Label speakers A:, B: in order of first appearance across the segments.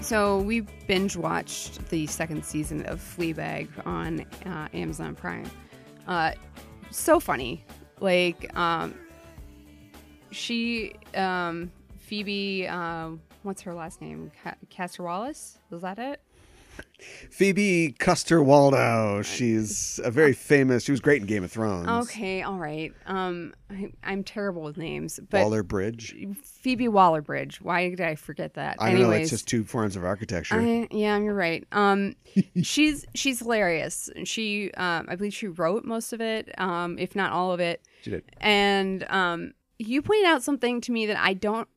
A: So we binge watched the second season of Fleabag on uh, Amazon Prime. Uh, so funny, like um, she um, Phoebe. Um, what's her last name? Ca- Castor Wallace. Is that it?
B: Phoebe Custer Waldo. She's a very famous. She was great in Game of Thrones.
A: Okay, all right. Um, I, I'm terrible with names, but
B: Waller Bridge.
A: Phoebe Waller Bridge. Why did I forget that?
B: I don't
A: Anyways,
B: know. It's just two forms of architecture.
A: I, yeah, you're right. Um, she's she's hilarious. She, um, I believe she wrote most of it, um, if not all of it.
B: She did.
A: And um, you pointed out something to me that I don't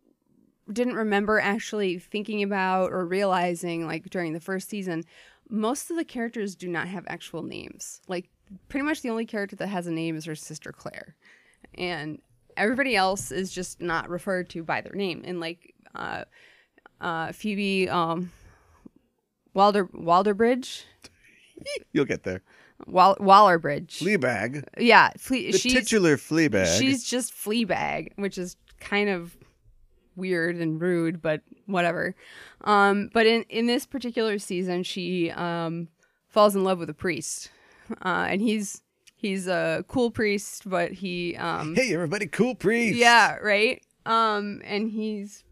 A: didn't remember actually thinking about or realizing like during the first season. Most of the characters do not have actual names. Like pretty much the only character that has a name is her sister Claire, and everybody else is just not referred to by their name. And like uh, uh, Phoebe um, Walder Walderbridge
B: You'll get there.
A: Wall- Wallerbridge.
B: Fleabag.
A: yeah, Fle-
B: The
A: she's
B: titular Fleabag.
A: She's just Fleabag, which is kind of weird and rude, but whatever. Um, but in in this particular season, she um, falls in love with a priest, uh, and he's he's a cool priest, but he um,
B: Hey, everybody, cool priest.
A: yeah, right. Um, and he's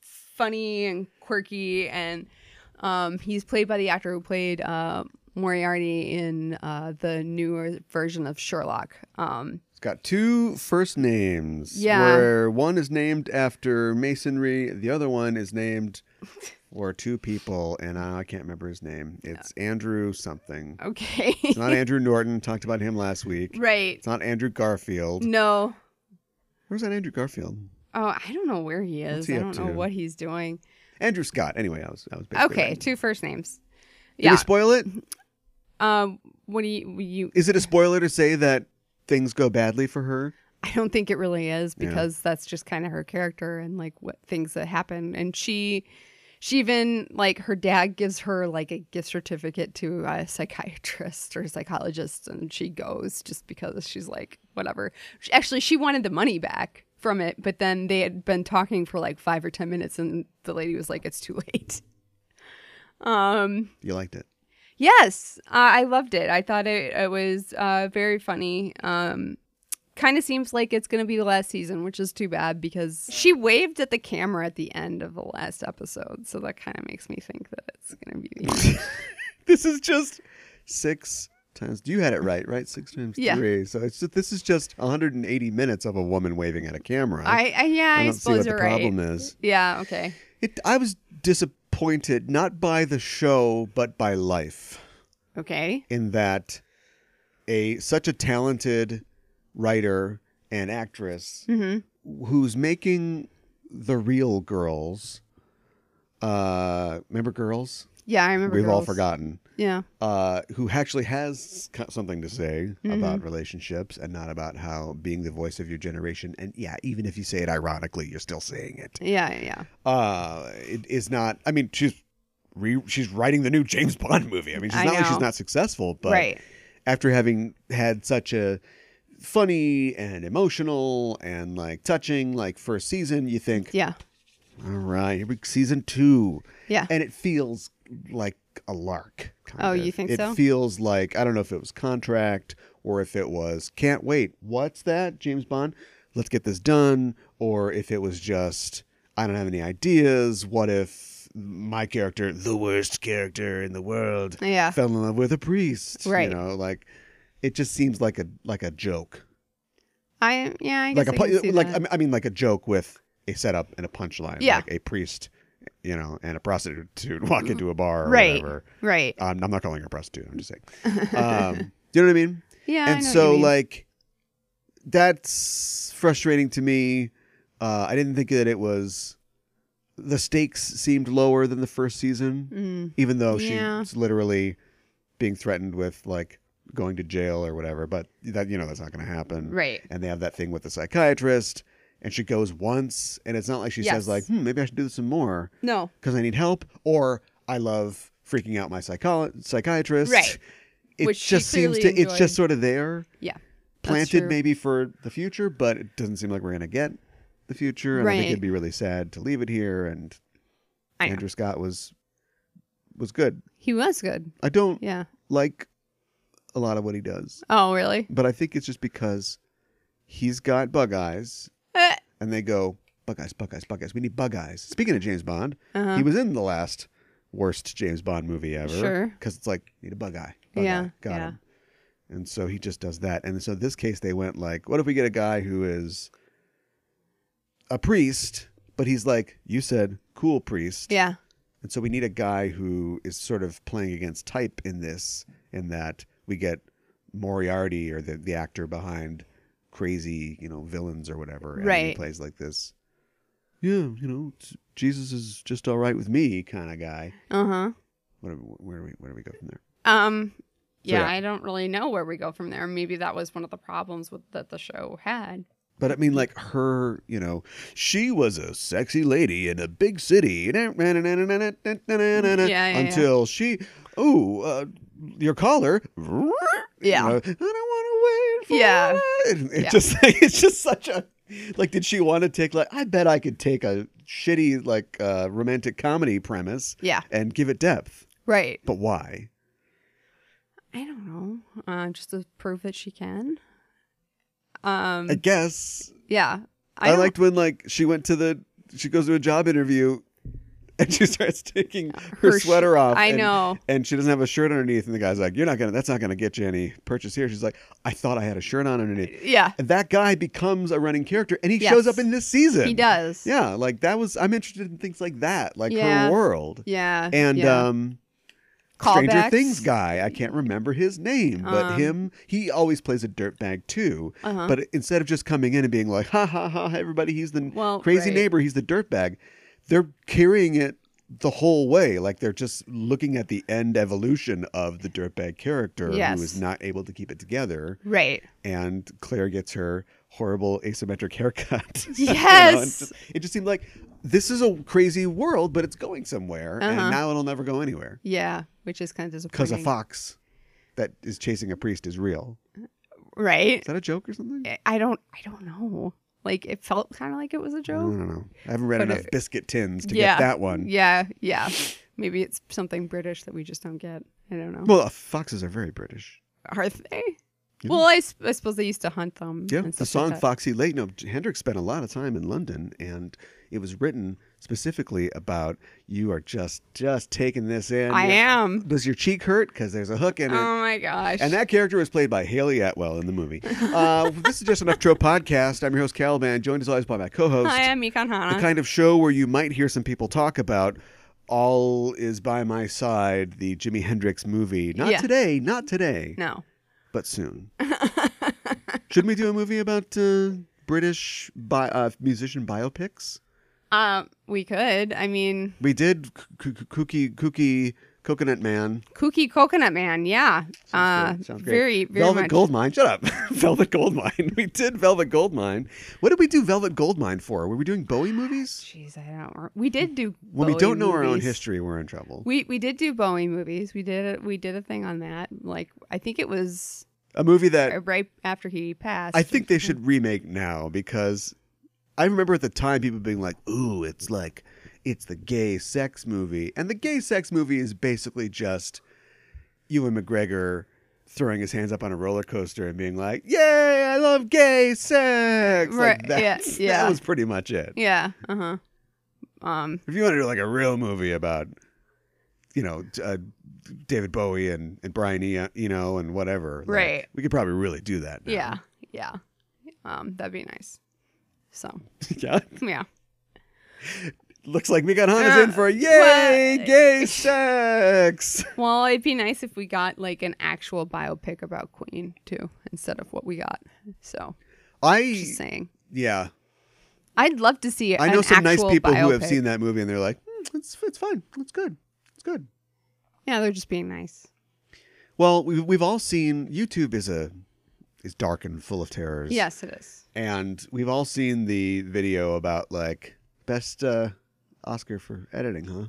A: funny and quirky, and um, he's played by the actor who played uh, Moriarty in uh, the newer version of Sherlock. Um,
B: It's got two first names.
A: Yeah.
B: Where one is named after masonry, the other one is named for two people, and I can't remember his name. It's Andrew something.
A: okay,
B: It's not Andrew Norton. Talked about him last week.
A: right?
B: It's not Andrew
A: Mm.
B: Garfield.
A: No,
B: Where's that Andrew Garfield?
A: oh, I don't know where he is.
B: What's he
A: I
B: up
A: don't know
B: to?
A: what he's doing.
B: Andrew Scott. Anyway, I was I was basically
A: Okay,
B: right.
A: two first names.
B: Did we
A: Yeah.
B: spoil it?
A: Um, what do you you?
B: Is it a spoiler to say that things go badly for her?
A: I don't think it really is
B: Yeah.
A: because that's just kind of her character and like what things that happen. And she, she even like her dad gives her like a gift certificate to a psychiatrist or psychologist, and she goes just because she's like whatever. She, actually, she wanted the money back from it, but then they had been talking for like five or ten minutes, and the lady was like, "It's too late." Um.
B: You liked it.
A: Yes, uh, I loved it. I thought it, it was uh, very funny. Um, kind of seems like it's going to be the last season, which is too bad because she waved at the camera at the end of the last episode. So that kind of makes me think that it's going to be the end.
B: This is just six times. You had it right, right? Six times
A: Yeah.
B: three. So it's just, this is just 180 minutes of a woman waving at a camera.
A: I, I yeah, I,
B: don't see
A: suppose
B: what the
A: you're right.
B: problem is.
A: Yeah. Okay.
B: It, I was disappointed not by the show but by life.
A: Okay.
B: in that a such a talented writer and actress
A: Mm-hmm.
B: who's making the real girls uh remember girls
A: Yeah, I remember.
B: we've all
A: Girls.
B: forgotten
A: Yeah.
B: uh who actually has co- something to say
A: Mm-hmm.
B: about relationships and not about how being the voice of your generation and yeah even if you say it ironically you're still saying it
A: Yeah. Yeah.
B: uh it is not i mean she's re, she's writing the new james bond movie i mean she's
A: I
B: not like she's
A: know.
B: not successful but
A: right.
B: after having had such a funny and emotional and like touching like first season, you think,
A: Yeah.
B: all right, here we season two,
A: Yeah.
B: and it feels like a lark. kind
A: Oh,
B: of.
A: you think
B: it
A: so?
B: feels like I don't know if it was contract or if it was can't wait. What's that, James Bond? Let's get this done, or if it was just I don't have any ideas. What if my character, the worst character in the world,
A: yeah.
B: fell in love with a priest.
A: Right.
B: You know, like it just seems like a like a joke.
A: I yeah. I guess
B: Like a
A: I can
B: pu-
A: see
B: like
A: that.
B: I mean- I mean like a joke with a setup and a punchline.
A: Yeah.
B: Like a priest, you know, and a prostitute walk into a bar or
A: right.
B: whatever.
A: Right.
B: Um, I'm not calling her a prostitute, I'm just saying. Um, do you know what I mean?
A: Yeah. I
B: and
A: know what you
B: so
A: mean.
B: like that's frustrating to me. Uh, I didn't think that it was the stakes seemed lower than the first season
A: Mm.
B: even though
A: Yeah.
B: she's literally being threatened with like going to jail or whatever but that you know that's not going to happen
A: Right.
B: and they have that thing with the psychiatrist and she goes once and it's not like she
A: Yes.
B: says like hmm, maybe i should do this some more
A: No.
B: because i need help or i love freaking out my psycholo- psychiatrist
A: Right.
B: it
A: Which she
B: just seems to
A: clearly
B: it's just
A: enjoyed.
B: sort of there
A: Yeah. that's
B: planted
A: true.
B: maybe for the future but it doesn't seem like we're going to get the future and i think
A: Right.
B: it'd be really sad to leave it here and
A: I know.
B: andrew scott was was good.
A: He was good.
B: I don't
A: Yeah.
B: like a lot of what he does,
A: Oh, really?
B: but I think it's just because he's got bug eyes,
A: Eh.
B: and they go bug eyes, bug eyes, bug eyes. We need bug eyes. Speaking of James Bond,
A: Uh-huh.
B: he was in the last worst James Bond movie ever.
A: Sure.
B: Because it's like, need a bug eye. Bug
A: Yeah,
B: Eye. Got
A: yeah.
B: him. And so he just does that. And so this case, they went like, what if we get a guy who is a priest, but he's like, you said cool priest.
A: yeah.
B: And so we need a guy who is sort of playing against type in this, in that we get Moriarty or the, the actor behind crazy, you know, villains or whatever. And then he
A: Right.
B: plays like this, yeah, you know, it's- Jesus is just all right with me kind of guy.
A: Uh huh.
B: Where, where, do we, where do we go from there?
A: Um, yeah,
B: yeah.
A: I don't really know where we go from there. Maybe that was one of the problems with that the show had.
B: But I mean, like her, you know, she was a sexy lady in a big city.
A: yeah.
B: Until she, oh, uh, your collar. You
A: Yeah.
B: know, I don't want to wait for
A: Yeah.
B: it. It
A: Yeah.
B: just, it's just such a, like, did she want to take, like, I bet I could take a shitty, like, uh, romantic comedy premise
A: Yeah,
B: and give it depth.
A: right.
B: But why?
A: I don't know. Uh, just to prove that she can. Um,
B: I guess
A: yeah,
B: I,
A: don't-
B: liked when like she went to the she goes to a job interview and she starts taking her,
A: Her sh-
B: sweater off.
A: I
B: and-
A: know.
B: And she doesn't have a shirt underneath, and the guy's like, "You're not gonna. That's not gonna get you any purchase here." She's like, "I thought I had a shirt on underneath."
A: Yeah,
B: And that guy becomes a running character, and he
A: Yes.
B: shows up in this season.
A: he does.
B: Yeah, like that was. I'm interested in things like that, like
A: Yeah.
B: her world,
A: yeah,
B: and
A: yeah.
B: um, Stranger
A: Callbacks.
B: Things guy. I can't remember his name, but
A: Um.
B: him. He always plays a dirtbag too.
A: Uh-huh.
B: But instead of just coming in and being like, ha ha ha, everybody, he's the
A: Well,
B: crazy
A: right.
B: neighbor, he's the dirtbag, they're carrying it the whole way. Like they're just looking at the end evolution of the dirtbag character
A: Yes.
B: who is not able to keep it together.
A: right.
B: And Claire gets her horrible asymmetric haircut. You know, and
A: Yes.
B: just- it just seemed like this is a crazy world, but it's going somewhere.
A: Uh-huh.
B: And now it'll never go anywhere
A: Yeah, which is kind of
B: because
A: disappointing.
B: a fox that is chasing a priest is real.
A: right?
B: Is that a joke or something?
A: I- I don't. I don't know. Like it felt kind of like it was a
B: I
A: joke.
B: don't know. I haven't read
A: But
B: enough
A: it-
B: biscuit tins to
A: Yeah.
B: get that one.
A: Yeah, yeah. Maybe it's something British that we just don't get. I don't know.
B: Well, uh, foxes are very British.
A: Are they?
B: Yeah.
A: Well, I, s- I suppose they used to hunt them.
B: Yeah,
A: and
B: the
A: stuff like
B: song
A: that.
B: "Foxy Late." No, Hendrix spent a lot of time in London, and it was written specifically about you are just just taking this in.
A: I
B: You're-
A: am.
B: Does your cheek hurt? Because there's a hook in it.
A: Oh my gosh.
B: And that character was played by Haley Atwell in the movie. Uh, this is just enough trope podcast. I'm your host Caliban, joined as always by my co-host.
A: Hi, I'm Mikan
B: the
A: Hana.
B: kind of show where you might hear some people talk about "All Is by My Side," the Jimi Hendrix movie. Not
A: Yeah.
B: today, not today,
A: no.
B: but soon. Should we do a movie about uh, British bi- uh, musician biopics?
A: Um, we could. I mean,
B: We did c- c- Kooky Kooky Coconut Man.
A: Kooky Coconut Man. Yeah.
B: Sounds
A: uh,
B: good. Sounds great.
A: very, very
B: Velvet
A: much.
B: Goldmine. Shut up. Velvet Goldmine. We did Velvet Goldmine. What did we do Velvet Goldmine for? Were we doing Bowie movies?
A: Jeez, I don't. re- We did do.
B: When we
A: Bowie
B: don't know our own
A: movies.
B: history, we're in trouble.
A: We we did do Bowie movies. We did a, we did a thing on that. Like I think it was
B: a movie that
A: right after he passed.
B: I think they should remake now because I remember at the time people being like, "Ooh, it's like it's the gay sex movie," and the gay sex movie is basically just Ewan McGregor throwing his hands up on a roller coaster and being like, "Yay, I love gay sex!"
A: Right,
B: Like
A: yeah,
B: that's,
A: yeah.
B: that was pretty much it.
A: Yeah. Uh huh. Um.
B: If you want to do like a real movie about, you know, uh, David Bowie and and Brian Eno, you know, and whatever, like,
A: Right.
B: we could probably really do that. now.
A: Yeah. Yeah. Um. That'd be nice. So
B: yeah.
A: yeah.
B: Looks like we got Hannah's in
A: Uh,
B: for yay
A: what?
B: gay sex.
A: Well, it'd be nice if we got like an actual biopic about Queen too, instead of what we got. So
B: I
A: just saying,
B: yeah,
A: I'd love to see.
B: Hmm. I know
A: an
B: some nice
A: actual
B: people who have
A: biopic.
B: seen that movie and they're like, "Hmm, it's it's fine, it's good, it's good.
A: Yeah, they're just being nice.
B: Well, we've we've all seen YouTube is a is dark and full of terrors.
A: Yes, it is.
B: and we've all seen the video about like best uh, Oscar for editing, huh?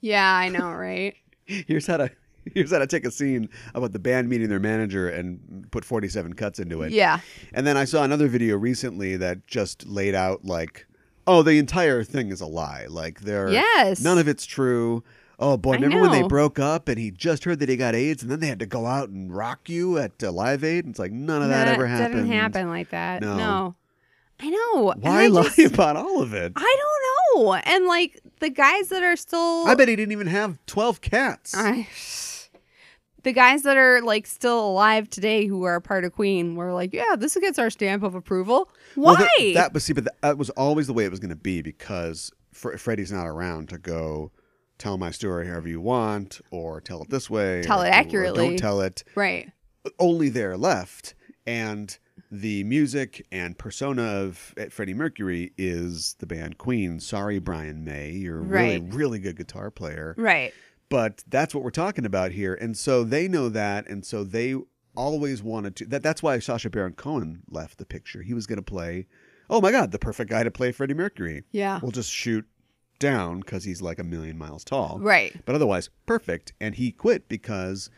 A: Yeah, I know, right?
B: Here's how to. Here's how to take a scene about the band meeting their manager and put 47 cuts into it.
A: yeah,
B: And then I saw another video recently that just laid out like, oh, the entire thing is a lie. Like there,
A: Yes.
B: none of it's true. Oh boy,
A: I
B: remember when they
A: know.
B: broke up and he just heard that he got AIDS and then they had to go out and rock you at uh, Live Aid? It's like none of that, ever happened.
A: Doesn't happen like that.
B: No.
A: No, I know. And
B: Why
A: I
B: lie
A: just-
B: about all of it?
A: I don't know. And like the guys that are still,
B: I bet he didn't even have 12 cats.
A: I- the guys that are like still alive today who are a part of Queen were like, yeah, this gets our stamp of approval. Why?
B: Well, that- that was see, but that was always the way it was going to be because Fre- Freddie's not around to go tell my story however you want or tell it this way.
A: Tell
B: or-
A: it
B: or
A: accurately.
B: don't tell it.
A: right.
B: Only they're left, and the music and persona of eh, Freddie Mercury is the band Queen. Sorry, Brian May, you're a really
A: Right.
B: really good guitar player.
A: Right.
B: but that's what we're talking about here and so they know that and so they always wanted to that, that's why sasha baron cohen left the picture he was going to play oh my god the perfect guy to play freddie mercury
A: Yeah.
B: we'll just shoot down because he's like a million miles tall
A: Right.
B: but otherwise perfect and he quit because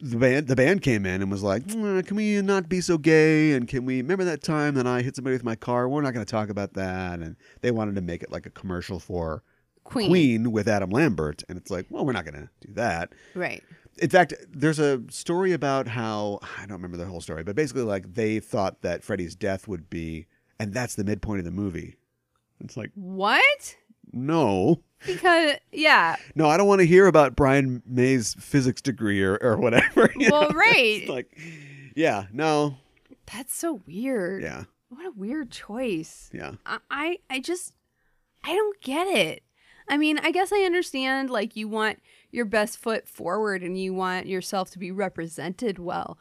B: the band the band came in and was like "Mm, can we not be so gay and can we remember that time that i hit somebody with my car we're not going to talk about that and they wanted to make it like a commercial for
A: Queen.
B: Queen with Adam Lambert, and it's like, well, we're not going to do that.
A: Right.
B: In fact, there's a story about how I don't remember the whole story, but basically, like they thought that Freddie's death would be, and that's the midpoint of the movie. It's like,
A: What?
B: no,
A: Because yeah.
B: no, I don't want to hear about Brian May's physics degree or or whatever. you
A: Well,
B: know?
A: right.
B: It's like, yeah, no,
A: That's so weird.
B: yeah,
A: What a weird choice.
B: yeah.
A: I- I I just I don't get it. I mean, I guess I understand like you want your best foot forward and you want yourself to be represented well.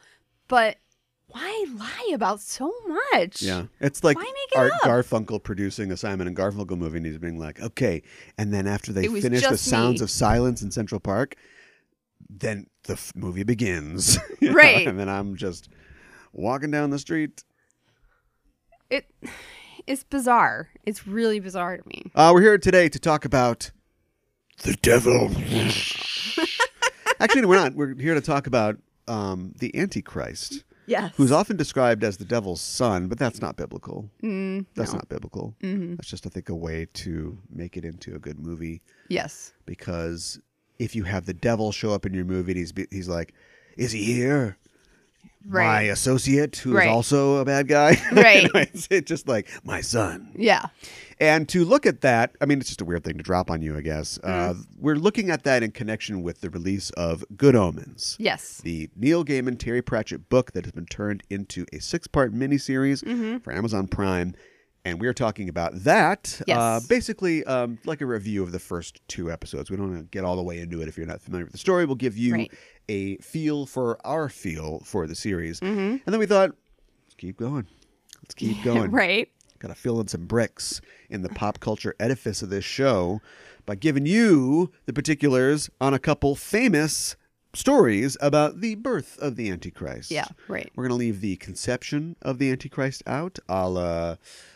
A: But why lie about so much?
B: Yeah, it's like
A: Why make it
B: Art
A: up?
B: Garfunkel producing a Simon and Garfunkel movie, and he's being like, "Okay," and then after they
A: It was
B: finish the
A: just
B: sounds
A: me.
B: of silence in Central Park, then the f- movie begins. You know,
A: Right.
B: and then I'm just walking down the street.
A: It it's bizarre. It's really bizarre to me.
B: Uh, we're here today to talk about the devil. Actually, no, we're not. We're here to talk about um, the Antichrist,
A: Yes.
B: who's often described as the devil's son, but that's not biblical.
A: Mm,
B: That's not biblical.
A: mhm.
B: That's just, I think, a way to make it into a good movie.
A: Yes.
B: because if you have the devil show up in your movie and he's be- he's like is he here my
A: Right.
B: associate who is
A: Right.
B: also a bad guy You
A: Right.
B: know, it's, it's just like my son
A: Yeah.
B: and to look at that i mean it's just a weird thing to drop on you i guess
A: Mm.
B: uh, we're looking at that in connection with the release of good omens
A: Yes.
B: the Neil Gaiman Terry Pratchett book that has been turned into a six-part miniseries
A: Mm-hmm.
B: for Amazon Prime, and we are talking about that.
A: Yes.
B: Uh, basically, um, like a review of the first two episodes. We don't want to get all the way into it if you're not familiar with the story. We'll give you
A: Right.
B: a feel for our feel for the series,
A: Mhm.
B: and then we thought, let's keep going. Let's keep going.
A: Right.
B: Got to fill in some bricks in the pop culture edifice of this show by giving you the particulars on a couple famous stories about the birth of the Antichrist.
A: Yeah. Right.
B: We're going to leave the conception of the Antichrist out, a la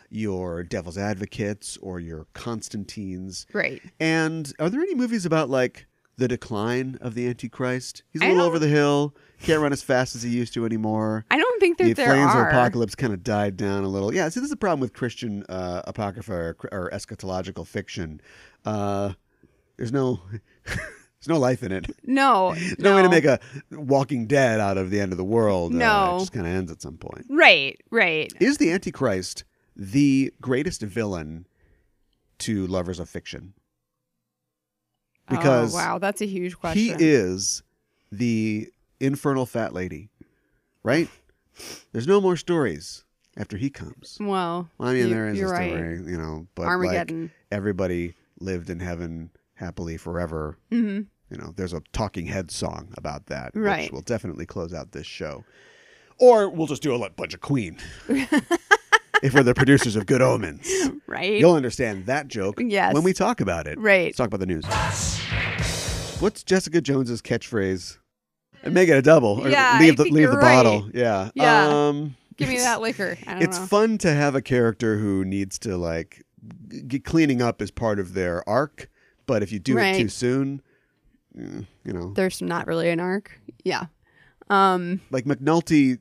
B: your Devil's Advocates or your Constantines.
A: Right.
B: And are there any movies about, like, the decline of the Antichrist? He's a
A: I
B: little
A: don't-
B: over the hill, can't run as fast as he used to anymore
A: I don't think that
B: the
A: there
B: flames
A: are.
B: of apocalypse kind of died down a little. Yeah, see, this is a problem with Christian uh, apocrypha or, or eschatological fiction. Uh, there's no, there's no life in it.
A: No.
B: There's no. way to make a Walking Dead out of the end of the world. uh, it
A: No.
B: just kind of ends at some point.
A: Right. Right. Oh,
B: Is the Antichrist the greatest villain to lovers of fiction? Because
A: oh, wow, that's a huge question.
B: He is the infernal fat lady, right? There's no more stories after he comes.
A: Well,
B: Well, I mean,
A: you-
B: there is a
A: you're right.
B: story, you know, but like
A: Armageddon.
B: everybody lived in heaven happily forever.
A: hmm
B: You know, there's a Talking Head song about that, which
A: Right.
B: will definitely close out this show. Or we'll just do a li- bunch of Queen. if we're the producers of Good Omens,
A: Right.
B: you'll understand that joke
A: Yes.
B: when we talk about it.
A: right.
B: Let's talk about the news. What's Jessica Jones's catchphrase? And make it a double. Or
A: Yeah, I
B: leave the
A: think
B: leave
A: you're
B: the
A: right.
B: bottle. Yeah.
A: Yeah.
B: Um,
A: Give me that liquor. I don't
B: it's
A: know.
B: fun to have a character who needs to like g- g- cleaning up is part of their arc, but if you do
A: Right.
B: it too soon, mm, you know,
A: There's not really an arc. Yeah. Um.
B: like McNulty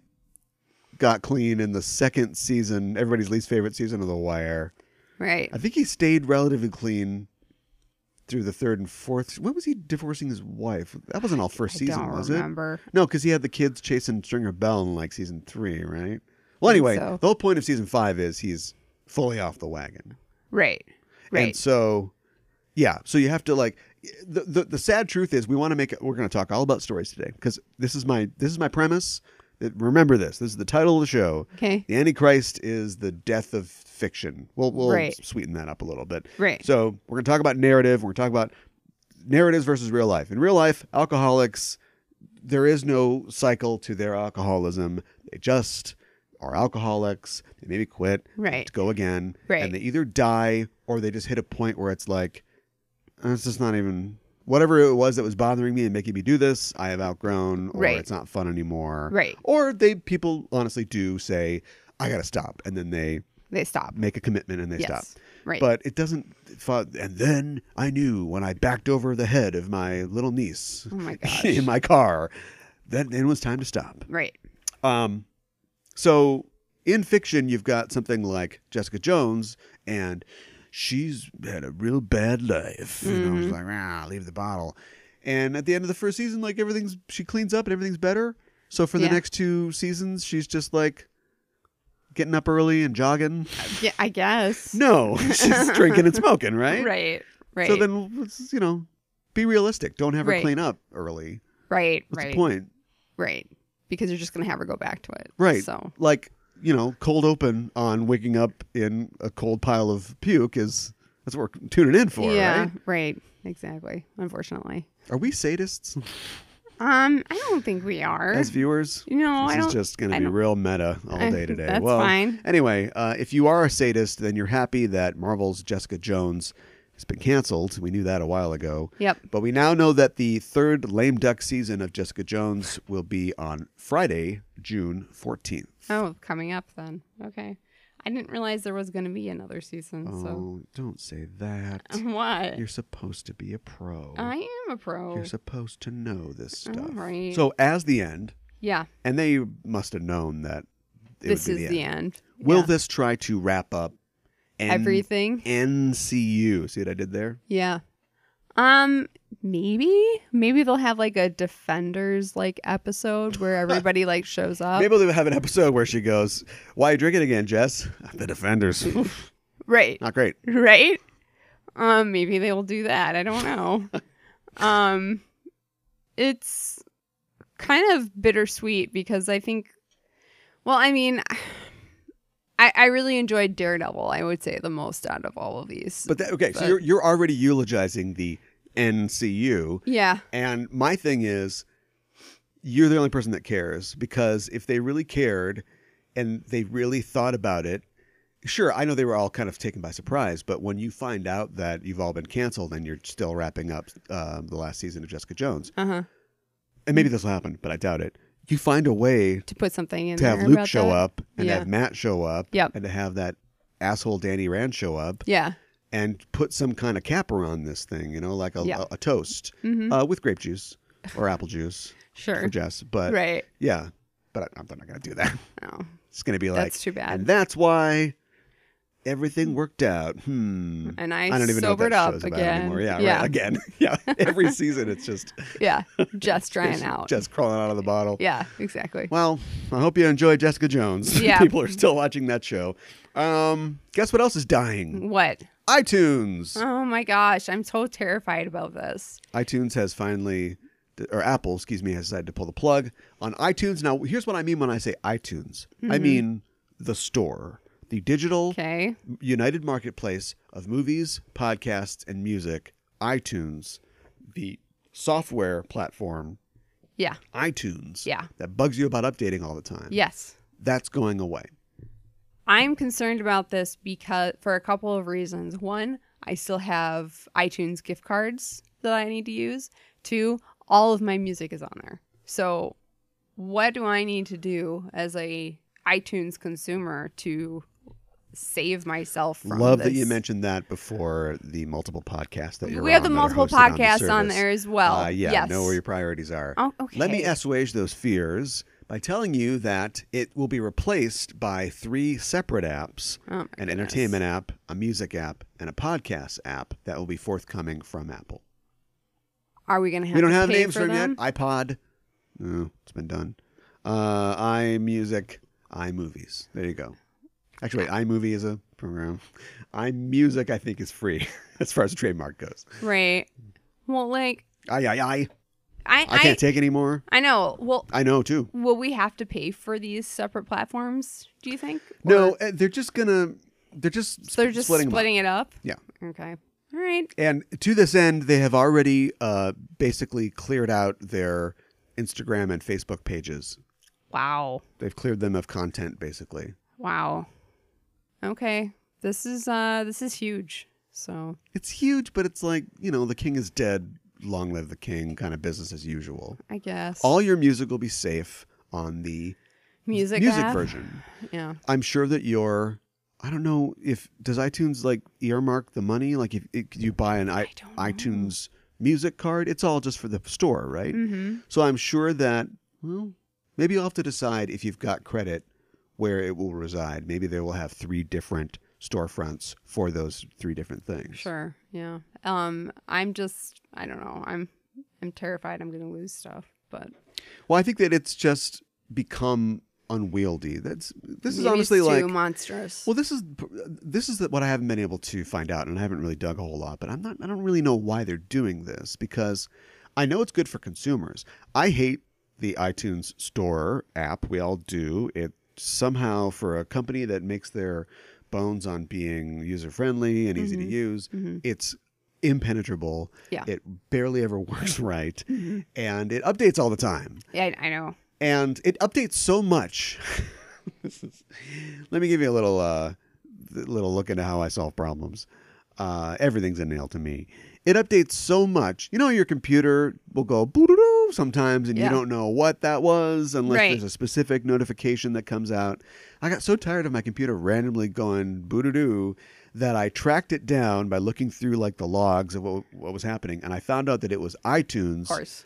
B: got clean in the second season, everybody's least favorite season of The Wire.
A: Right.
B: I think he stayed relatively clean through the third and fourth. When was he divorcing his wife? That wasn't all first
A: I
B: season,
A: don't
B: was it?
A: remember.
B: No, because he had the kids chasing Stringer Bell in like season three, right? Well, anyway,
A: so.
B: the whole point of season five is he's fully off the wagon,
A: Right. Right.
B: and so yeah, so you have to like the the, the sad truth is we want to make we're going to talk all about stories today because this is my this is my premise. That- Remember this. This is the title of the show.
A: okay.
B: The Antichrist is the death of fiction. We'll, we'll
A: Right.
B: sweeten that up a little bit.
A: Right.
B: So we're going to talk about narrative. We're going to talk about narratives versus real life. In real life, alcoholics, there is no cycle to their alcoholism. They just are alcoholics. They maybe quit,
A: right.
B: go again,
A: Right.
B: and they either die or they just hit a point where it's like, "Uh, it's just not even whatever it was that was bothering me and making me do this. I have outgrown, or
A: Right.
B: it's not fun anymore,
A: Right.
B: or they people honestly do say i gotta stop and then they
A: They stop.
B: make a commitment and they
A: yes.
B: stop
A: Right.
B: but it doesn't fa- and then i knew when i backed over the head of my little niece
A: oh my gosh.
B: in my car that then it was time to stop
A: right.
B: um so in fiction you've got something like jessica jones and she's had a real bad life you
A: Mm-hmm.
B: know she's like ah leave the bottle and at the end of the first season like everything's she cleans up and everything's better so for the
A: Yeah.
B: next two seasons she's just like getting up early and jogging
A: Yeah, I guess.
B: no she's drinking and smoking right
A: Right. Right.
B: so then let's, you know be realistic don't have her
A: Right.
B: clean up early
A: right.
B: what's
A: right.
B: the point
A: Right. Because you're just gonna have her go back to it.
B: Right.
A: So
B: like you know cold open on waking up in a cold pile of puke is that's what we're tuning in for
A: yeah.
B: right
A: Right. Exactly. Unfortunately.
B: are we sadists
A: Um, I don't think we are.
B: as viewers
A: you know, I
B: this
A: don't.
B: is just going to
A: I
B: be
A: don't-
B: real meta all
A: I-
B: day today
A: that's
B: well
A: fine.
B: anyway uh, if you are a sadist then you're happy that marvel's jessica jones has been canceled we knew that a while ago
A: Yep.
B: but we now know that the third lame duck season of jessica jones will be on friday june 14th
A: Oh, coming up then. Okay. I didn't realize there was going to be another season.
B: oh don't say that
A: So what?
B: Oh. you're supposed to be a pro
A: Oh, I am a pro.
B: You're supposed to know this stuff.
A: Oh. Alright.
B: So as the end,
A: Yeah.
B: and they must have known that it
A: This
B: would
A: is
B: be
A: the
B: the
A: end.
B: end. Will
A: Yeah.
B: this try to wrap up N-
A: everything?
B: NCU? See what I did there?
A: Yeah. Um. Maybe. Maybe they'll have like a defenders like episode where everybody like shows up.
B: Maybe they'll have an episode where she goes, "Why are you drinking again, Jess?" The Defenders, Oof,
A: Right.
B: not great.
A: Right. Um. Maybe they will do that. I don't know. um. It's kind of bittersweet because I think. Well, I mean. I, I really enjoyed Daredevil. I would say the most out of all of these.
B: But that, okay, so
A: But-
B: you're you're already eulogizing the NCU,
A: yeah,
B: and my thing is, you're the only person that cares because if they really cared and they really thought about it, sure, I know they were all kind of taken by surprise, but when you find out that you've all been canceled and you're still wrapping up um, the last season of Jessica Jones,
A: uh huh.
B: and maybe this will happen, but I doubt it, you find a way
A: To put something in
B: to
A: there
B: have Luke
A: about
B: show
A: that.
B: up and
A: Yeah.
B: have Matt show up
A: Yep.
B: and to have that asshole Danny Rand show up
A: Yeah.
B: and put some kind of capper on this thing, you know, like a,
A: Yeah.
B: a, a toast
A: Mm-hmm.
B: uh, with grape juice or apple juice for
A: sure.
B: Jess. But
A: Right.
B: yeah, but I, I'm not gonna do that.
A: Oh,
B: It's gonna be like,
A: that's too bad.
B: and that's why everything worked out. Hmm.
A: and I,
B: I don't even know what
A: sobered
B: that
A: up
B: show's about
A: again.
B: anymore. Yeah,
A: yeah,
B: Right, again. yeah, every season it's just
A: yeah. Just trying
B: it's
A: out.
B: just crawling out of the bottle.
A: yeah, exactly.
B: Well, I hope you enjoy Jessica Jones.
A: Yeah.
B: People are still watching that show. Um, guess what else is dying?
A: What?
B: iTunes.
A: Oh my gosh, I'm so terrified about this.
B: iTunes has finally, or Apple, excuse me, has decided to pull the plug on iTunes. Now, here's what I mean when I say iTunes I mean the store, the digital
A: Mm-hmm. Okay.
B: united marketplace of movies, podcasts, and music. iTunes, the software platform,
A: Yeah.
B: iTunes,
A: Yeah.
B: that bugs you about updating all the time.
A: Yes.
B: That's going away.
A: I'm concerned about this because for a couple of reasons. One, I still have iTunes gift cards that I need to use. Two, all of my music is on there. So, what do I need to do as a iTunes consumer to save myself from
B: Love that
A: this?
B: you mentioned that before the multiple podcasts that you're
A: We have the
B: on that are
A: multiple
B: hosted on the
A: podcasts on
B: service.
A: there as well.
B: Uh, yeah,
A: Yes.
B: know where your priorities are.
A: Oh, okay.
B: Let me assuage those fears by telling you that it will be replaced by three separate apps
A: Oh my
B: an
A: goodness.
B: entertainment app, a music app, and a podcast app that will be forthcoming from Apple.
A: Are we gonna have?
B: we don't
A: to
B: have
A: pay
B: names
A: for
B: for them yet.
A: them?
B: iPod. No, it's been done. Uh, iMusic, iMovies. There you go. Actually, wait, iMovie is a program. iMusic, I think, is free as far as trademark goes.
A: Right. Well, like
B: I, I, I.
A: I
B: I
A: I,
B: can't take anymore.
A: I know. Well,
B: I know too.
A: will we have to pay for these separate platforms? Do you think?
B: No,
A: Or-
B: uh, they're just gonna. They're just. sp-
A: they're just
B: splitting
A: splitting,
B: them up.
A: it up.
B: Yeah.
A: Okay. All right.
B: And to this end, they have already uh, basically cleared out their Instagram and Facebook pages.
A: Wow.
B: They've cleared them of content, basically.
A: Wow. Okay. This is uh this is huge. So
B: It's huge, but it's like, you know, the king is dead, long live the king, kind of business as usual.
A: I guess
B: All your music will be safe on the
A: music
B: music
A: app?
B: version.
A: Yeah.
B: I'm sure that your I don't know if does iTunes like earmark the money like if it, you buy an I,
A: don't know.
B: iTunes music card, it's all just for the store, right?
A: Mm-hmm.
B: So I'm sure that well, maybe you'll have to decide if you've got credit where it will reside. Maybe they will have three different storefronts for those three different things.
A: Sure. Yeah. Um. I'm just. I don't know. I'm. I'm terrified. I'm gonna lose stuff. But
B: Well, I think that it's just become unwieldy. That's this is
A: maybe it's
B: honestly
A: too
B: like
A: monstrous.
B: well, this is this is what I haven't been able to find out, and I haven't really dug a whole lot. But I'm not I don't really know why they're doing this because I know it's good for consumers. I hate the iTunes Store app. We all do. It somehow for a company that makes their bones on being user friendly and easy to use, it's impenetrable.
A: Yeah.
B: It barely ever works right, and it updates all the time
A: yeah, I, I know.
B: and it updates so much. this is, let me give you a little uh, th- little look into how I solve problems. Uh, everything's a nail to me. It updates so much. You know, your computer will go boo sometimes, and you
A: Yeah.
B: don't know what that was unless
A: Right.
B: there's a specific notification that comes out. I got so tired of my computer randomly going boo doo that I tracked it down by looking through like the logs of what, what was happening, and I found out that it was iTunes
A: Of course.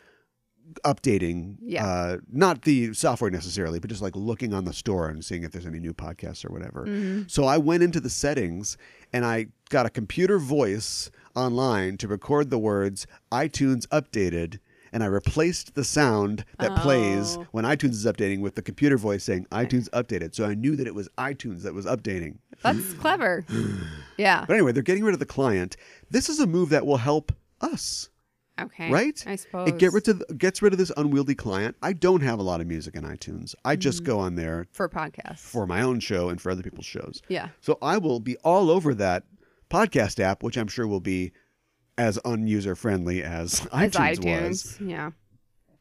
B: updating
A: Yeah.
B: uh, not the software necessarily but just like looking on the store and seeing if there's any new podcasts or whatever
A: Mm-hmm.
B: so i went into the settings and i got a computer voice online to record the words itunes updated and i replaced the sound that plays
A: Oh.
B: when itunes is updating with the computer voice saying itunes updated so i knew that it was itunes that was updating
A: That's clever. Yeah.
B: but anyway they're getting rid of the client this is a move that will help us
A: Okay.
B: right?
A: I suppose.
B: It get rid of gets rid of this unwieldy client. I don't have a lot of music in iTunes. I
A: Mm.
B: just go on there
A: for podcasts.
B: for my own show and for other people's shows.
A: yeah.
B: So I will be all over that podcast app, which I'm sure will be as unuser friendly as
A: As
B: iTunes,
A: iTunes.
B: was.
A: Yeah.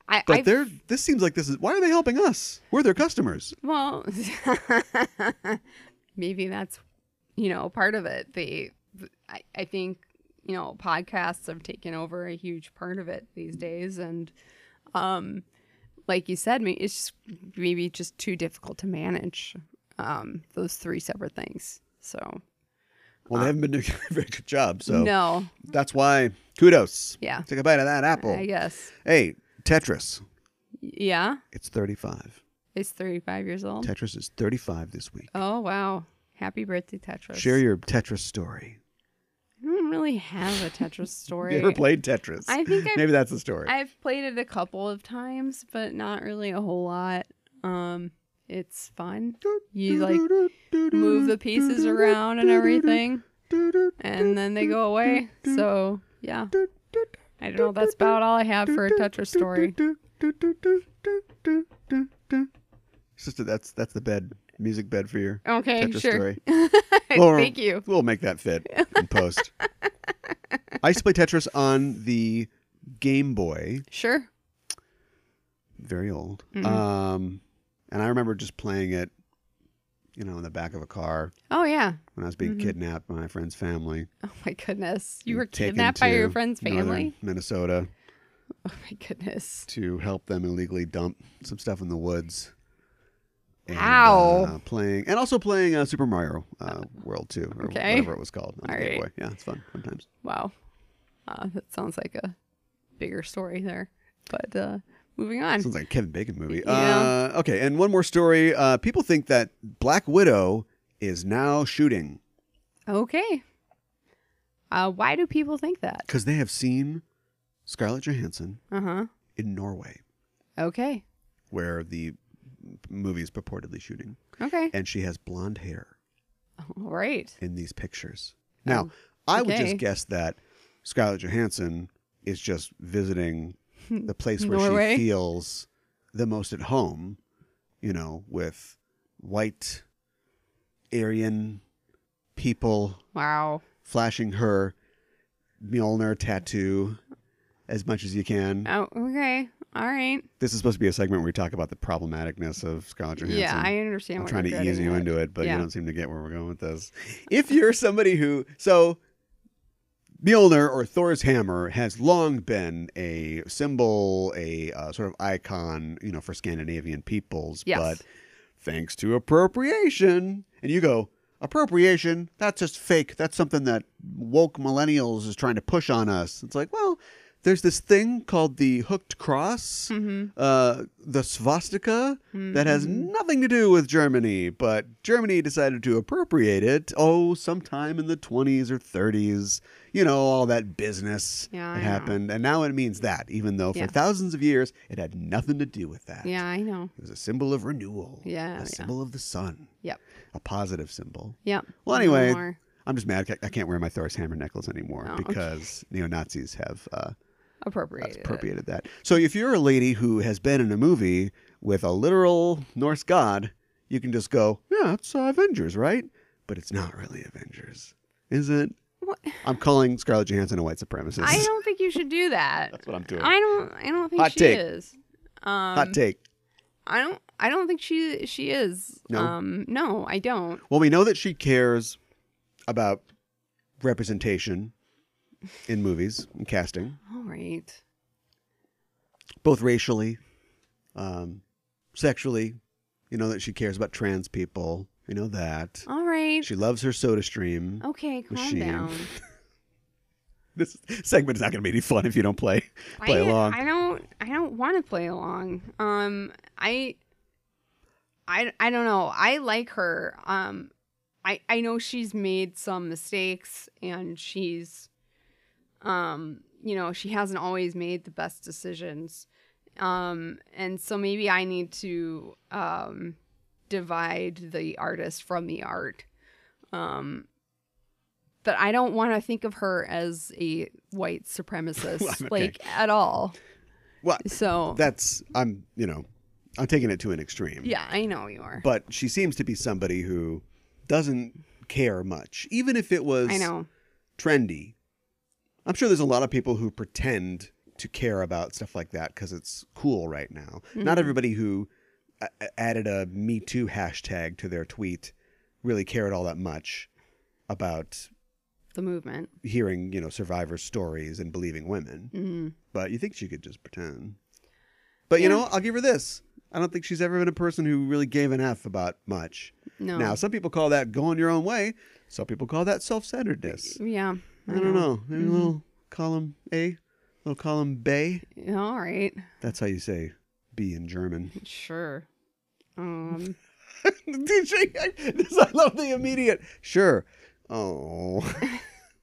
A: I,
B: But
A: I've-
B: they're this seems like this is why are they helping us? We're their customers.
A: Well, maybe that's you know part of it. They, I, I think you know podcasts have taken over a huge part of it these days, and um, like you said, may- it's just maybe just too difficult to manage um those three separate things. So
B: Well, they haven't been doing a very good job, so
A: Uh, no,
B: that's why kudos.
A: Yeah.
B: Take a bite of that apple.
A: I guess
B: Hey, Tetris.
A: yeah,
B: It's 35.
A: it's thirty five years old.
B: Tetris is 35 this week.
A: oh wow. Happy birthday, Tetris.
B: Share your Tetris story.
A: I don't really have a Tetris story.
B: You ever played Tetris?
A: I think I-
B: maybe that's the story.
A: I've played it a couple of times, but not really a whole lot. Um, it's fun. You like move the pieces around and everything, and then they go away. So yeah, I don't know. That's about all I have for a Tetris story.
B: It's just a- that's that's the bed music bed for your
A: Okay,
B: Tetris
A: sure.
B: story. Or-
A: Thank you.
B: We'll make that fit in post. I used to play Tetris on the Game Boy.
A: Sure.
B: very old.
A: Mm-hmm.
B: Um, and I remember just playing it, you know, in the back of a car
A: Oh yeah.
B: when I was being kidnapped by my friend's family.
A: Oh my goodness. You were
B: Taken
A: kidnapped by
B: to
A: your friend's
B: northern
A: family.
B: Minnesota,
A: Oh my goodness.
B: to help them illegally dump some stuff in the woods. And,
A: Wow.
B: uh, playing and also playing uh, Super Mario uh, World Two or
A: Okay.
B: whatever it was called. On the
A: All
B: Game
A: right.
B: Boy. Yeah, it's fun sometimes.
A: Wow. Uh, that sounds like a bigger story there, but uh, Moving on.
B: Sounds like a Kevin Bacon movie.
A: Yeah.
B: Uh, okay, and one more story. Uh, people think that Black Widow is now shooting
A: Okay. Uh, why do people think that?
B: because they have seen Scarlett Johansson
A: Uh huh.
B: in Norway,
A: Okay.
B: where the movie is purportedly shooting,
A: Okay.
B: and she has blonde hair
A: All right.
B: in these pictures. Now,
A: Oh,
B: I would
A: okay.
B: just guess that Scarlett Johansson is just visiting the place where
A: Norway?
B: she feels the most at home, you know, with white Aryan people
A: Wow.
B: flashing her Mjolnir tattoo as much as you can.
A: Oh, okay. All right.
B: This is supposed to be a segment where we talk about the problematicness of Scarlett Johansson.
A: Yeah, I understand.
B: I'm
A: what
B: trying
A: you're
B: to ease
A: getting
B: you
A: at.
B: into it, but
A: Yeah.
B: you don't seem to get where we're going with this. If you're somebody who so Mjolnir or Thor's hammer has long been a symbol, a uh, sort of icon, you know, for Scandinavian peoples.
A: Yes.
B: But thanks to appropriation, and you go appropriation, that's just fake. That's something that woke millennials is trying to push on us. It's like, well, there's this thing called the hooked cross
A: Mhm.
B: uh, the swastika that has
A: Mm-hmm.
B: nothing to do with Germany, but Germany decided to appropriate it, oh, sometime in the 20s or 30s. You know, all that business
A: Yeah, I
B: that
A: know.
B: happened. And now it means that, even though for
A: Yeah.
B: thousands of years it had nothing to do with that.
A: Yeah, I know.
B: It was a symbol of renewal,
A: Yeah, yeah.
B: a symbol of the sun,
A: Yep.
B: a positive symbol.
A: Yep.
B: Well,
A: No
B: anyway,
A: more.
B: I'm just mad I can't wear my Thor's hammer necklace anymore
A: Oh, okay.
B: because neo Nazis have. Uh,
A: appropriate.
B: that's appropriated that. So if you're a lady who has been in a movie with a literal Norse god, you can just go, yeah, it's uh, Avengers, right? But it's not really Avengers, is it?
A: What?
B: I'm calling Scarlett Johansson a white supremacist.
A: I don't think you should do that.
B: That's what I'm doing.
A: I don't. I don't think
B: Hot
A: she
B: take.
A: is. Um,
B: Hot take.
A: I don't. I don't think she she is.
B: No?
A: Um, no, I don't.
B: Well, we know that she cares about representation in movies and casting,
A: All right.
B: both racially, um, sexually. You know that she cares about trans people. We know that.
A: All right.
B: She loves her soda stream.
A: okay, calm
B: machine.
A: down.
B: this segment is not going to be any fun if you don't play play
A: I,
B: along.
A: I don't. I don't want to play along. Um, I. I, I don't know. I like her. Um, I I know she's made some mistakes and she's, um, you know, she hasn't always made the best decisions. Um, and so maybe I need to um, divide the artist from the art. Um, but I don't want to think of her as a white supremacist,
B: Well, okay.
A: like at all.
B: well,
A: So
B: that's I'm you know I'm taking it to an extreme.
A: yeah, I know you are.
B: But she seems to be somebody who doesn't care much, even if it was
A: I know.
B: trendy. I'm sure there's a lot of people who pretend to care about stuff like that because it's cool right now. Not
A: Mm-hmm.
B: everybody who a- a- added a Me Too hashtag to their tweet really cared all that much about
A: The movement.
B: hearing you know survivors' stories and believing women.
A: Mm-hmm.
B: but you think she could just pretend. But you
A: Yeah.
B: know, I'll give her this. I don't think she's ever been a person who really gave an F about much.
A: No.
B: Now, some people call that going your own way. Some people call that self centeredness.
A: yeah.
B: I don't know. Maybe
A: Mm-hmm.
B: a little column A, little column B.
A: know. All right.
B: That's how you say B in German.
A: Sure. Um.
B: DJ, I this- I love the immediate. Sure. Oh.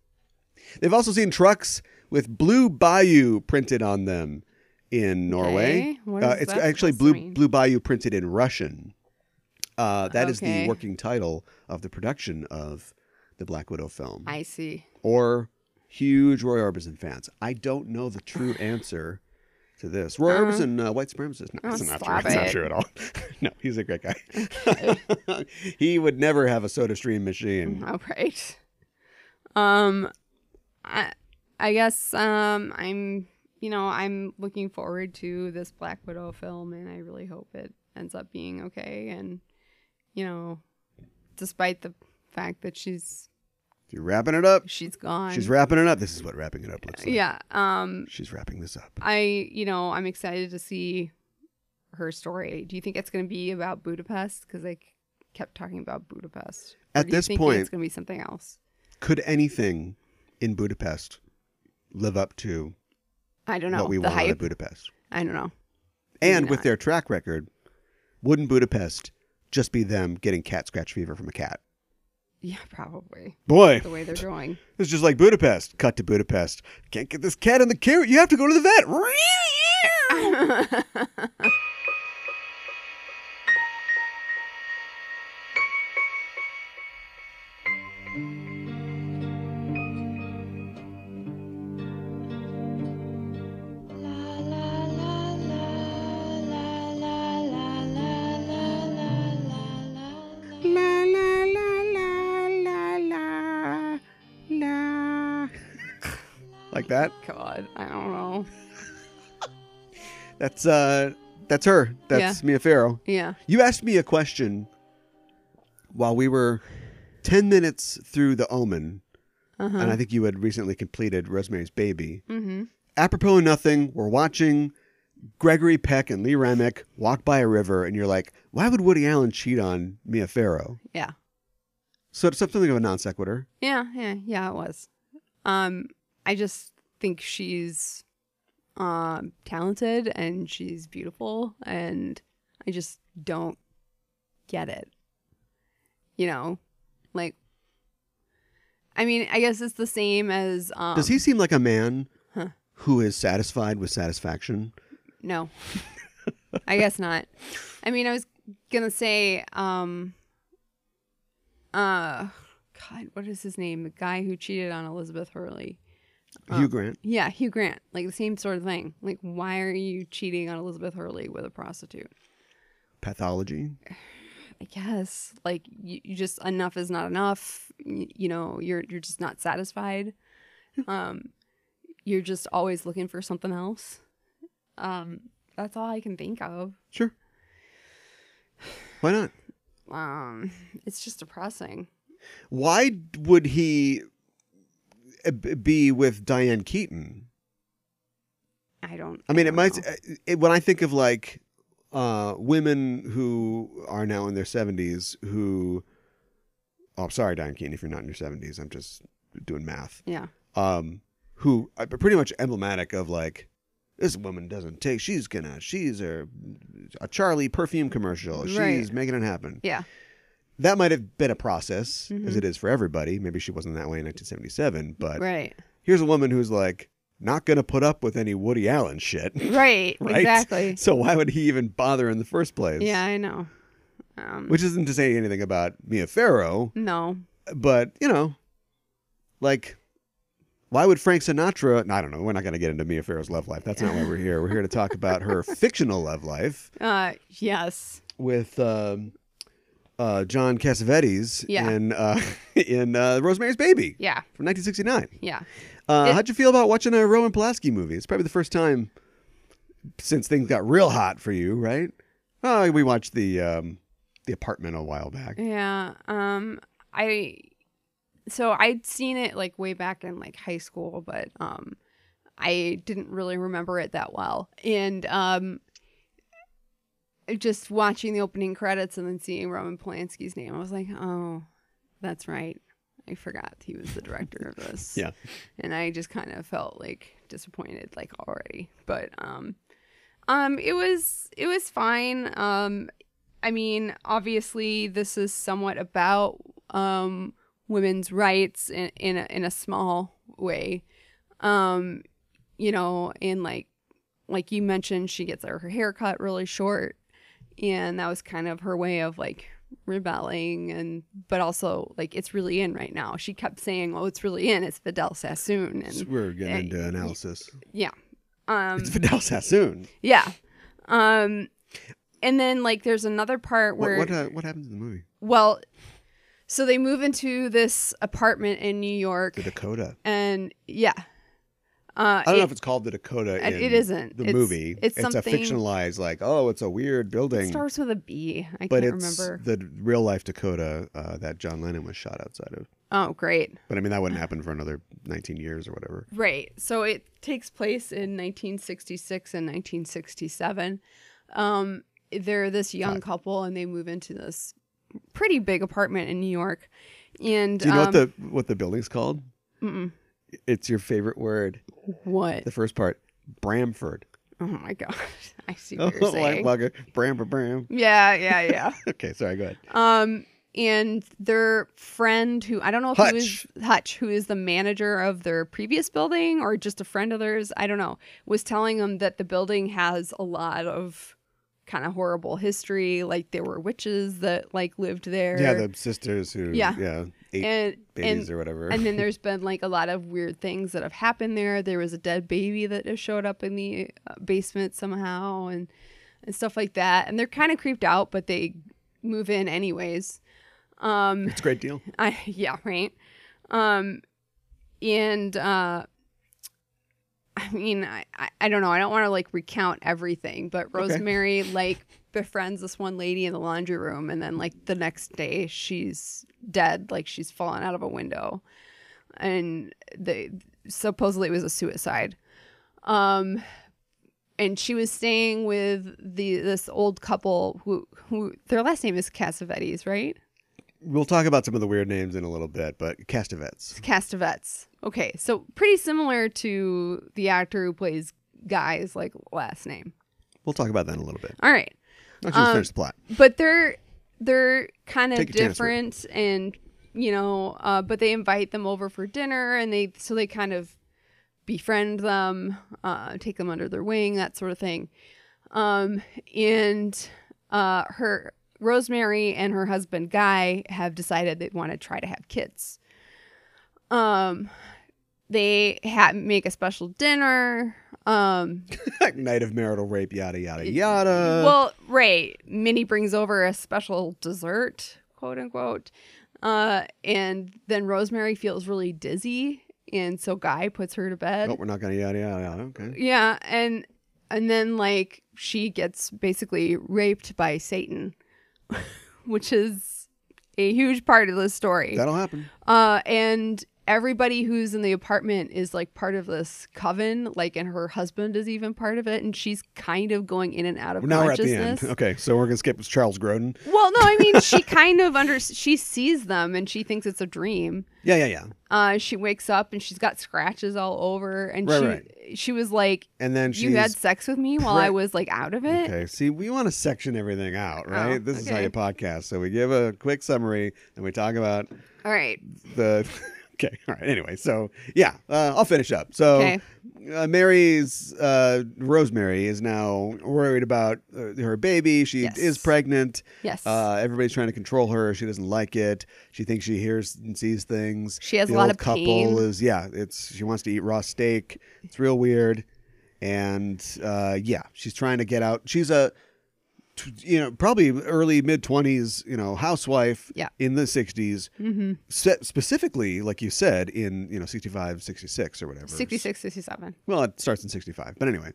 B: They've also seen trucks with Blue Bayou printed on them in Norway.
A: Okay, what
B: Uh,
A: is
B: it's
A: that
B: actually
A: supposed to
B: Blue
A: mean?
B: Blue Bayou printed in Russian. Uh, that is
A: Okay.
B: the working title of the production of the Black Widow film.
A: I see.
B: or huge Roy Orbison fans. I don't know the true answer to this. Roy Orbison, uh, white supremacist. No,
A: Uh-huh. Oh,
B: that's not true.
A: stop
B: That's not
A: it.
B: true at all. no, he's a great guy. he would never have a soda stream machine.
A: All Mm-hmm. right. Um. I. I guess. Um. I'm. You know. I'm looking forward to this Black Widow film, and I really hope it ends up being okay. And, you know, despite the fact that she's
B: You're wrapping it up.
A: she's gone.
B: She's wrapping it up. This is what wrapping it up looks like.
A: Yeah. Um.
B: She's wrapping this up.
A: I, you know, I'm excited to see her story. Do you think it's going to be about Budapest? Because I c- kept talking about Budapest.
B: At
A: do you
B: this
A: think
B: point-
A: it's going to be something else.
B: Could anything in Budapest live up to
A: I don't know.
B: what we
A: the
B: want out of
A: hype.
B: Budapest?
A: I don't know.
B: And
A: not.
B: with their track record, wouldn't Budapest just be them getting cat scratch fever from a cat?
A: Yeah, probably.
B: Boy,
A: The way they're going.
B: it's just like Budapest. Cut to Budapest. Can't get this cat in the carrot. You have to go to the vet. La la la la la la la. like that.
A: God, I don't know.
B: That's uh, that's her. That's Mia Farrow.
A: Yeah.
B: You asked me a question while we were ten minutes through The Omen,
A: Uh-huh.
B: and I think you had recently completed Rosemary's Baby.
A: Mm-hmm.
B: Apropos of nothing, we're watching Gregory Peck and Lee Remick walk by a river, and you're like, why would Woody Allen cheat on Mia Farrow?
A: Yeah.
B: So it's something of a non sequitur.
A: Yeah, yeah, yeah, it was. Um, I just think she's um talented and she's beautiful and I just don't get it. You know, like I mean, I guess it's the same as um
B: Does he seem like a man
A: Huh.
B: who is satisfied with satisfaction?
A: No. I guess not. I mean, I was going to say um uh god, what is his name? The guy who cheated on Elizabeth Hurley. Um.
B: Hugh Grant.
A: Yeah, Hugh Grant, like the same sort of thing. Like, why are you cheating on Elizabeth Hurley with a prostitute?
B: Pathology.
A: I guess, like, you, you just enough is not enough. You, you know, you're you're just not satisfied. Um, you're just always looking for something else. Um, that's all I can think of.
B: Sure. Why not?
A: Um, it's just depressing.
B: Why would he uh, b- be with Diane Keaton?
A: I don't.
B: I mean,
A: don't
B: it might. uh,
A: know.
B: It, when I think of like uh, women who are now in their seventies, who, oh, I'm sorry, Diane Keaton, if you're not in your seventies, I'm just doing math.
A: Yeah,
B: Um, who are pretty much emblematic of like, this woman doesn't take. She's gonna. She's a, a Charlie perfume commercial. She's
A: Right.
B: making it happen.
A: yeah,
B: That might have been a process, as
A: Mhm.
B: it is for everybody. Maybe she wasn't that way in 1977, but
A: right,
B: here's a woman who's like not gonna put up with any Woody Allen shit.
A: right,
B: Right?
A: exactly.
B: So why would he even bother in the first place?
A: Yeah, I know. Um,
B: Which isn't to say anything about Mia Farrow,
A: no,
B: but you know, like, why would Frank Sinatra? and I don't know. We're not going to get into Mia Farrow's love life. That's not why we're here. We're here to talk about her fictional love life
A: uh, yes,
B: with um, uh, John Cassavetes
A: Yeah.
B: in uh, in uh, Rosemary's Baby
A: yeah,
B: from 1969.
A: yeah.
B: Uh,
A: It-
B: how'd you feel about watching a Roman Polanski movie? It's probably the first time since things got real hot for you, right? Oh, we watched the um, the apartment a while back.
A: Yeah. Um I so I'd seen it like way back in like high school, but um I didn't really remember it that well. And um just watching the opening credits and then seeing Roman Polanski's name, I was like, "Oh, that's right. I forgot he was the director of this."
B: Yeah.
A: And I just kind of felt like disappointed like already. But um um it was it was fine. Um I mean, obviously, this is somewhat about um, women's rights in in a, in a small way, um, you know, and like like you mentioned, she gets her, her hair cut really short, and that was kind of her way of like rebelling and but also like it's really in right now. She kept saying, "Oh, it's really in. It's Fidel Sassoon,"
B: So
A: and
B: We're getting
A: uh,
B: into analysis.
A: yeah, um,
B: It's Fidel Sassoon.
A: yeah, um, and then like there's another part
B: What
A: where
B: what, uh, what happens in the movie?
A: well, so they move into this apartment in New York,
B: The Dakota.
A: and yeah, uh,
B: I don't
A: it-
B: know if it's called the Dakota.
A: it-
B: in
A: it isn't
B: the
A: It's-
B: movie.
A: It's,
B: a
A: something.
B: fictionalized like oh, it's a weird
A: It
B: building,
A: starts with a B. I
B: but
A: can't
B: it's
A: remember.
B: the real life Dakota uh, that John Lennon was shot outside of.
A: Oh, great.
B: But I mean, that
A: Ah.
B: wouldn't happen for another 19 years or whatever.
A: Right. So it takes place in 1966 and 1967. Um, they're this young couple, and they move into this pretty big apartment in New York. And
B: Do you know
A: um,
B: what the what the building's called?
A: mm-mm.
B: It's your favorite word.
A: what?
B: The first part, Bramford.
A: Oh my god, I see
B: Oh,
A: what you're
B: like
A: saying.
B: bugger. Bram, bram, bram.
A: yeah, yeah, yeah.
B: Okay, sorry, go ahead.
A: Um, and their friend, who I don't know if he was Hutch, who is the manager of their previous building or just a friend of theirs, I don't know, was telling them that the building has a lot of kind of horrible history. Like there were witches that like lived there.
B: Yeah, the sisters who, yeah,
A: Er, Yeah.
B: ate
A: and
B: babies
A: and,
B: or whatever.
A: and then there's been like a lot of weird things that have happened there. There was a dead baby that has showed up in the uh, basement somehow, and and stuff like that. And they're kind of creeped out, but they move in anyways. Um,
B: it's a great deal.
A: I yeah, right. Um and uh I mean, I, I, I don't know. I don't want to like recount everything, but Rosemary like befriends this one lady in the laundry room, and then like the next day she's dead, like she's fallen out of a window, and they supposedly it was a suicide. Um, and she was staying with the this old couple who who their last name is Cassavetes, right?
B: We'll talk about some of the weird names in a little bit, but Castavets.
A: Castavets. Okay, so pretty similar to the actor who plays Guy's like last name.
B: We'll talk about that in a little bit.
A: All right,
B: Actually, let's
A: Um,
B: finish the plot.
A: but they're they're kind of
B: Take your chance,
A: different, and you know, uh, but they invite them over for dinner, and they so they kind of befriend them, uh, take them under their wing, that sort of thing. Um, and uh, her Rosemary and her husband Guy have decided they want to try to have kids. Um, they ha- make a special dinner. Um,
B: Night of marital rape, yada yada yada.
A: well, right. Minnie brings over a special dessert, quote unquote. Uh, and then Rosemary feels really dizzy, and so Guy puts her to bed.
B: oh, we're not gonna yada yada. yada. Okay.
A: Yeah, and and then like she gets basically raped by Satan, which is a huge part of the story.
B: That'll happen.
A: Uh, and everybody who's in the apartment is like part of this coven, like, and her husband is even part of it, and she's kind of going in and out of
B: Now we're at the
A: uh, consciousness.
B: end. Okay, so we're gonna skip Charles Grodin.
A: Well, no, I mean she kind of under she sees them and she thinks it's a dream.
B: Yeah, yeah, yeah.
A: Uh, she wakes up and she's got scratches all over, and
B: Right,
A: she she was like,
B: And then she's
A: "You had sex with me while I
B: pre-
A: was like out of it."
B: Okay. See, we want to section everything out, right?
A: Oh,
B: this is how
A: okay.
B: you podcast. So we give a quick summary and we talk about
A: All right,
B: the. Okay. All right. Anyway, so yeah, uh, I'll finish up. So
A: Okay.
B: uh, Mary's uh, Rosemary is now worried about uh, her baby. She
A: Yes.
B: is pregnant.
A: yes,
B: Uh, everybody's trying to control her. She doesn't like it. She thinks she hears and sees things.
A: She has
B: the
A: a lot
B: old
A: of
B: couple
A: pain.
B: is yeah. It's she wants to eat raw steak. It's real weird, and uh, yeah, she's trying to get out. She's a t- you know probably early mid twenties you know housewife
A: Yeah. Mm-hmm.
B: in the 60s Se- specifically like you said in you know 65 66 or whatever
A: 66, 67.
B: well, it starts in 65. But anyway, I'm going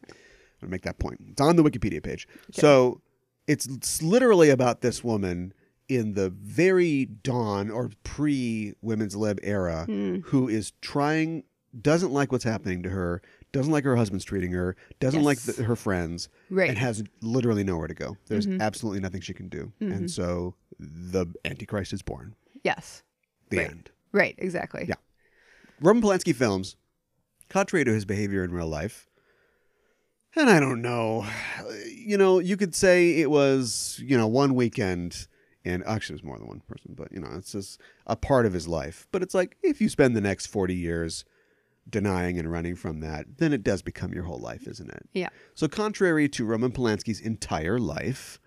B: to make that point. It's on the Wikipedia page. So it's, it's literally about this woman in the very dawn or pre women's lib era
A: Hmm.
B: who is trying, doesn't like what's happening to her, doesn't like her husband's treating her, doesn't like
A: Yes.
B: the, her friends,
A: Right. Mm-hmm.
B: and has literally nowhere to go. There's absolutely nothing she can do. And so the Antichrist is born.
A: Yes,
B: The
A: Right.
B: end.
A: right, exactly.
B: Yeah. Roman Polanski films, contrary to his behavior in real life, and I don't know, you know, you could say it was, you know, one weekend, and actually it was more than one person, but you know, it's just a part of his life. But it's like if you spend the next forty years denying and running from that, then it does become your whole life, isn't it?
A: Yeah.
B: So, contrary to Roman Polanski's entire life,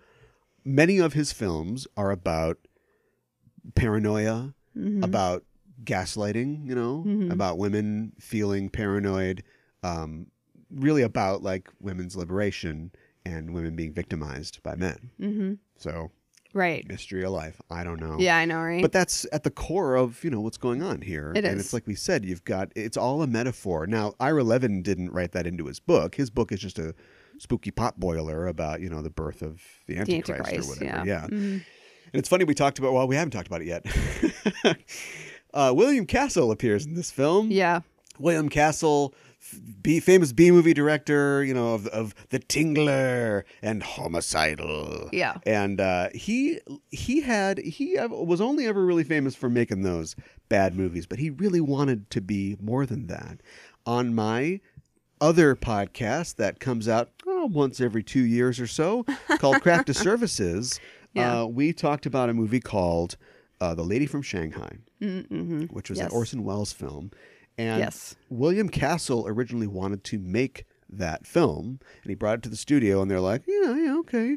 B: many of his films are about paranoia,
A: Mm-hmm.
B: about gaslighting, you know, about women feeling paranoid, um, really about like women's liberation and women being victimized by men.
A: Mm-hmm.
B: So,
A: Right.
B: mystery of life. I don't know.
A: Yeah, I know, right?
B: But that's at the core of you know what's going on here,
A: It
B: and
A: is.
B: it's like we said, you've got it's all a metaphor. Now Ira Levin didn't write that into his book. His book is just a spooky potboiler about you know the birth of the
A: the
B: Antichrist,
A: Antichrist,
B: or whatever.
A: yeah.
B: yeah.
A: Mhm.
B: And it's funny we talked about. Well, we haven't talked about it yet. uh, William Castle appears in this film.
A: Yeah.
B: William Castle, f- B, famous B movie director, you know of of The Tingler and Homicidal.
A: Yeah.
B: And uh, he he had he uh, was only ever really famous for making those bad movies, but he really wanted to be more than that. On my other podcast that comes out, oh, once every two years or so called Craft to Services,
A: Yeah.
B: uh, we talked about a movie called uh, The Lady from Shanghai,
A: Mm-hmm.
B: which was
A: Yes.
B: an Orson Welles film. And
A: Yes.
B: William Castle originally wanted to make that film, and he brought it to the studio, and they're like, yeah, yeah, okay.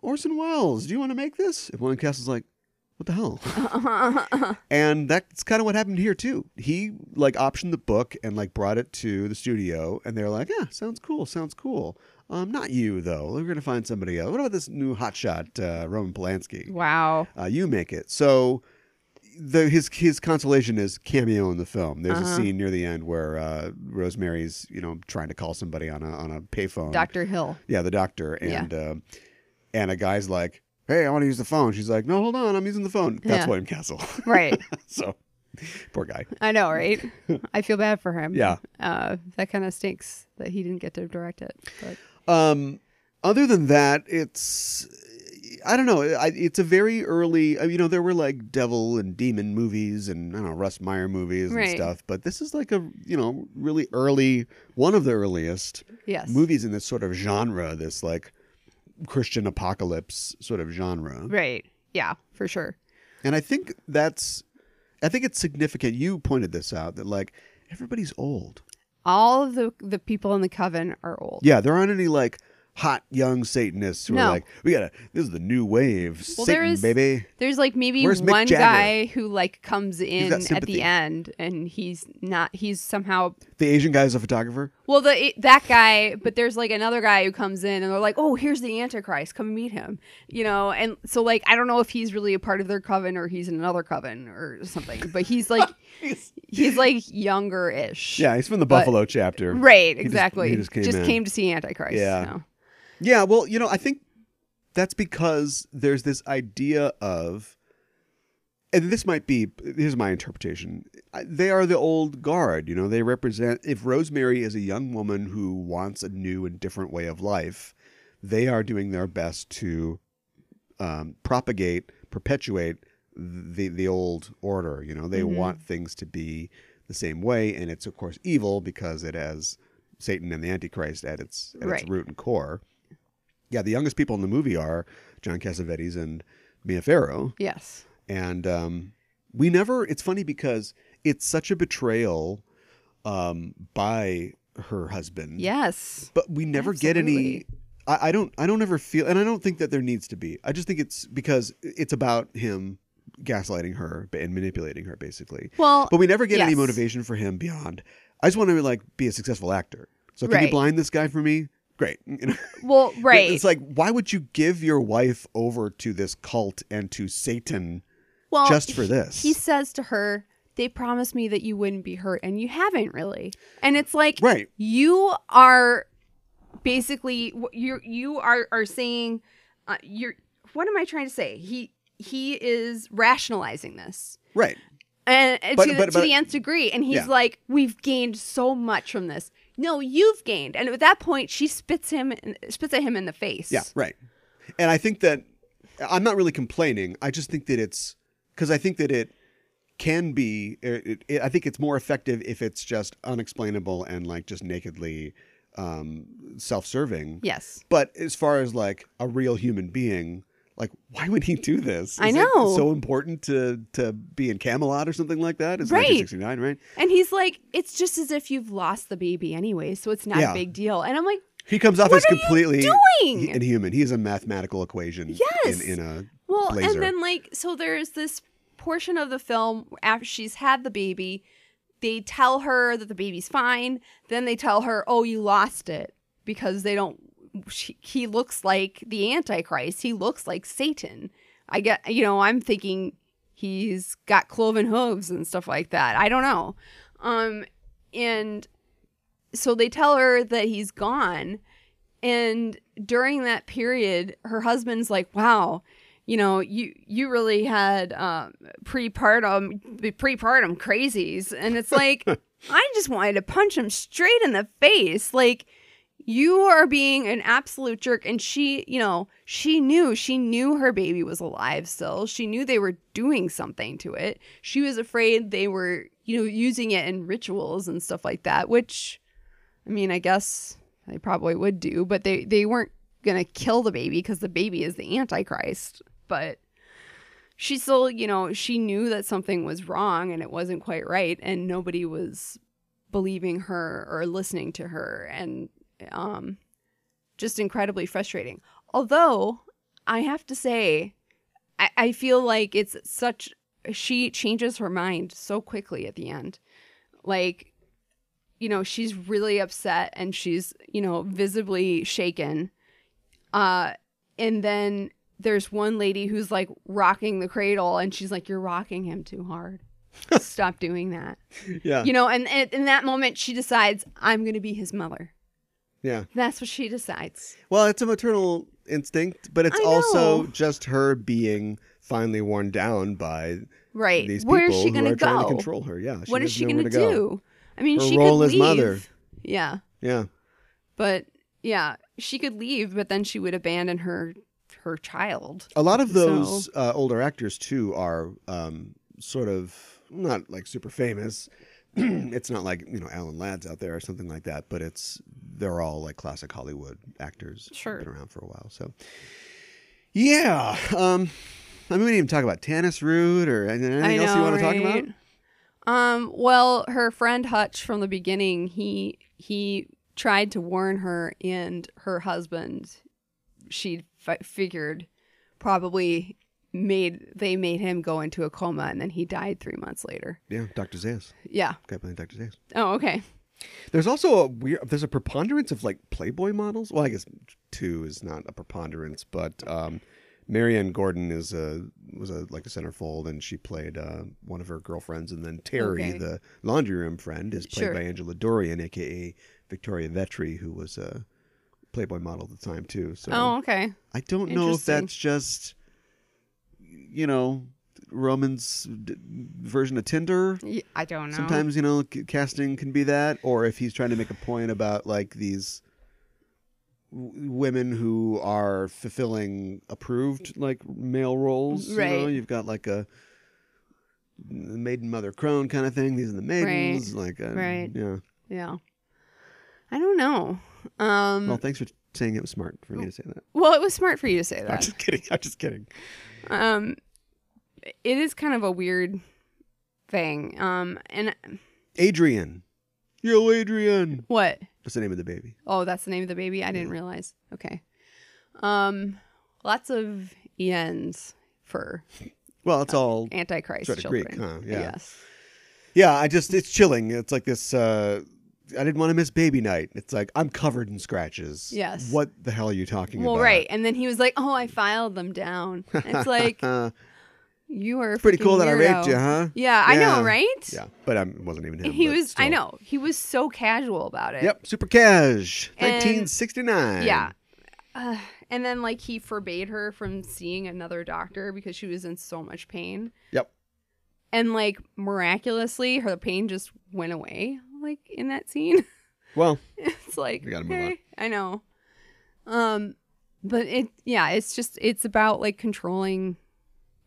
B: Orson Welles, do you want to make this? And William Castle's like, what the hell? and that's kind of what happened here too. He like optioned the book and like brought it to the studio, and they're like, "Yeah, sounds cool, sounds cool." Um, not you though. We're gonna find somebody else. What about this new hotshot uh, Roman Polanski?
A: wow.
B: Uh, you make it. So the his his consolation is cameo in the film. There's a
A: Uh-huh.
B: scene near the end where uh, Rosemary's you know trying to call somebody on a on a payphone.
A: Dr. Hill.
B: Yeah, the doctor
A: Yeah.
B: and um and a guy's like, "Hey, I want to use the phone." She's like, "No, hold on, I'm using the phone." That's
A: Yeah.
B: William Castle.
A: Right.
B: so poor guy.
A: I know, right? I feel bad for him.
B: Yeah.
A: Uh, that kind of stinks that he didn't get to direct it. But
B: Um, other than that, it's I don't know. I, it's a very early. I mean, You know, there were like devil and demon movies and I don't know Russ Meyer movies and
A: Right.
B: stuff, but this is like a you know really early one of the earliest
A: yes.
B: movies in this sort of genre. This like Christian apocalypse sort of genre.
A: Right. Yeah, for sure.
B: And I think that's, I think it's significant. You pointed this out that like everybody's old.
A: All of the, the people in the coven are old.
B: Yeah, there aren't any like hot young Satanists who
A: No.
B: are like, we gotta, this is the new wave,
A: Well, there
B: Satan,
A: is-
B: baby.
A: There's like maybe
B: Where's Mick
A: one
B: Jagger?
A: guy who like comes in at
B: sympathy.
A: the end and he's not he's somehow
B: The Asian guy is a photographer.
A: well the that guy but there's like another guy who comes in and they're like oh here's the antichrist come meet him you know and so like I don't know if he's really a part of their coven or he's in another coven or something but he's like
B: He's-
A: he's like younger ish
B: Yeah, he's from the
A: But-
B: Buffalo chapter.
A: right
B: just-
A: exactly
B: he
A: just,
B: just
A: came,
B: came in.
A: to see antichrist
B: Yeah.
A: so.
B: Yeah, well, you know, I think that's because there's this idea of, and this might be, here's my interpretation. I- They are the old guard, you know, they represent, if Rosemary is a young woman who wants a new and different way of life, they are doing their best to um, propagate, perpetuate the, the old order, you know, they
A: Mhm.
B: want things to be the same way. And it's, of course, evil because it has Satan and the Antichrist at its, at
A: Right.
B: its root and core. Yeah, the youngest people in the movie are John Cassavetes and Mia Farrow,
A: yes
B: and um, we never. It's funny because it's such a betrayal um, by her husband.
A: yes
B: but we never get any.
A: Absolutely.
B: I, I don't. I don't ever feel, and I don't think that there needs to be. I just think it's because it's about him gaslighting her and manipulating her, basically.
A: well
B: But we never get any
A: Yes.
B: motivation for him beyond. I just want to like be a successful actor. So can
A: Right.
B: you blind this guy for me? Great. You know?
A: well right
B: It's like, why would you give your wife over to this cult and to Satan?
A: well,
B: just for
A: Oh, he-
B: this.
A: He says to her, "They promised me that you wouldn't be hurt, and you haven't really." And it's like,
B: Right.
A: you are basically wh- you you are are saying, uh, you're. What am I trying to say? He he is rationalizing this.
B: Right.
A: And and
B: But-
A: to, the-
B: but-
A: to
B: but-
A: the nth degree. And he's
B: Yeah.
A: like, We've gained so much from this. No, you've gained. And at that point, she spits him spits at him in the face.
B: Yeah. Right. And I think that I'm not really complaining. I just think that it's because I think that it can be. uh, It, it, I think it's more effective if it's just unexplainable and like just nakedly um, self-serving.
A: Yes.
B: But as far as like a real human being, like why would he do this?
A: I
B: Is it
A: know.
B: so important to to be in Camelot or something like that. It's
A: Right.
B: 1969, right?
A: And he's like, it's just as if you've lost the baby anyway, so it's not
B: Yeah.
A: a big deal. And I'm like,
B: He comes off
A: What
B: as
A: are you
B: completely
A: doing?
B: he- inhuman. He is a mathematical equation.
A: Yes.
B: In, in a
A: well,
B: blazer.
A: and then like, so there's this portion of the film after she's had the baby, they tell her that the baby's fine. Then they tell her, oh, you lost it because they don't. She, he looks like the Antichrist. He looks like Satan. I get, you know, I'm thinking he's got cloven hooves and stuff like that. I don't know. Um, and so they tell her that he's gone. And during that period, her husband's like, wow, you know, you, you really had um, prepartum, prepartum crazies. And it's like, I just wanted to punch him straight in the face. Like, you are being an absolute jerk. And she, you know, she knew, she knew her baby was alive still. She knew they were doing something to it. She was afraid they were, you know, using it in rituals and stuff like that, which, I mean, I guess They probably would do, but they they weren't gonna kill the baby because the baby is the Antichrist. But she still, you know, she knew that something was wrong and it wasn't quite right, and nobody was believing her or listening to her, and um, just incredibly frustrating. Although I have to say, I, I feel like it's such she changes her mind so quickly at the end. Like, you know, she's really upset and she's, you know, visibly shaken. Uh, and then there's one lady who's like rocking the cradle and she's like, You're rocking him too hard. Stop doing that.
B: Yeah.
A: You know, and, and in that moment, she decides, I'm going to be his mother.
B: yeah.
A: That's what she decides.
B: Well, it's a maternal instinct, but it's
A: I
B: also
A: know.
B: just her being finally worn down by
A: Right.
B: these people
A: Where is she
B: who
A: going
B: are
A: to go?
B: trying to control her. Yeah.
A: what is she
B: doesn't know
A: going
B: where
A: to
B: go.
A: do? I mean,
B: Her
A: she
B: role
A: could
B: as
A: leave.
B: mother.
A: Yeah.
B: Yeah.
A: but yeah she could leave but then she would abandon her her child
B: A lot of those uh, older actors too are um, sort of not like super famous. it's not like you know Alan Ladd's out there or something like that, but it's they're all like classic Hollywood actors.
A: Sure.
B: been around for a while. So yeah, um, I mean we didn't even talk about Tannis Root or anything
A: I
B: else
A: know,
B: you want to talk
A: right?
B: about.
A: um well her friend hutch from the beginning he he tried to warn her and her husband she fi- figured probably made they made him go into a coma and then he died three months later
B: Yeah, Doctor Zayas.
A: yeah
B: Guy playing Doctor Zayas.
A: oh okay
B: There's also a weird. There's a preponderance of like Playboy models. Well, I guess two is not a preponderance, but um, Marianne Gordon is a was a like a centerfold, and she played uh, one of her girlfriends, and then Terry,
A: Okay.
B: the laundry room friend, is played
A: Sure.
B: by Angela Dorian, aka Victoria Vetri, who was a Playboy model at the time too. So
A: oh okay
B: I don't know if
A: Interesting.
B: that's just you know Roman's d- version of Tinder
A: Y- i don't know
B: sometimes you know c- casting can be that or if he's trying to make a point about like these w- women who are fulfilling approved like male roles you know
A: Right.
B: you've got like a maiden mother crone kind of thing these are the maidens like uh,
A: Right.
B: yeah
A: yeah i don't know um
B: well thanks for saying it was smart for me to say that
A: well it was smart for you to say
B: i'm
A: that
B: just kidding i'm just kidding
A: um it is kind of a weird thing um and
B: adrian yo adrian
A: what
B: what's the name of the baby
A: oh that's the name of the baby i
B: Mm-hmm.
A: didn't realize okay um lots of ens for
B: well
A: Oh,
B: it's all
A: antichrist
B: Sort of
A: children
B: Greek, huh? Yeah.
A: yes
B: Yeah, I just it's chilling. It's like this uh I didn't want to miss baby night. It's like I'm covered in scratches.
A: Yes.
B: What the hell are you talking
A: well
B: about?
A: right and then he was like oh i filed them down it's like
B: Uh,
A: you are a
B: pretty
A: freaking
B: cool that I raped
A: weirdo.
B: you, huh?
A: yeah i
B: Yeah.
A: know right
B: Yeah, but I it wasn't even him.
A: he
B: but
A: was i
B: still.
A: know he was so casual about it
B: Yep, super cash.
A: And-
B: 1969.
A: Yeah. Uh, and then like he forbade her from seeing another doctor because she was in so much pain.
B: Yep.
A: And like miraculously her pain just went away like in that scene.
B: Well,
A: it's like
B: We gotta move on.
A: okay, I know. Um but it yeah, it's just it's about like controlling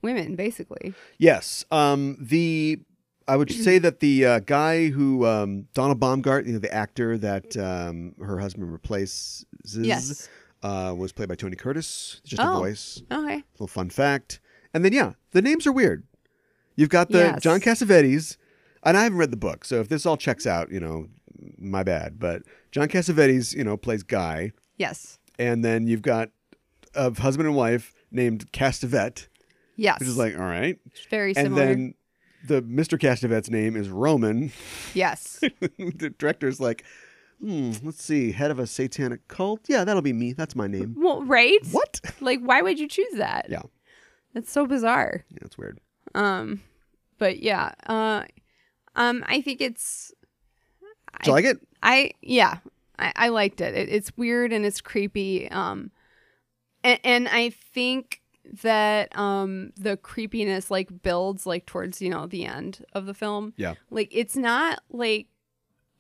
A: women basically.
B: yes. Um the I would say that the uh, guy who um, Donald Baumgart, you know, the actor that um, her husband replaces,
A: Yes.
B: uh, was played by Tony Curtis. Just a
A: Oh.
B: voice.
A: Okay.
B: little fun fact. And then yeah, the names are weird. You've got the
A: Yes.
B: John Cassavetes, and I haven't read the book, so if this all checks out, you know, my bad. But John Cassavetes, you know, plays Guy,
A: Yes.
B: and then you've got a husband and wife named Castavet,
A: Yes.
B: which is like, all right.
A: very
B: and
A: similar.
B: then the Mr. Castavet's name is Roman.
A: yes.
B: the director's like, hmm, let's see, head of a satanic cult. Yeah, that'll be me. That's my name.
A: well, right?
B: What?
A: Like why would you choose that?
B: Yeah.
A: That's so bizarre.
B: Yeah, that's weird.
A: Um, but yeah, uh, um, I think it's
B: Do you
A: I-
B: like it?
A: I yeah, I, I liked it. it. It's weird and it's creepy. Um, and, and I think that um the creepiness like builds like towards you know the end of the film.
B: Yeah.
A: like it's not like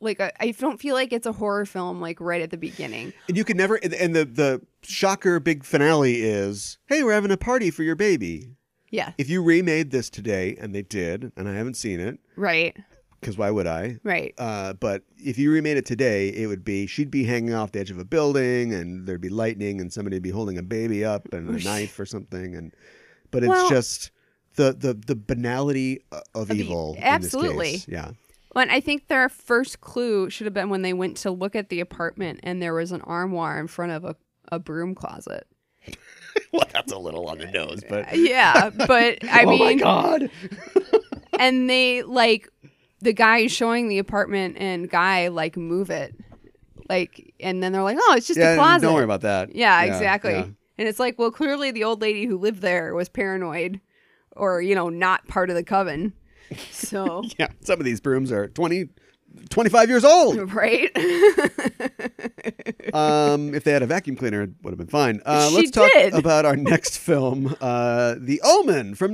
A: like a, I don't feel like it's a horror film like right at the beginning.
B: And you can never. And, and the the shocker big finale is, hey, we're having a party for your baby.
A: Yeah,
B: If you remade this today, and they did, and I haven't seen it,
A: right.
B: because why would I?
A: Right.
B: Uh, but if you remade it today, it would be she'd be hanging off the edge of a building, and there'd be lightning, and somebody would be holding a baby up and a knife or something. And but it's
A: Well-
B: just the the the banality o- of
A: Of e-
B: evil. in this
A: absolutely.
B: case. yeah.
A: Well, and I think their first clue should have been when they went to look at the apartment and there was an armoire in front of a, a broom closet.
B: well, that's a little on the nose, but
A: Yeah, but I
B: oh my
A: mean,
B: god,
A: and they like the guy is showing the apartment and guy like move it, like, and then they're like, oh, it's just
B: yeah,
A: a closet.
B: don't worry about that.
A: Yeah, exactly.
B: yeah.
A: And it's like, well, clearly the old lady who lived there was paranoid, or you know, not part of the coven. So
B: Yeah, some of these brooms are 20, 25 years old.
A: right,
B: Um, if they had a vacuum cleaner, it would have been fine. Uh,
A: She
B: let's talk
A: did.
B: about our next film, uh, The Omen from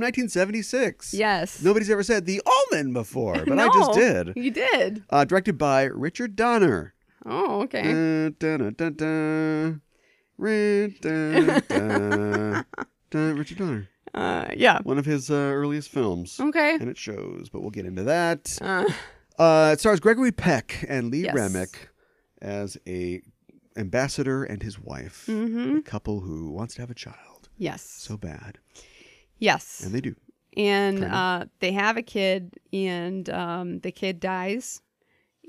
B: 1976.
A: yes.
B: Nobody's ever said The Omen before, but I
A: No,
B: just did.
A: You did.
B: Uh, directed by Richard Donner.
A: Oh, okay.
B: Dun, dun, dun, dun, dun. Ri- dun, dun. Dun, Richard Donner,
A: Uh, yeah.
B: one of his uh, earliest films.
A: Okay.
B: And it shows, but we'll get into that.
A: Uh,
B: Uh, it stars Gregory Peck and Lee
A: Yes.
B: Remick as a ambassador and his wife,
A: Mhm.
B: a couple who wants to have a child
A: yes.
B: so bad,
A: yes.
B: and they do.
A: and
B: Kinda.
A: uh, they have a kid, and um, the kid dies.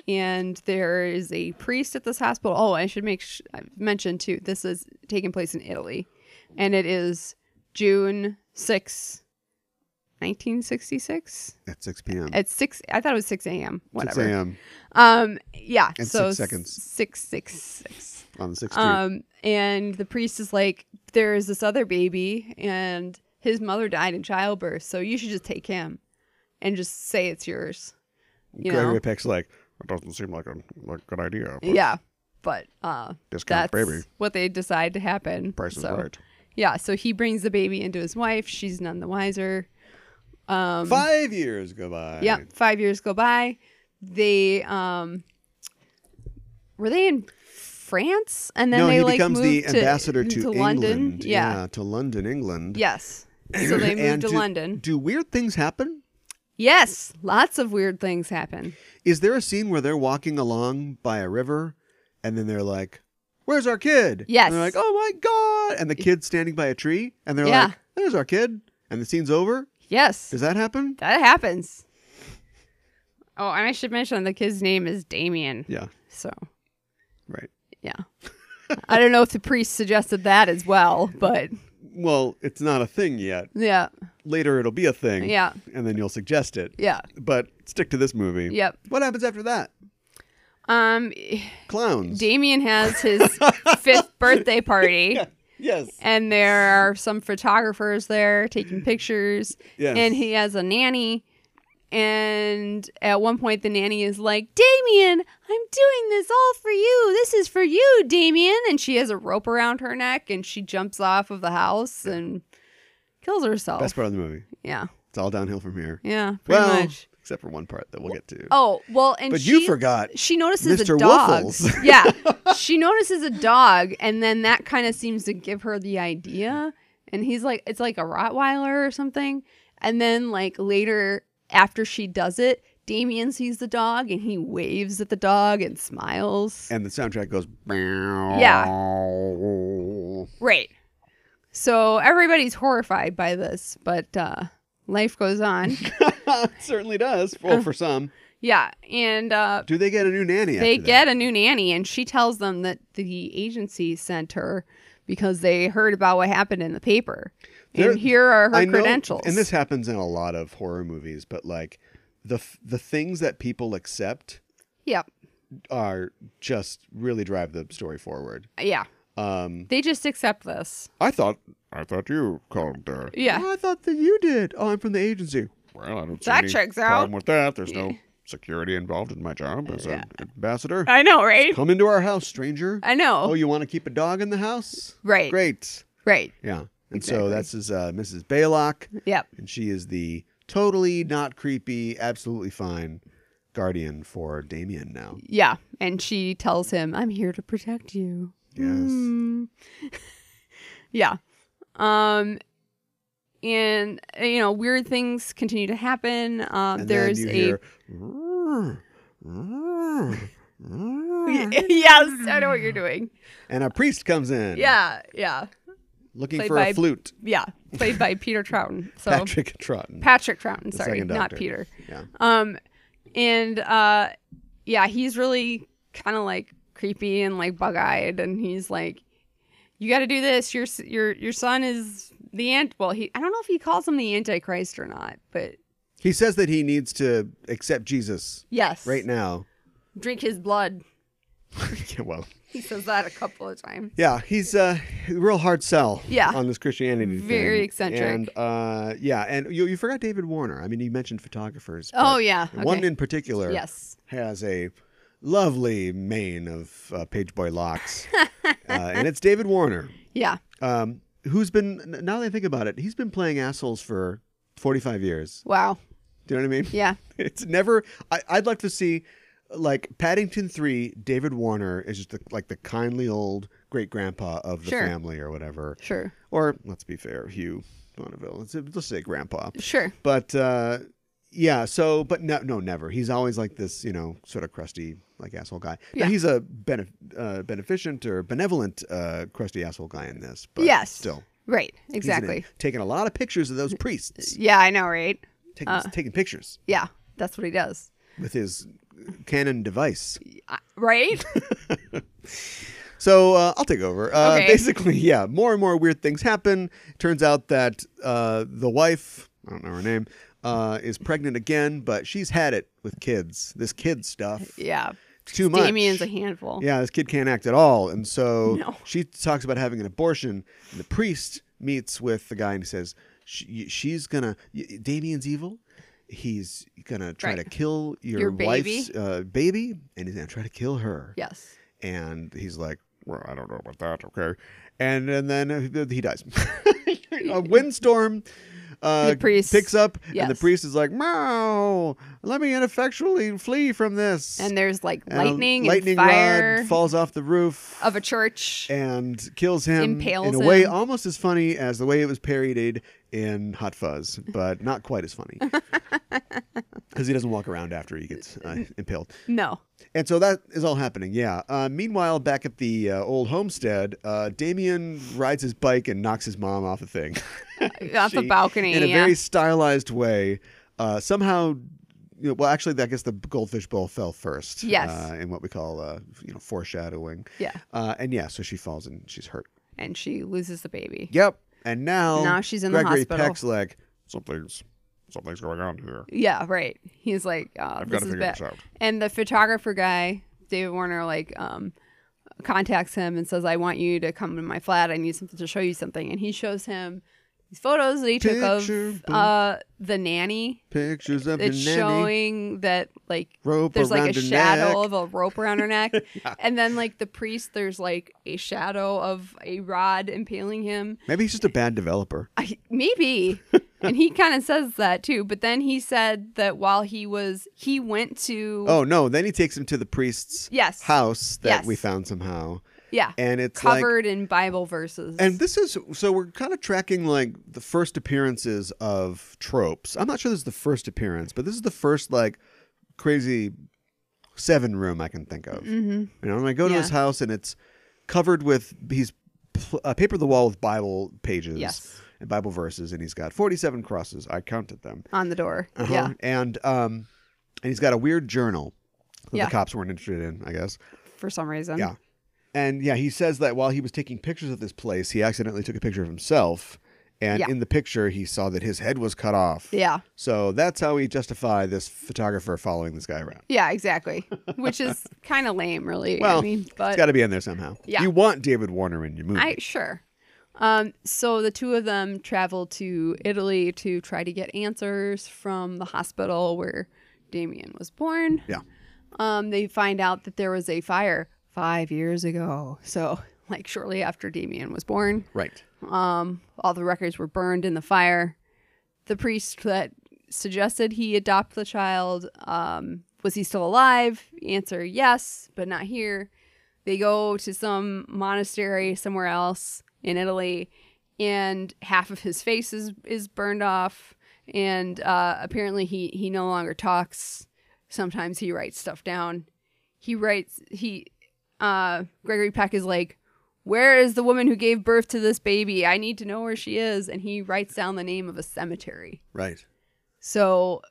A: And there is a priest at this hospital. Oh, I should make sh- I mention too. This is taking place in Italy, and it is June 6, nineteen sixty six.
B: At 6 p.m.
A: At six, I thought it was six a.m. Eh, Whatever.
B: 6 a.m.
A: Um, yeah.
B: And
A: so
B: six seconds.
A: s- Six six six.
B: on the 6th
A: Um, and the priest is like, there is this other baby, and his mother died in childbirth, so you should just take him, and just say it's yours. You
B: Gregory
A: know,
B: Peck's like, it doesn't seem like a like a good idea. but
A: yeah. But uh,
B: This kind
A: that's
B: of baby.
A: what they decide to happen.
B: Price is
A: so,
B: right.
A: Yeah. So he brings the baby into his wife. She's none the wiser. Um,
B: Five years go by.
A: Yeah. Five years go by. They um, were they in France, and then
B: no,
A: they
B: he
A: like
B: becomes the
A: moved to-
B: ambassador to,
A: to,
B: England.
A: London. yeah.
B: to London, England.
A: Yes. So they moved
B: And
A: to
B: do-
A: London.
B: Do weird things happen?
A: Yes, lots of weird things happen.
B: Is there a scene where they're walking along by a river and then they're like, Where's our kid?
A: Yes.
B: And they're like, Oh my God. And the kid's standing by a tree and they're
A: Yeah.
B: like, There's our kid. And the scene's over.
A: Yes,
B: Does that happen?
A: that happens. Oh, and I should mention the kid's name is Damien.
B: Yeah.
A: So,
B: Right.
A: yeah. I don't know if the priest suggested that as well, but
B: Well, it's not a thing yet.
A: yeah,
B: Later it'll be a thing.
A: yeah,
B: And then you'll suggest it.
A: yeah,
B: But stick to this movie.
A: yep.
B: What happens after that?
A: Um,
B: Clowns.
A: Damien has his fifth birthday party,
B: yes.
A: and there are some photographers there taking pictures.
B: Yes.
A: and he has a nanny. And at one point, the nanny is like, Damien, I'm doing this all for you. This is for you, Damien. And she has a rope around her neck and she jumps off of the house and kills herself.
B: Best part of the movie.
A: Yeah.
B: It's all downhill from here.
A: Yeah. Pretty
B: well,
A: much.
B: except for one part that we'll get to.
A: Oh, well, and
B: but
A: she,
B: you forgot.
A: She notices a
B: Mr.
A: dog.
B: Wuffles.
A: yeah. She notices a dog, and then that kind of seems to give her the idea. And he's like, it's like a Rottweiler or something. And then, like, later after she does it, Damien sees the dog and he waves at the dog and smiles.
B: And the soundtrack goes.
A: right. So everybody's horrified by this, but uh, life goes on.
B: it certainly does.
A: Uh-huh.
B: Well, for some,
A: yeah. And uh,
B: do they get a new nanny?
A: they
B: after
A: get a new nanny and she tells them that the agency sent her because they heard about what happened in the paper
B: There-
A: and here are her
B: that? I know-
A: credentials
B: and this happens in a lot of horror movies, but like the f- the things that people accept
A: yeah
B: are just really drive the story forward.
A: yeah
B: Um,
A: they just accept this
B: I thought I thought you called there.
A: Yeah.
B: I thought that you did. Oh, I'm from the agency.
C: Well, I don't see
A: That
C: any
A: checks
C: problem
A: out.
C: with that. There's
A: Yeah.
C: no security involved in my job as an ambassador.
A: i know right
B: Come into our house, stranger.
A: i know
B: Oh, you want to keep a dog in the house?
A: right
B: Great.
A: right
B: Yeah. And so
A: Exactly.
B: that's his uh, Mrs. Baylock.
A: yep
B: and she is the totally not creepy, absolutely fine guardian for Damien now.
A: yeah and she tells him i'm here to protect you
B: Yes.
A: Hmm. yeah. Um and uh, you know, weird things continue to happen. Um
B: and
A: there's
B: then you
A: a
B: hear
A: yes, I know what you're doing.
B: and a priest comes in.
A: Yeah, yeah,
B: Looking
A: played
B: for a
A: by-
B: flute.
A: yeah. Played by Peter Troughton. So
B: Patrick Troughton.
A: Patrick Troughton, sorry,
B: second
A: not
B: Doctor.
A: Peter.
B: Yeah.
A: Um, and uh, yeah, he's really kind of like creepy and like bug eyed, and he's like, "You got to do this. Your s- your your son is the ant. Well, he I don't know if he calls him the Antichrist or not, but
B: He says that he needs to accept Jesus
A: yes,
B: right now.
A: drink his blood.
B: Yeah, well,
A: He says that a couple of times.
B: yeah, he's a real hard sell.
A: Yeah.
B: on this Christianity thing.
A: Very eccentric.
B: And uh, yeah, and you, you forgot David Warner. I mean, you mentioned photographers. but
A: Oh yeah, okay.
B: one in particular.
A: yes,
B: has a lovely mane of uh, page boy locks, uh, and it's David Warner,
A: yeah,
B: um, who's been n- now that I think about it, he's been playing assholes for forty five years.
A: wow,
B: Do you know what I mean?
A: yeah,
B: It's never. I, I'd like to see like Paddington Three. David Warner is just the, like the kindly old great grandpa of the
A: Sure.
B: family or whatever.
A: sure,
B: Or let's be fair, Hugh Bonneville. Let's, let's say grandpa.
A: sure,
B: But uh, yeah, so but no, no, never. He's always like this, you know, sort of crusty, like asshole guy.
A: Yeah.
B: Now, he's a benef- uh, beneficent or benevolent uh, crusty asshole guy in this. But
A: Yes.
B: still
A: right,
B: he's in it,
A: exactly. Uh,
B: taking a lot of pictures of those priests,
A: Yeah, I know, right?
B: taking, taking pictures
A: Yeah, that's what he does,
B: with his Canon device.
A: right?
B: So uh, I'll take over. Uh,
A: Okay.
B: Basically, yeah, more and more weird things happen. Turns out that uh, the wife, I don't know her name, uh, is pregnant again, but she's had it with kids. This kid stuff.
A: yeah,
B: It's too much.
A: Damien's a handful.
B: yeah, this kid can't act at all. And so
A: No.
B: she talks about having an abortion. And the priest meets with the guy and he says, she, she's going to, Damien's evil. He's going to try
A: Right.
B: to kill your,
A: Your baby.
B: wife's uh, baby and he's going to try to kill her.
A: Yes.
B: And he's like, well, I don't know about that. Okay. And, and then uh, he dies. a windstorm. Uh,
A: The priest-
B: picks up, and the
A: yes.
B: priest is like, "Meow, let me ineffectually flee from this."
A: And there's like
B: And a
A: lightning,
B: Um, lightning
A: and fire
B: rod falls off the roof
A: of a church.
B: and kills him
A: Impales
B: in a way
A: him.
B: almost as funny as the way it was parodied in Hot Fuzz, but not quite as funny because he doesn't walk around after he gets uh, impaled.
A: no.
B: And so that is all happening. Yeah. Uh, meanwhile, back at the uh, old homestead, uh, Damien rides his bike and knocks his mom off a thing
A: Off a
B: She-
A: balcony.
B: in a
A: yeah.
B: very stylized way. Uh, somehow, you know, well, actually, I guess the goldfish bowl fell first.
A: Yes.
B: uh, in what we call, uh, you know, foreshadowing.
A: yeah.
B: Uh, and yeah, so she falls and she's hurt.
A: And she loses the baby.
B: Yep. And now,
A: Now she's in the
B: Gregory
A: hospital.
B: Peck's like,
C: Something's something's going on here.
A: Yeah, right. He's like, uh,
C: I've got
A: this
C: to
A: is
C: figure
A: bad.
C: this out.
A: And the photographer guy, David Warner, like, um, contacts him and says, I want you to come to my flat. I need something to show you something. And he shows him these photos that he took
B: Picture
A: of
B: book.
A: uh, the nanny.
B: pictures of
A: It's
B: the nanny
A: showing that, like,
B: rope
A: there's
B: around
A: like a
B: her
A: shadow
B: neck."
A: of a rope around her neck and then like the priest there's like a shadow of a rod impaling him
B: Maybe he's just a bad developer.
A: I, maybe and he kind of says that too but then he said that while he was he went to
B: Oh no! Then he takes him to the priest's
A: yes
B: house that
A: Yes.
B: we found somehow,
A: yeah
B: and it's like
A: covered in bible verses
B: And this is so we're kind of tracking like the first appearances of tropes. I'm not sure this is the first appearance, but this is the first like crazy seven room I can think of.
A: hmm
B: You know, when I go to
A: Yeah.
B: his house and it's covered with he's pl- uh, papered the wall with Bible pages
A: yes
B: and Bible verses, and he's got 47 crosses. I counted them.
A: on the door
B: Uh-huh.
A: yeah
B: and um, and he's got a weird journal that
A: Yeah.
B: the cops weren't interested in, I guess.
A: for some reason
B: Yeah. And yeah, he says that while he was taking pictures of this place, he accidentally took a picture of himself. And
A: Yeah.
B: in the picture, he saw that his head was cut off.
A: yeah
B: So that's how we justify this photographer following this guy around.
A: yeah exactly which is kind of lame really
B: Well,
A: i mean
B: It's
A: but
B: got to be in there somehow.
A: Yeah.
B: You want David Warner in your movie.
A: I sure. Um, so the two of them travel to Italy to try to get answers from the hospital where Damien was born.
B: Yeah.
A: Um, they find out that there was a fire five years ago. So like shortly after Damien was born,
B: Right.
A: um, all the records were burned in the fire. The priest that suggested he adopt the child, um, was he still alive? Answer yes, but not here. They go to some monastery somewhere else in Italy, and half of his face is, is burned off. And uh, apparently, he, he no longer talks. Sometimes he writes stuff down. He writes he uh Gregory Peck is like, "Where is the woman who gave birth to this baby? I need to know where she is." And he writes down the name of a cemetery.
B: Right.
A: So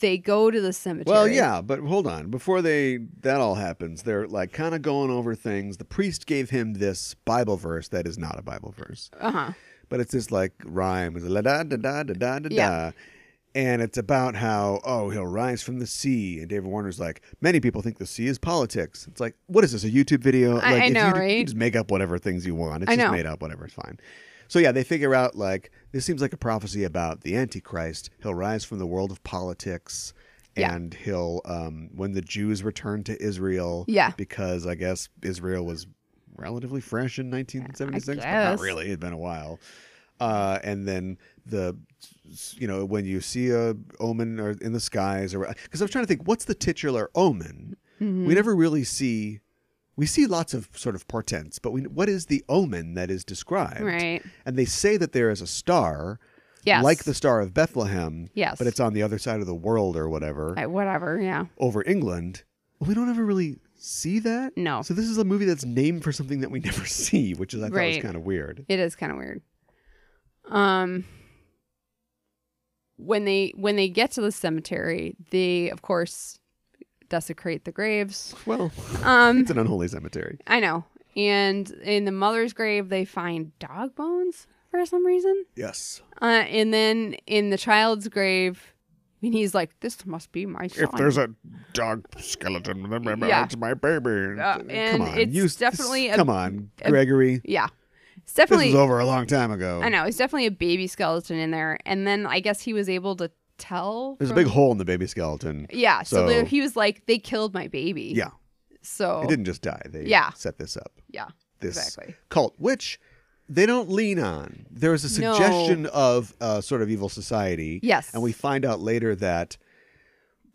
A: they go to the cemetery.
B: Well, yeah, but hold on. Before they that all happens, they're like kind of going over things. The priest gave him this Bible verse that is not a Bible verse,
A: Uh-huh.
B: but it's this like rhyme, it's la da da da da da da
A: Yeah.
B: da, and it's about how oh he'll rise from the sea. And David Warner's like, many people think the sea is politics. It's like, what is this? A YouTube video?
A: I-
B: like,
A: I
B: if
A: know,
B: you, d- You
A: right?
B: just make up whatever things you want. It's
A: I
B: just
A: know.
B: made up. Whatever, it's fine. So yeah, they figure out like this seems like a prophecy about the Antichrist. He'll rise from the world of politics,
A: Yeah.
B: and he'll um, when the Jews return to Israel.
A: Yeah.
B: because I guess Israel was relatively fresh in 1976, but
A: guess.
B: not really. It'd been a while. Uh, and then the you know when you see a omen or in the skies or because I'm trying to think what's the titular omen.
A: Mm-hmm.
B: We never really see. We see lots of sort of portents, but we, what is the omen that is described?
A: Right.
B: And they say that there is a star,
A: Yes.
B: like the Star of Bethlehem,
A: Yes.
B: but it's on the other side of the world or whatever,
A: Right, whatever, yeah.
B: over England. We don't ever really see that.
A: No.
B: So this is a movie that's named for something that we never see, which is I thought was
A: Right.
B: kind of weird.
A: It is kind of weird. Um when they when they get to the cemetery, they of course desecrate the graves.
B: Well,
A: Um
B: it's an unholy cemetery.
A: I know. And in the mother's grave they find dog bones for some reason.
B: Yes.
A: Uh and then in the child's grave and he's like, This must be my son.
C: If there's a dog skeleton, then
A: Yeah.
C: it's my baby.
A: Uh, and
B: come on,
A: it's
B: you, this-
A: definitely a,
B: come on,
A: a-
B: Gregory.
A: Yeah. It's
B: This
A: definitely
B: was over a long time ago.
A: I know. It's definitely a baby skeleton in there. And then I guess he was able to tell.
B: There's a
A: from-
B: big hole in the baby skeleton.
A: Yeah. So,
B: so-
A: there- he was like, they killed my baby.
B: Yeah,
A: So,
B: it didn't just die. They
A: oh. Yeah.
B: set this up.
A: yeah.
B: This
A: Exactly.
B: cult, which they don't lean on. There is a
A: No.
B: suggestion of a sort of evil society.
A: Yes.
B: And we find out later that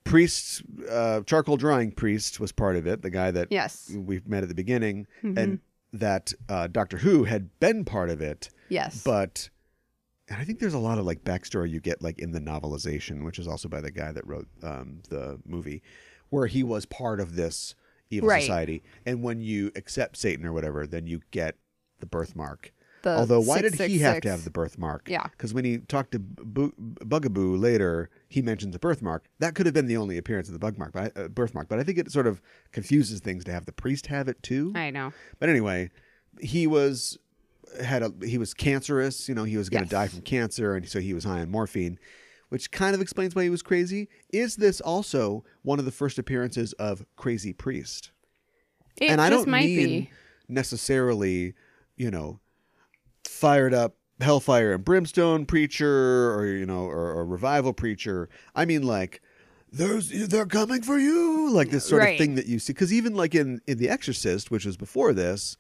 B: priests, uh, charcoal drawing priest was part of it, the guy that
A: Yes. Mm-hmm.
B: we met at the beginning, and that uh, Doctor Who had been part of it,
A: Yes.
B: but. And I think there's a lot of like backstory you get like in the novelization, which is also by the guy that wrote um, the movie, where he was part of this evil
A: Right.
B: society. And when you accept Satan or whatever, then you get the birthmark.
A: The
B: Although, why did he have
A: 666.
B: to have the birthmark?
A: Yeah.
B: Because when he talked to Bu- Bu- Bugaboo later, he mentions the birthmark. That could have been the only appearance of the birthmark, but I, uh, birthmark. But I think it sort of confuses things to have the priest have it too.
A: I know.
B: But anyway, he was had a he was cancerous. You know, he was going to
A: Yes.
B: die from cancer, and so he was high on morphine, which kind of explains why he was crazy. Is this also one of the first appearances of crazy priest?
A: It
B: and I
A: just
B: don't
A: might
B: mean
A: be.
B: necessarily, you know, fired up hellfire and brimstone preacher or you know or, or revival preacher. I mean like there's they're coming for you like this sort of
A: Right.
B: thing that you see because even like in in The Exorcist, which was before this,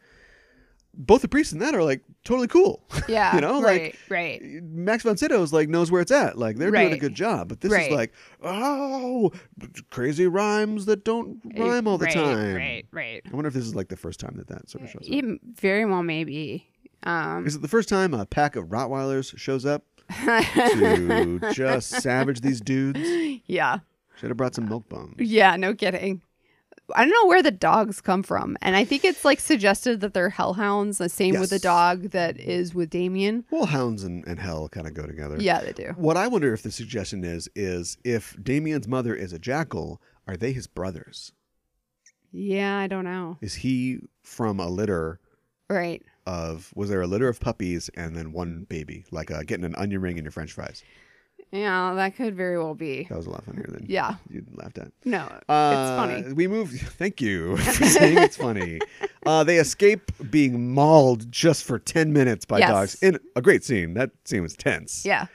B: both the priests and that are like totally cool.
A: Yeah.
B: you know, like-
A: right. Right.
B: Max von Sydow is like knows where it's at. Like they're doing a
A: Right.
B: good job, but this
A: Right.
B: is like oh crazy rhymes that don't rhyme all the
A: Right,
B: time.
A: Right. Right.
B: I wonder if this is like the first time that that sort of shows up.
A: It very well may be. Um,
B: Is it the first time a pack of Rottweilers shows up to just savage these dudes?
A: yeah.
B: Should have brought some milk bones.
A: Yeah. No kidding. I don't know where the dogs come from. And I think it's like suggested that they're hellhounds, the same with the
B: Yes.
A: dog that is with Damien.
B: Well, hounds and, and hell kind of go together.
A: Yeah, they do.
B: What I wonder if the suggestion is is if Damien's mother is a jackal, are they his brothers?
A: Yeah, I don't know.
B: Is he from a litter
A: Right.
B: of was there a litter of puppies and then one baby, like uh, getting an onion ring in your French fries?
A: Yeah, that could very well be.
B: That was a lot funnier than
A: Yeah.
B: you laughed at.
A: No,
B: Uh,
A: it's funny.
B: We moved. Thank you for saying it's funny. Uh, they escape being mauled just for 10 minutes by
A: Yes.
B: dogs in a great scene. That scene was tense.
A: Yeah,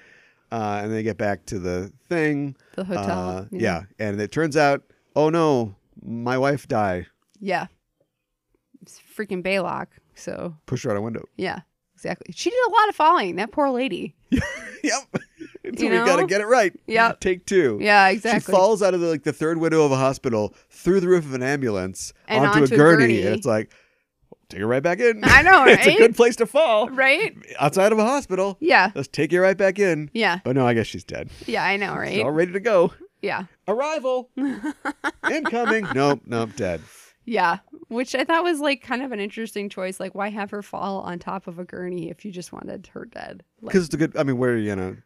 B: Uh, and they get back to the thing.
A: the hotel.
B: Uh, yeah. And it turns out, oh no, my wife died.
A: Yeah. It's freaking Baylock. So,
B: Pushed her out a window.
A: yeah, exactly. She did a lot of falling, that poor lady.
B: yep. so
A: You
B: we got to
A: know?
B: get it right.
A: Yep.
B: Take two.
A: Yeah, exactly.
B: She falls out of the, like the third window of a hospital through the roof of an ambulance
A: And onto
B: a
A: a
B: gurney,
A: gurney.
B: and it's like take her right back in.
A: I know,
B: it's a
A: right?
B: good place to fall.
A: right?
B: outside of a hospital.
A: Yeah.
B: Let's take you right back in.
A: Yeah.
B: But no, I guess she's dead.
A: Yeah, I know,
B: She's
A: right?
B: all ready to go.
A: Yeah.
B: Arrival. Incoming. Nope, nope, dead.
A: Yeah. Which I thought was like kind of an interesting choice. Like, why have her fall on top of a gurney if you just wanted her dead? Like
B: Because it's a good. I mean, where are you gonna?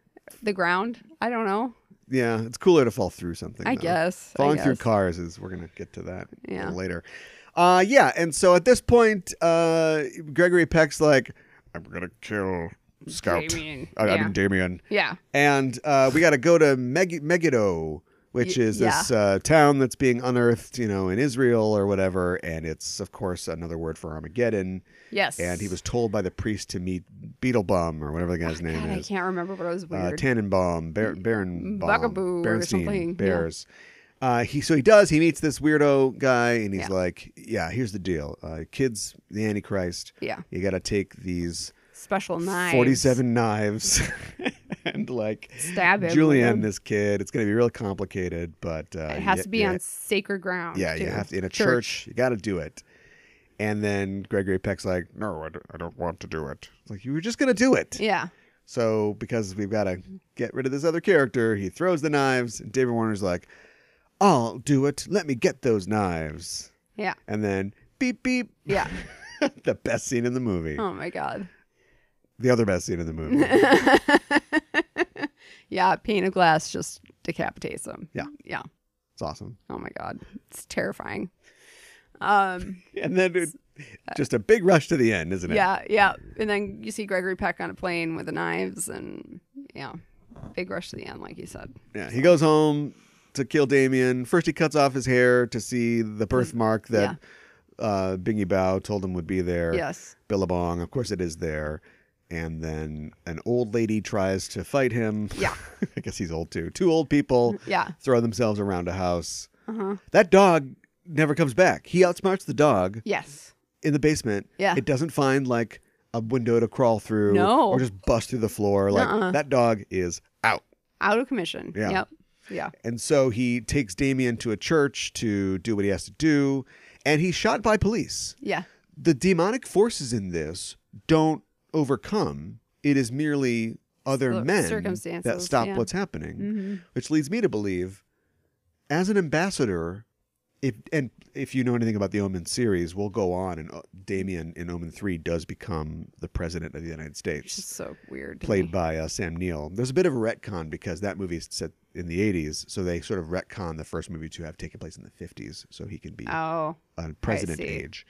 A: the ground? I don't know.
B: Yeah, it's cooler to fall through something.
A: I
B: though.
A: guess. I
B: Falling through
A: guess.
B: cars is. We're gonna get to that a
A: Yeah.
B: little later. Uh, yeah, and so at this point, uh, Gregory Peck's like,
C: I'm gonna kill Scout.
A: Damien.
C: I, I
A: Yeah.
C: mean Damien.
A: Yeah.
B: and uh, we got to go to Meg- Megiddo, which
A: Y-
B: is this uh, town that's being unearthed, you know, in Israel or whatever. And it's, of course, another word for Armageddon.
A: Yes.
B: And he was told by the priest to meet Beetlebum or whatever the guy's name
A: God, I
B: is.
A: can't remember, but it was
B: Uh,
A: weird.
B: Tannenbaum, Bar- Baron,
A: Bugaboo or something, yeah.
B: Bears. Uh, he so he does. He meets this weirdo guy, and he's
A: Yeah.
B: like, "Yeah, here's the deal, uh, kids. The Antichrist.
A: yeah.
B: You got to take these
A: Special knives.
B: forty-seven knives, and like
A: Stab him. with
B: Julianne
A: them.
B: this kid. It's going to be real complicated, but uh,
A: It has
B: y-
A: to be
B: yeah,
A: on sacred ground.
B: Yeah, you
A: too.
B: have to in a church. you got to do it. And then Gregory Peck's like,
C: No, I don't, I don't want to do it.
B: it's like you were just going to do it.
A: Yeah. Mm-hmm.
B: So because we've got to get rid of this other character, he throws the knives. And David Warner's like, I'll do it. Let me get those knives.
A: Yeah.
B: And then beep beep.
A: Yeah.
B: the best scene in the movie.
A: Oh my god.
B: The other best scene in the movie.
A: yeah, pane of glass just decapitates him.
B: Yeah.
A: Yeah.
B: it's awesome.
A: Oh my god. It's terrifying. Um
B: And then it, just a big rush to the end, isn't it?
A: uh, yeah, yeah. And then you see Gregory Peck on a plane with the knives and yeah. Big rush to the end, like you said.
B: Yeah, he goes home to kill Damien. First, he cuts off his hair to see
A: Mm,
B: the birthmark that uh, Bingy Bao told him would be there.
A: Yes.
B: Billabong, of course, it is there. And then an old lady tries to fight him.
A: Yeah. Mm,
B: I guess he's old too. Two old people
A: Yeah.
B: throw themselves around a house.
A: Uh-huh.
B: That dog never comes back. He outsmarts the dog
A: Yes.
B: in the basement.
A: Yeah.
B: It doesn't find like a window to crawl through
A: No. Uh-uh.
B: or just bust through the floor. Like
A: Nuh-uh.
B: that dog is out.
A: Out of commission.
B: Yeah.
A: Yep. Yeah.
B: And so he takes Damien to a church to do what he has to do, and he's shot by police.
A: Yeah.
B: The demonic forces in this don't overcome. It is merely other
A: Cir-
B: men that
A: circumstances,
B: stop
A: yeah.
B: what's happening,
A: hmm
B: which leads me to believe, as an ambassador, if and if you know anything about the Omen series, we'll go on and uh, Damien in Omen three does become the president of the United
A: Which
B: States
A: is so weird. to
B: played
A: me.
B: by uh, Sam Neill. There's a bit of a retcon because that movie is set in the 80s, so they sort of retcon the first movie to have taken place in the 50s, so he can be
A: Oh.
B: on president
A: see.
B: age.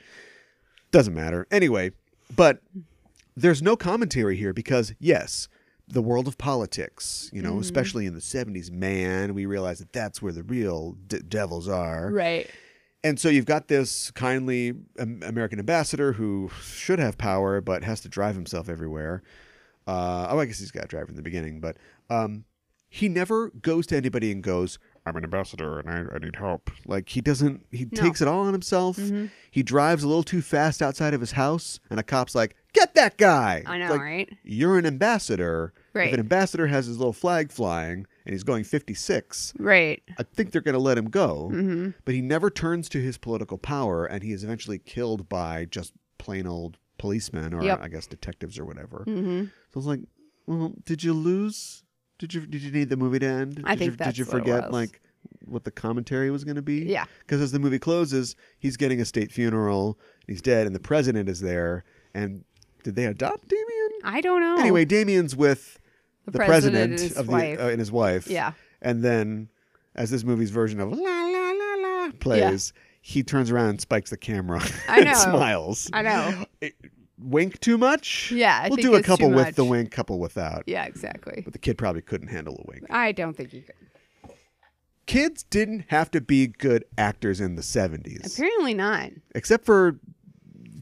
B: Doesn't matter anyway. But
A: Mm-hmm.
B: there's no commentary here because yes, the world of politics, you
A: Mm-hmm.
B: know, especially in the 70s, man, we realize that that's where the real d- devils are.
A: Right.
B: And so you've got this kindly um, American ambassador who should have power but has to drive himself everywhere. Uh, oh, I guess he's got a driver in the beginning, but um, he never goes to anybody and goes
C: I'm an ambassador and I, I need help.
B: like he doesn't. He
A: No. Mm-hmm.
B: takes it all on himself. He drives a little too fast outside of his house, and a cop's like, "Get that guy!"
A: I
B: It's
A: know,
B: like,
A: right?
B: You're an ambassador. If
A: Right.
B: an ambassador has his little flag flying and he's going 56,
A: Right.
B: I think they're going to let him go,
A: Mm-hmm.
B: but he never turns to his political power, and he is eventually killed by just plain old policemen or
A: Yep.
B: I guess detectives or whatever.
A: Mm-hmm.
B: So I was like, well, did you lose? Did you did you need the movie to end?
A: I
B: did
A: think
B: you, did
A: that's
B: you
A: what it
B: forget
A: was.
B: like what the commentary was going to be?
A: Yeah.
B: Because as the movie closes, he's getting a state funeral. He's dead, and the president is there. And did they adopt Damien?
A: I don't know.
B: Anyway, Damien's with
A: The
B: the
A: president
B: president,
A: and his
B: of the
A: wife.
B: uh, and his wife.
A: Yeah.
B: And then, as this movie's version of La La La La plays, he turns around and spikes the camera.
A: I
B: and
A: know.
B: smiles.
A: I know.
B: Wink too much?
A: Yeah, I
B: we'll
A: think
B: do a
A: it's
B: couple
A: too
B: with the
A: much.
B: wink, couple without.
A: Yeah, exactly.
B: But the kid probably couldn't handle a wink.
A: I don't think you could.
B: Kids didn't have to be good actors in the seventies,
A: Apparently not.
B: except for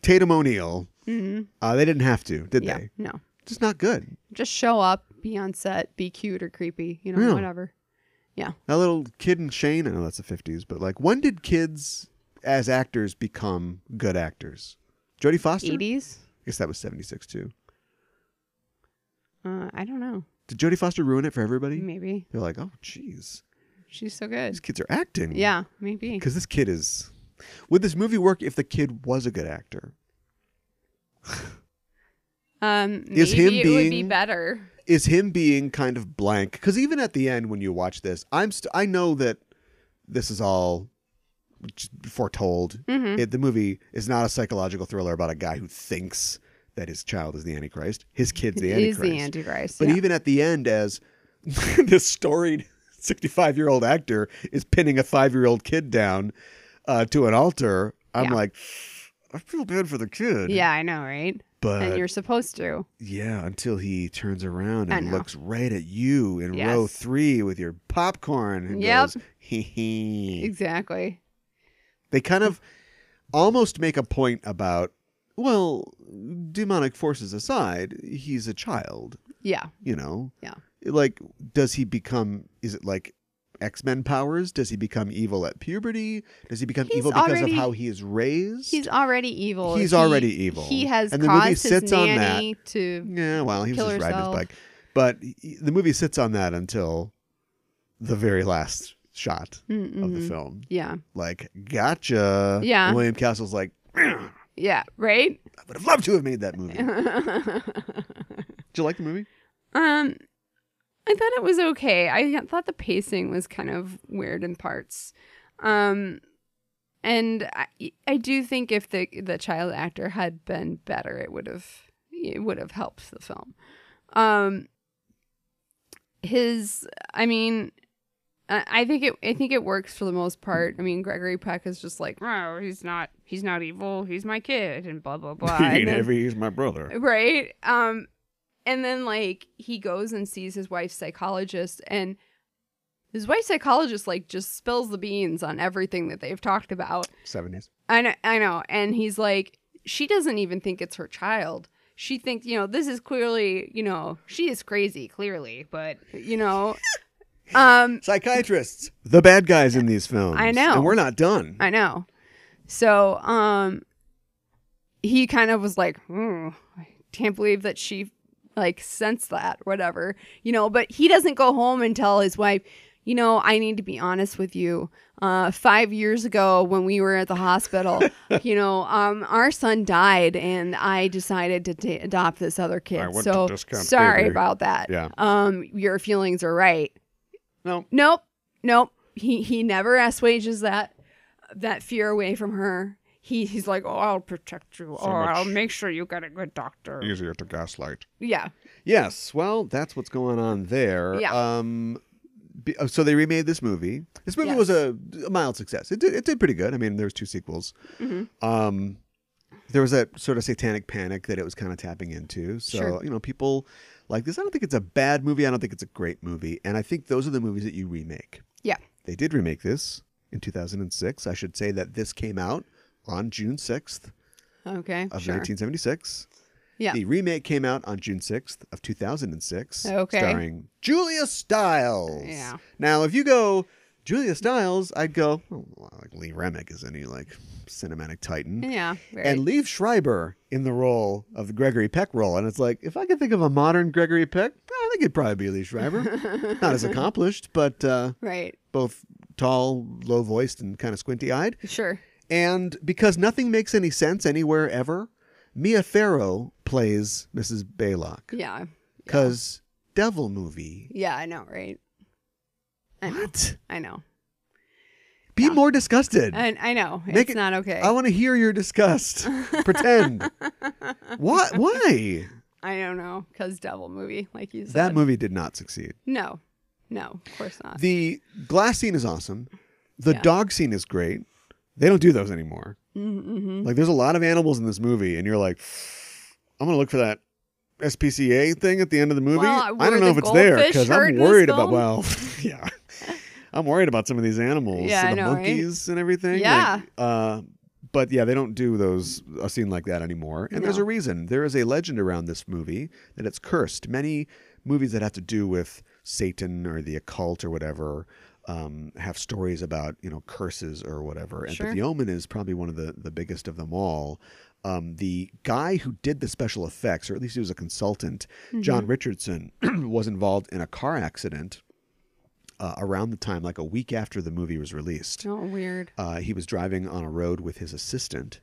B: Tatum O'Neill.
A: Mhm.
B: Uh, they didn't have to, did
A: Yeah.
B: they?
A: No.
B: Just not good.
A: Just show up, be on set, be cute or creepy, you know,
B: Yeah.
A: whatever. Yeah.
B: That little kid in Shane. I know that's the fifties, but like, when did kids as actors become good actors? Jodie Foster.
A: 80s?
B: I guess that was 76 too.
A: Uh, I don't know.
B: Did Jodie Foster ruin it for everybody?
A: Maybe.
B: They're like, oh, jeez,
A: She's so
B: these
A: good.
B: kids are acting.
A: Yeah, maybe.
B: Because this kid is. Would this movie work if the kid was a good actor?
A: Um, maybe
B: Is him
A: Um, it would be
B: being-
A: better.
B: is him being kind of blank because even at the end when you watch this i'm st- i know that this is all just foretold
A: Mm-hmm.
B: it, the movie is not a psychological thriller about a guy who thinks that his child is the antichrist his kid's the
A: is
B: antichrist
A: the Antichrist.
B: but
A: yeah.
B: even at the end as this storied 65 year old actor is pinning a five year old kid down uh, to an altar i'm
A: Yeah.
B: like i feel bad for the kid
A: yeah, I know, right?
B: but
A: and you're supposed to.
B: yeah, until he turns around
A: I
B: and
A: know.
B: looks right at you in
A: Yes.
B: row three with your popcorn and
A: Yep.
B: goes, hee hee.
A: Exactly.
B: They kind of almost make a point about, well, demonic forces aside, he's a child,
A: Yeah.
B: you know?
A: Yeah.
B: Like, does he become, is it like X Men powers? Does he become evil at puberty? Does he become
A: He's
B: evil because
A: already-
B: of how he is raised?
A: He's already evil.
B: He's
A: He-
B: already evil.
A: He has
B: And the movie
A: caused his
B: sits on that.
A: nanny to.
B: Yeah, well, he was
A: kill
B: just riding his
A: herself.
B: bike. But he- the movie sits on that until the very last shot of the
A: Mm-mm.
B: film.
A: Yeah.
B: Like, gotcha.
A: Mm-hmm. Yeah.
B: And William Castle's like, I
A: Yeah. Right.
B: would have loved to have made that movie. Did you like the movie?
A: Um, I thought it was okay. I thought the pacing was kind of weird in parts. Um, and I, I do think if the the child actor had been better, it would have it would have helped the film. Um, his, I mean. I I think it. I think it works for the most part. I mean, Gregory Peck is just like, oh, he's not. He's not evil. He's my kid, and blah blah blah. And then-
C: he's my brother.
A: right um and then like he goes and sees his wife's psychologist and his wife's psychologist like just spills the beans on everything that they've talked about
B: Seventies.
A: i know, I know. and he's like she doesn't even think it's her child she thinks you know this is clearly you know she is crazy clearly but you know um
B: Psychiatrists, the bad guys in these films.
A: I know.
B: And we're not done.
C: Mm.
A: i know so um he kind of was like hmm, i can't believe that she like sense that whatever you know but he doesn't go home and tell his wife you know i need to be honest with you uh, five years ago when we were at the hospital you know um, our son died and i decided to ta adopt this other kid
C: I went to
A: so
C: discount
A: sorry
C: theater.
A: about that
B: Yeah.
A: um, your feelings are right
B: No.
A: nope nope he, he never assuages that that fear away from her he, he's like oh i'll protect you
C: So
A: or i'll
C: much-
A: make sure you get a good doctor
C: Easier to gaslight.
A: yeah
B: Yes. Well, that's what's going on there.
A: Yeah.
B: Um, be- oh, so they remade this movie. This movie
A: Yes.
B: was a, a mild success. It did, it did pretty good. I mean, there was two sequels.
A: Mm-hmm.
B: Um, there was that sort of satanic panic that it was kind of tapping into. So
A: Sure.
B: you know, people like this. I don't think it's a bad movie. I don't think it's a great movie. And I think those are the movies that you remake.
A: yeah
B: They did remake this in 2006. I should say that this came out on June 6th
A: Okay.
B: of
A: sure.
B: 1976.
A: Yeah.
B: The remake came out on June 6th of 2006.
A: Okay.
B: Starring Julia Stiles.
A: Yeah.
B: Now, if you go Julia Stiles, I'd go, oh, well, like Lee Remick is any like cinematic titan.
A: Yeah. Right.
B: And leave Schreiber in the role of the Gregory Peck role. And it's like, if I could think of a modern Gregory Peck, I think it'd probably be Lee Schreiber. Not as accomplished, but uh,
A: right.
B: both tall, low voiced, and kind of squinty eyed.
A: Sure.
B: And because nothing makes any sense anywhere ever, Mia Farrow plays Mrs. Baylock.
A: Yeah.
B: Because devil movie.
A: Yeah, I know, right? I know.
B: What?
A: I know.
B: Be
A: Yeah.
B: more disgusted.
A: And I know.
B: Make
A: it's
B: it- Oh.
A: not okay.
B: I want to hear your disgust. Pretend. What? Why?
A: I don't know cuz devil movie like you said.
B: That movie did not succeed.
A: No. No, of course not.
B: The glass scene is awesome. The
A: Yeah.
B: dog scene is great. They don't do those anymore.
A: mm-hmm.
B: Like, there's a lot of animals in this movie, and you're like, I'm gonna look for that SPCA thing at the end of the movie.
A: Well,
B: I
A: were
B: don't know
A: the
B: if it's there
A: goldfish
B: because
A: hurt
B: I'm
A: in this
B: worried about.
A: film?
B: Well, yeah, I'm worried about some of these animals,
A: Yeah,
B: and
A: I
B: the
A: know, right?
B: monkeys and everything. like,
A: Yeah.
B: uh, but yeah, they don't do those a scene like that anymore, and there's
A: No.
B: a reason. There is a legend around this movie that it's cursed. Many movies that have to do with Satan or the occult or whatever. Um, have stories about you know curses or whatever, and
A: Sure.
B: but the Omen is probably one of the, the biggest of them all. Um, the guy who did the special effects, or at least he was a consultant, John
A: Mm-hmm.
B: Richardson, was involved in a car accident uh, around the time, like a week after the movie was released.
A: Oh, weird.
B: Uh, he was driving on a road with his assistant,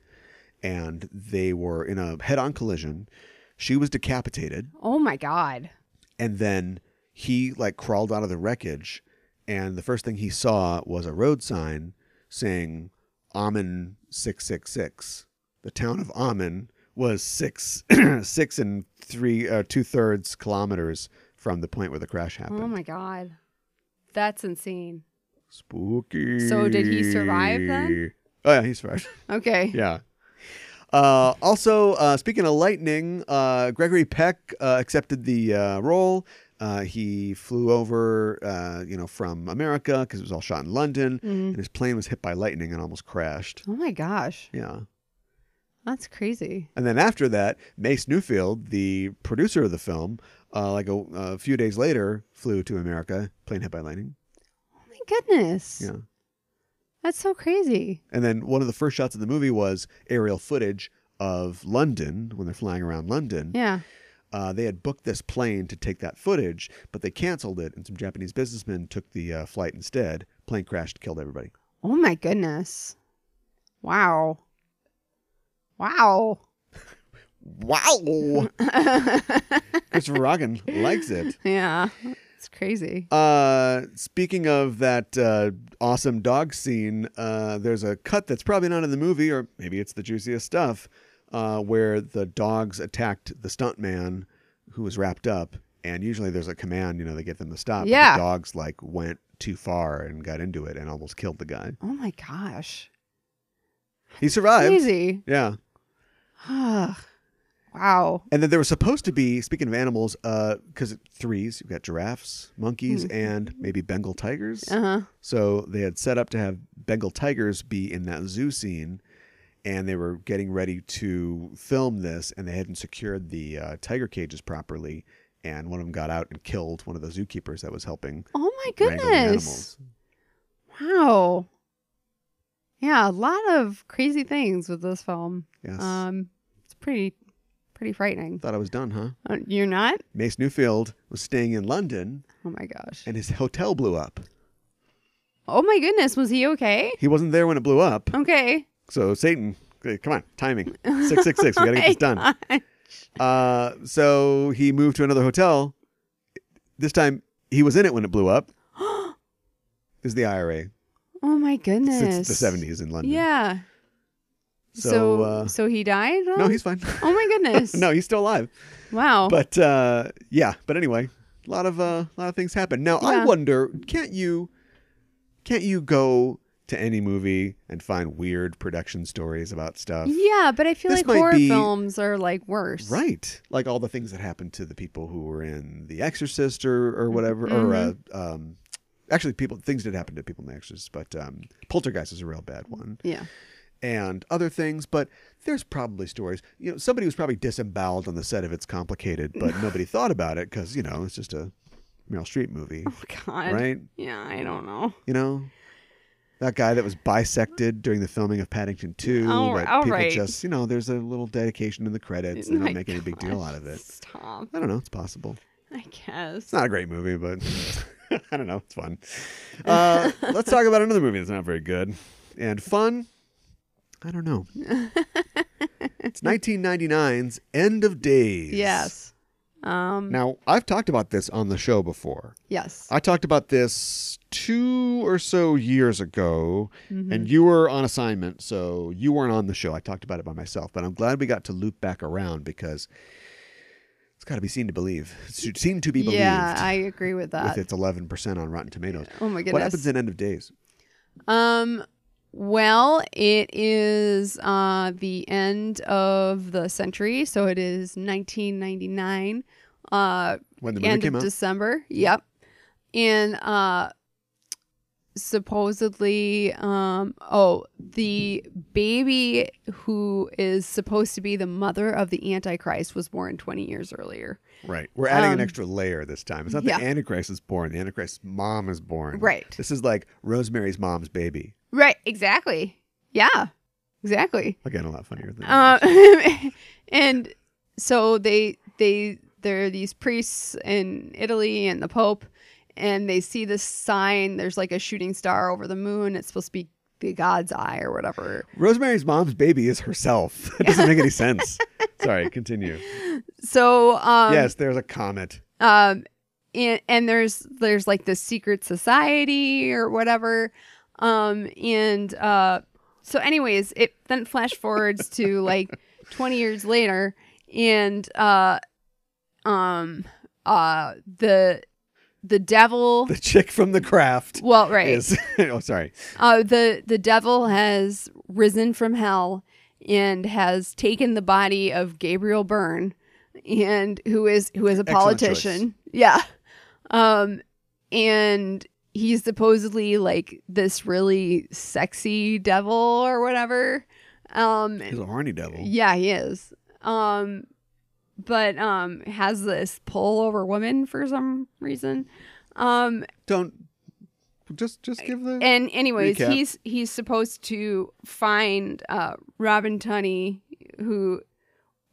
B: and they were in a head on collision. She was decapitated,
A: Oh my god.
B: and then he like crawled out of the wreckage and the first thing he saw was a road sign saying Amen 666. The town of Amen was six six and three uh, two thirds kilometers from the point where the crash happened.
A: Oh my god, that's insane.
B: Spooky.
A: So did he survive then?
B: Oh yeah, he survived.
A: Okay.
B: yeah. Uh, also, uh, speaking of lightning, uh, Gregory Peck uh, accepted the uh, role. Uh, he flew over, uh, you know, from America because it was all shot in London,
A: Mhm.
B: and his plane was hit by lightning and almost crashed.
A: Oh my gosh,
B: Yeah.
A: that's crazy.
B: And then after that, Mace Newfield, the producer of the film, uh, like a, a few days later, flew to America, plane hit by lightning.
A: Oh my goodness.
B: Yeah.
A: That's so crazy.
B: And then one of the first shots of the movie was aerial footage of London when they're flying around London.
A: Yeah.
B: Uh, they had booked this plane to take that footage, but they canceled it, and some Japanese businessmen took the uh, flight instead. Plane crashed, killed everybody.
A: Oh my goodness. Wow. Wow.
B: Wow! Christopher Rogan likes it.
A: yeah. It's crazy.
B: Uh, speaking of that uh, awesome dog scene, uh, there's a cut that's probably not in the movie, or maybe it's the juiciest stuff, uh, where the dogs attacked the stuntman who was wrapped up. And usually there's a command, you know, they get them to stop. but
A: Yeah.
B: The dogs like went too far and got into it and almost killed the guy.
A: Oh my gosh.
B: He survived.
A: Crazy.
B: Yeah.
A: Ugh. wow.
B: And then there was supposed to be, speaking of animals, because threes, you've got giraffes, monkeys, and maybe Bengal tigers.
A: Uh huh.
B: So they had set up to have Bengal tigers be in that zoo scene, and they were getting ready to film this, and they hadn't secured the uh, tiger cages properly. And one of them got out and killed one of the zookeepers that was helping
A: Oh my
B: wrangle the
A: goodness.
B: animals.
A: Wow. Yeah, a lot of crazy things with this film.
B: Yes.
A: Um, it's pretty, pretty frightening.
B: Thought I was done, huh?
A: Uh, You're not?
B: Mace Newfield was staying in London,
A: Oh my gosh.
B: and his hotel blew up.
A: Oh my goodness, was he okay?
B: He wasn't there when it blew up,
A: Okay.
B: so Satan, hey, come on, timing six six six. We gotta get this done.
A: done.
B: Uh, so he moved to another hotel. This time he was in it when it blew up. This is the IRA
A: Oh my goodness.
B: since the seventies in London?
A: Yeah.
B: So,
A: So
B: uh,
A: so, he died? huh?
B: No, he's fine.
A: Oh my goodness.
B: no, he's still alive.
A: Wow.
B: But uh, yeah. But anyway, a lot of uh, a lot of things happen. Now I
A: Yeah.
B: wonder, can't you, can't you go to any movie and find weird production stories about stuff?
A: yeah, but I feel
B: this
A: like
B: might
A: horror
B: be-
A: films are like worse.
B: Right. Like all the things that happened to the people who were in The Exorcist or, or whatever.
A: Mm-hmm.
B: Or uh, um, actually, people things did happen to people in The Exorcist, but um, Poltergeist is a real bad one.
A: Yeah.
B: And other things, but there's probably stories. You know, somebody was probably disemboweled on the set of It's Complicated, but nobody thought about it because, you know, it's just a Meryl Streep movie,
A: Oh god.
B: right?
A: Yeah, I don't know.
B: You know? That guy that was bisected during the filming of Paddington 2.
A: All-
B: that
A: all
B: people
A: right. Oh
B: just, you know, there's a little dedication in the credits. They
A: My
B: don't make any big deal
A: gosh,
B: out of it.
A: Stop.
B: I don't know. It's possible.
A: I guess.
B: It's not a great movie, but I don't know. It's fun. Uh, let's talk about another movie that's not very good and fun. I don't know. it's 1999's End of Days.
A: Yes. Um
B: Now, I've talked about this on the show before.
A: yes.
B: I talked about this two or so years ago,
A: Mm-hmm.
B: and you were on assignment, so you weren't on the show. I talked about it by myself, but I'm glad we got to loop back around because it's got to be seen to believe. It's seen to be believed
A: yeah, I agree with that.
B: with its 11% on Rotten Tomatoes.
A: Oh my
B: What
A: goodness.
B: happens in End of Days?
A: Um, well, it is uh, the end of the century, so it is 1999. Uh,
B: When the movie
A: end
B: came
A: of
B: out?
A: December. Yep, and uh, supposedly, um, oh, the baby who is supposed to be the mother of the Antichrist was born 20 years earlier.
B: right. We're adding an
A: um,
B: extra layer this time. It's not
A: yeah.
B: the Antichrist is born, the Antichrist's mom is born.
A: Right.
B: This is like Rosemary's mom's baby.
A: Right. Exactly. Yeah. Exactly.
B: Again, a lot funnier than
A: Um, and so they they there are these priests in Italy and the Pope, and they see this sign. There's like a shooting star over the moon. It's supposed to be the God's eye or whatever.
B: Rosemary's mom's baby is herself. It doesn't make any sense. Sorry, continue.
A: So um,
B: yes, there's a comet.
A: Um, and, and there's there's like this secret society or whatever. Um, and uh, so anyways, it then flash forwards to like 20 years later, and uh, um, uh, the the devil.
B: The chick from the craft
A: Well, right.
B: is. oh, sorry.
A: Uh, the the devil has risen from hell and has taken the body of Gabriel Byrne, and who is who is a
B: Excellent
A: politician. Yeah, um, and he's supposedly like this really sexy devil or whatever. Um,
B: He's a horny devil.
A: yeah, he is. Um, but um, has this pull over women for some reason. Um,
B: Don't just just give the
A: and anyways,
B: Recap.
A: he's he's supposed to find uh, Robin Tunney, who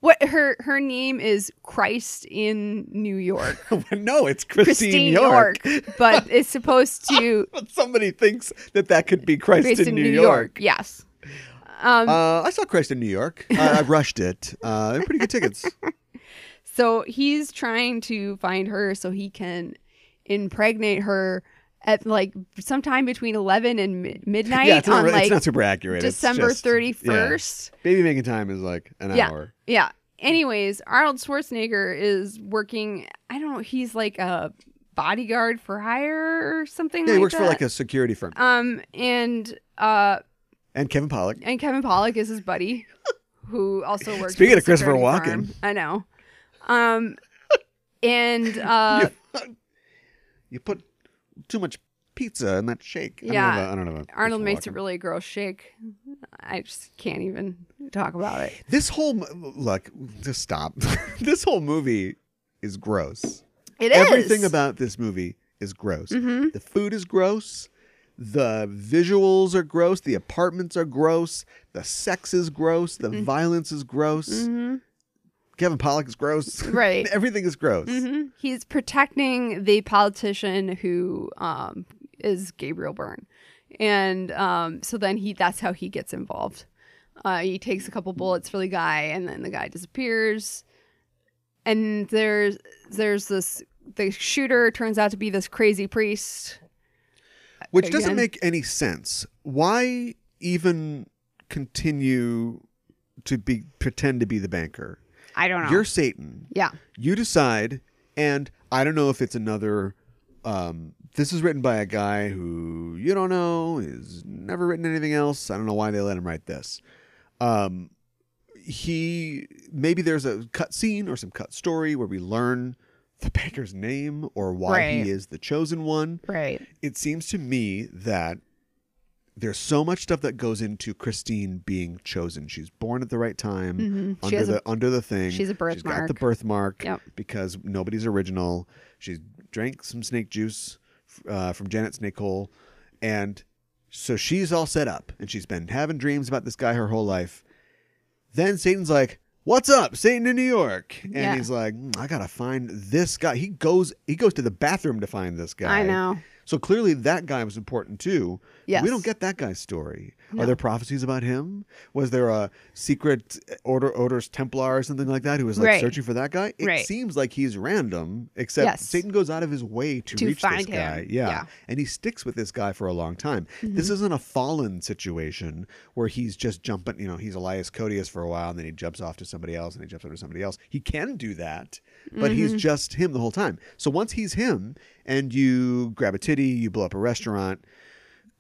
A: what her her name is Christ in New York,
B: no. It's Christine,
A: Eh. Christine
B: York.
A: York, but it's supposed to
B: But somebody thinks that that could be Christ,
A: Christ
B: in, New, York.
A: Yes. Um,
B: Uh, I saw Christ in New York. I, I rushed it. Uh, they're pretty good tickets.
A: so he's trying to find her so he can impregnate her at like sometime between eleven and mi- midnight
B: yeah, it's not,
A: on
B: re- it's
A: like
B: not super accurate. It's
A: December
B: just-
A: thirty
B: yeah.
A: first.
B: Baby making time is like an
A: Yeah. Oh
B: hour.
A: Yeah.
B: Hmm.
A: Anyways, Arnold Schwarzenegger is working. I don't know. He's like a bodyguard for hire or something.
B: Yeah, he
A: like
B: works
A: that.
B: for like a security firm.
A: um and uh
B: And Kevin Pollak.
A: and Kevin Pollock is his buddy, who also works.
B: Speaking
A: for
B: of Christopher
A: security
B: Walken.
A: firm. I know. Um, and uh,
B: You put too much pizza in that shake. I don't
A: Yeah.
B: know about- I don't know. about
A: Arnold
B: Christopher
A: makes a
B: Walken.
A: really gross shake. I just can't even talk about it.
B: This whole mo- look, just stop. this whole movie is gross.
A: It is
B: Everything about this movie is gross.
A: Mhm.
B: The food is gross. The visuals are gross. The apartments are gross. The sex is gross. The
A: Mm-hmm.
B: violence is gross.
A: Mhm.
B: Kevin Pollock is gross.
A: Right.
B: Everything is gross.
A: Mhm. He's protecting the politician who um, is Gabriel Byrne, and um, so then he that's how he gets involved. Uh, he takes a couple bullets for the guy, and then the guy disappears. And there's there's this the shooter turns out to be this crazy priest.
B: Which
A: Again.
B: doesn't make any sense. Why even continue to be pretend to be the banker?
A: I don't know.
B: You're Satan.
A: yeah,
B: you decide and i don't know if it's another um, this is written by a guy who you don't know has never written anything else i don't know why they let him write this um, he maybe there's a cut scene or some cut story where we learn the banker's name or why
A: Right.
B: he is the chosen one
A: right.
B: it seems to me that there's so much stuff that goes into Christine being chosen. She's born at the right time
A: Mhm. She
B: under
A: has a-
B: the under the thing.
A: she's a
B: She's got the
A: birthmark.
B: birthmark
A: Yep.
B: because nobody's original. She drank some snake juice uh, from Janet Snakehole, and so she's all set up. And she's been having dreams about this guy her whole life. Then Satan's like, "What's up, Satan in New York?" And
A: Yeah.
B: he's like, "Mm, "I gotta find this guy." He goes. He goes to the bathroom to find this guy.
A: I know.
B: So clearly that guy was important too.
A: Yes.
B: We don't get that guy's story.
A: No.
B: Are there prophecies about him? Was there a secret order orders Templar or something like that who was like
A: Right.
B: searching for that guy? It
A: Right.
B: seems like he's random, except
A: Yes.
B: Satan goes out of his way to,
A: To
B: reach
A: find
B: this
A: him.
B: guy. Yeah.
A: Yeah. Mm-hmm.
B: And he sticks with this guy for a long time. This isn't a fallen situation where he's just jumping, you know, he's Elias Codius for a while and then he jumps off to somebody else and he jumps over to somebody else. He can do that but he's
A: Mm-hmm.
B: just him the whole time. So once he's him and you grab a titty, you blow up a restaurant,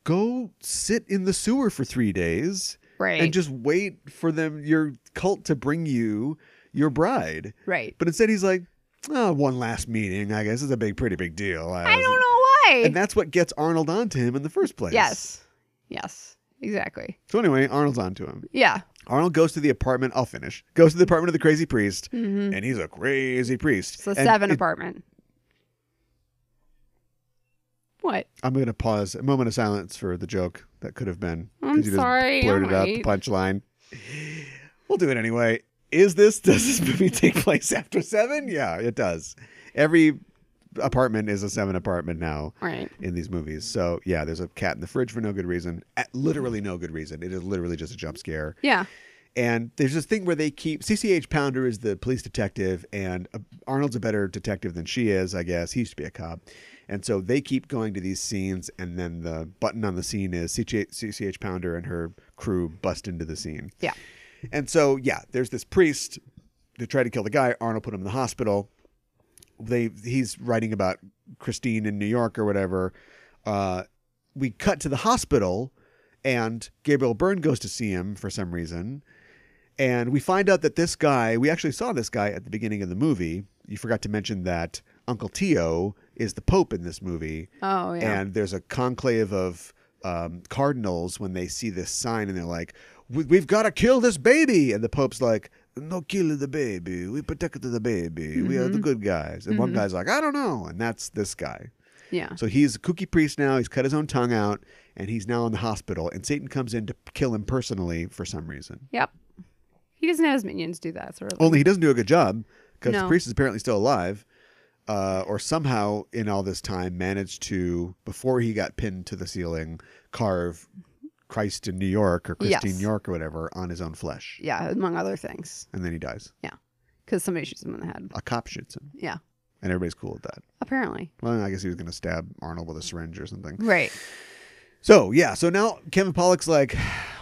B: go sit in the sewer for three days
A: Right.
B: and just wait for them, your cult to bring you your bride.
A: right.
B: But instead, he's like, oh, one last meeting, I guess. It's a big, pretty big deal.
A: I don't know why.
B: And that's what gets Arnold onto him in the first place.
A: yes. Yes. Exactly.
B: So anyway, Arnold's onto him.
A: Yeah.
B: Arnold goes to the apartment. I'll finish. Goes to the apartment of the crazy priest,
A: hmm
B: and he's a crazy priest.
A: It's the
B: And
A: seven
B: it-
A: apartment. What?
B: I'm going to pause a moment of silence for the joke that could have been. 'cause
A: I'm
B: you just
A: sorry,
B: Blurted out
A: alright.
B: the punchline. We'll do it anyway. Is this does this movie take place after seven? Yeah, it does. Every apartment is a seven apartment now
A: Right.
B: in these movies. So yeah, there's a cat in the fridge for no good reason. At literally no good reason. It is literally just a jump scare.
A: Yeah.
B: And there's this thing where they keep CCH Pounder is the police detective, and uh, Arnold's a better detective than she is, I guess. He used to be a cop. And so they keep going to these scenes, and then the button on the scene is CCH, CCH Pounder and her crew bust into the scene.
A: Yeah.
B: And so, yeah, there's this priest that tried to kill the guy. Arnold put him in the hospital they he's writing about Christine in New York or whatever. Uh, we cut to the hospital, and Gabriel Byrne goes to see him for some reason, and we find out that this guy we actually saw this guy at the beginning of the movie. You forgot to mention that Uncle Tio is the Pope in this movie,
A: Oh yeah.
B: and there's a conclave of um, cardinals when they see this sign and they're like, "We- "We've got to kill this baby," and the Pope's like, "No kill the baby. We protect the baby. We
A: Mm-hmm.
B: are the good guys." And one guy's like, "I don't know," and that's this guy.
A: yeah.
B: So he's a kooky priest now. He's cut his own tongue out, and he's now in the hospital. And Satan comes in to kill him personally for some reason.
A: Yep. He doesn't have his minions do that sort of.
B: Only he doesn't do a good job because the
A: No.
B: priest is apparently still alive, uh, or somehow in all this time managed to, before he got pinned to the ceiling, carve Christ in New York or Christine
A: Yes.
B: York or whatever on his own flesh,
A: yeah, among other things,
B: and then he dies.
A: because somebody shoots him in the head.
B: A cop shoots him,
A: Yeah,
B: and everybody's cool with that.
A: apparently.
B: Well, I guess he was going to stab Arnold with a syringe or something.
A: Right.
B: So yeah, so now Kevin Pollock's like,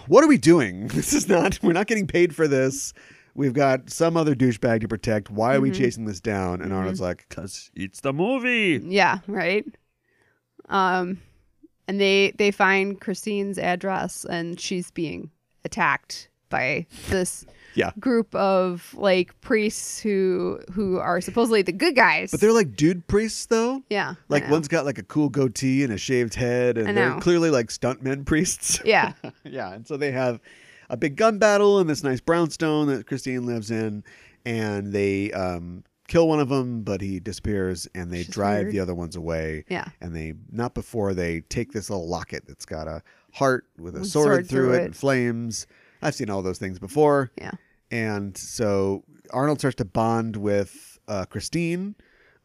B: "What are we doing? This is not. We're not getting paid for this. We've got some other douchebag to protect. Why are we
A: Mm-hmm.
B: chasing this down?" And Arnold's like, "Cause
C: It's the movie.
A: Yeah. Right. Um, and they they find Christine's address, and she's being attacked by this
B: Yeah.
A: group of like priests who who are supposedly the good guys.
B: but they're like dude priests though.
A: yeah, I
B: Like
A: know.
B: one's got like a cool goatee and a shaved head,
A: I
B: and they're
A: know.
B: clearly like stuntmen priests.
A: yeah,
B: yeah, and so they have a big gun battle in this nice brownstone that Christine lives in, and they um, kill one of them, but he disappears, and they
A: Which is
B: drive
A: weird.
B: the other ones away.
A: yeah.
B: and they not before they take this little locket that's got a heart with a
A: With
B: sword,
A: sword
B: through
A: through
B: it,
A: it.
B: and flames. I've seen all those things before.
A: Yeah.
B: And so Arnold starts to bond with uh, Christine,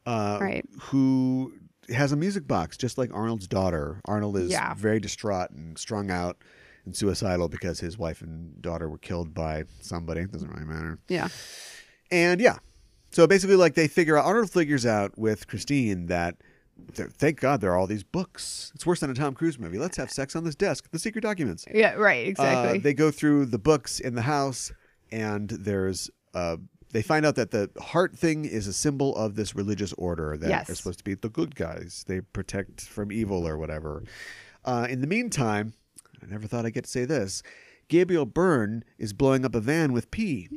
B: uh,
A: Right.
B: who has a music box just like Arnold's daughter. Arnold is
A: Yeah.
B: very distraught and strung out and suicidal because his wife and daughter were killed by somebody. It doesn't really matter.
A: Yeah.
B: And yeah, so basically, like they figure out Arnold figures out with Christine that th- thank God there are all these books. It's worse than a Tom Cruise movie. Let's have sex on this desk. The secret documents.
A: Yeah. Right.
B: Uh,
A: Exactly.
B: they go through the books in the house, and there's uh, they find out that the heart thing is a symbol of this religious order that
A: Yes.
B: are supposed to be the good guys. They protect from evil or whatever. Uh, in the meantime, I never thought I'd get to say this. Gabriel Byrne is blowing up a van with pee.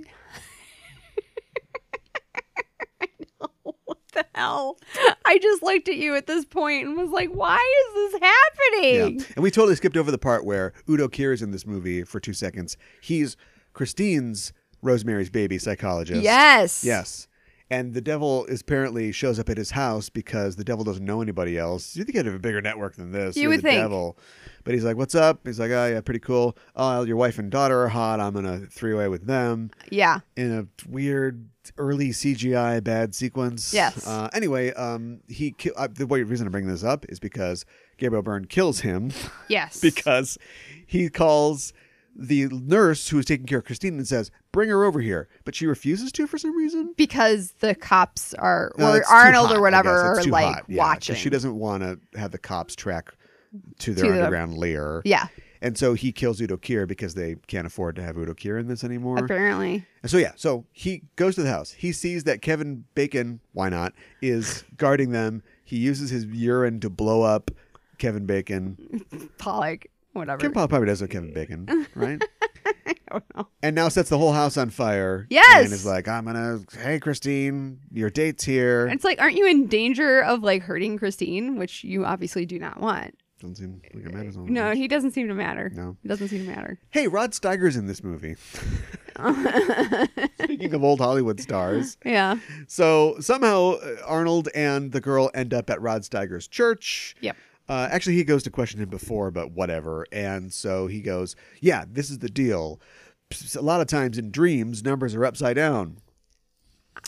A: what the hell? I just looked at you at this point and was like, why is this happening?
B: Yeah. And we totally skipped over the part where Udo Kier is in this movie for two seconds. He's Christine's Rosemary's Baby psychologist.
A: Yes.
B: Yes. And the devil is apparently shows up at his house because the devil doesn't know anybody else. You think I'd have a bigger network than this?
A: You
B: You're
A: would
B: the
A: think.
B: devil. But he's like, "What's up?" He's like, "Oh yeah, pretty cool. Oh, your wife and daughter are hot. I'm in a three-way with them
A: Yeah.
B: in a weird early CGI bad sequence.
A: Yes.
B: Uh, anyway, um, he ki- uh, the way reason I bring this up is because Gabriel Byrne kills him
A: Yes.
B: because he calls the nurse who is taking care of Christine and says, "Bring her over here," but she refuses to for some reason.
A: because the cops are
B: No,
A: or
B: it's too
A: Arnold
B: hot, I
A: or whatever
B: guess. It's
A: are
B: too
A: like
B: hot, yeah, 'cause
A: watching.
B: She doesn't want to have the cops track to their
A: To the-
B: underground lair.
A: yeah.
B: And so he kills Udo Kier because they can't afford to have Udo Kier in this anymore.
A: Apparently.
B: And so yeah, so he goes to the house. He sees that Kevin Bacon, why not, is guarding them. He uses his urine to blow up Kevin Bacon.
A: Pollock. Whatever.
B: Kevin Pollock probably does know Kevin Bacon, right?
A: I don't know.
B: and now sets the whole house on fire.
A: Yes!
B: And is like, I'm gonna hey Christine, your date's here.
A: It's like, aren't you in danger of like hurting Christine, which you obviously do not want?
B: Doesn't seem like it matters all that
A: Uh, No,
B: much.
A: he doesn't seem to matter.
B: Oh, No.
A: It doesn't seem to matter.
B: Hey, Rod Steiger's in this movie. Speaking of old Hollywood stars.
A: Yeah.
B: So somehow uh, Arnold and the girl end up at Rod Steiger's church.
A: Yep.
B: Uh, actually, he goes to question him before, but whatever. And so he goes, Yeah, this is the deal. Psst, A lot of times in dreams, numbers are upside down.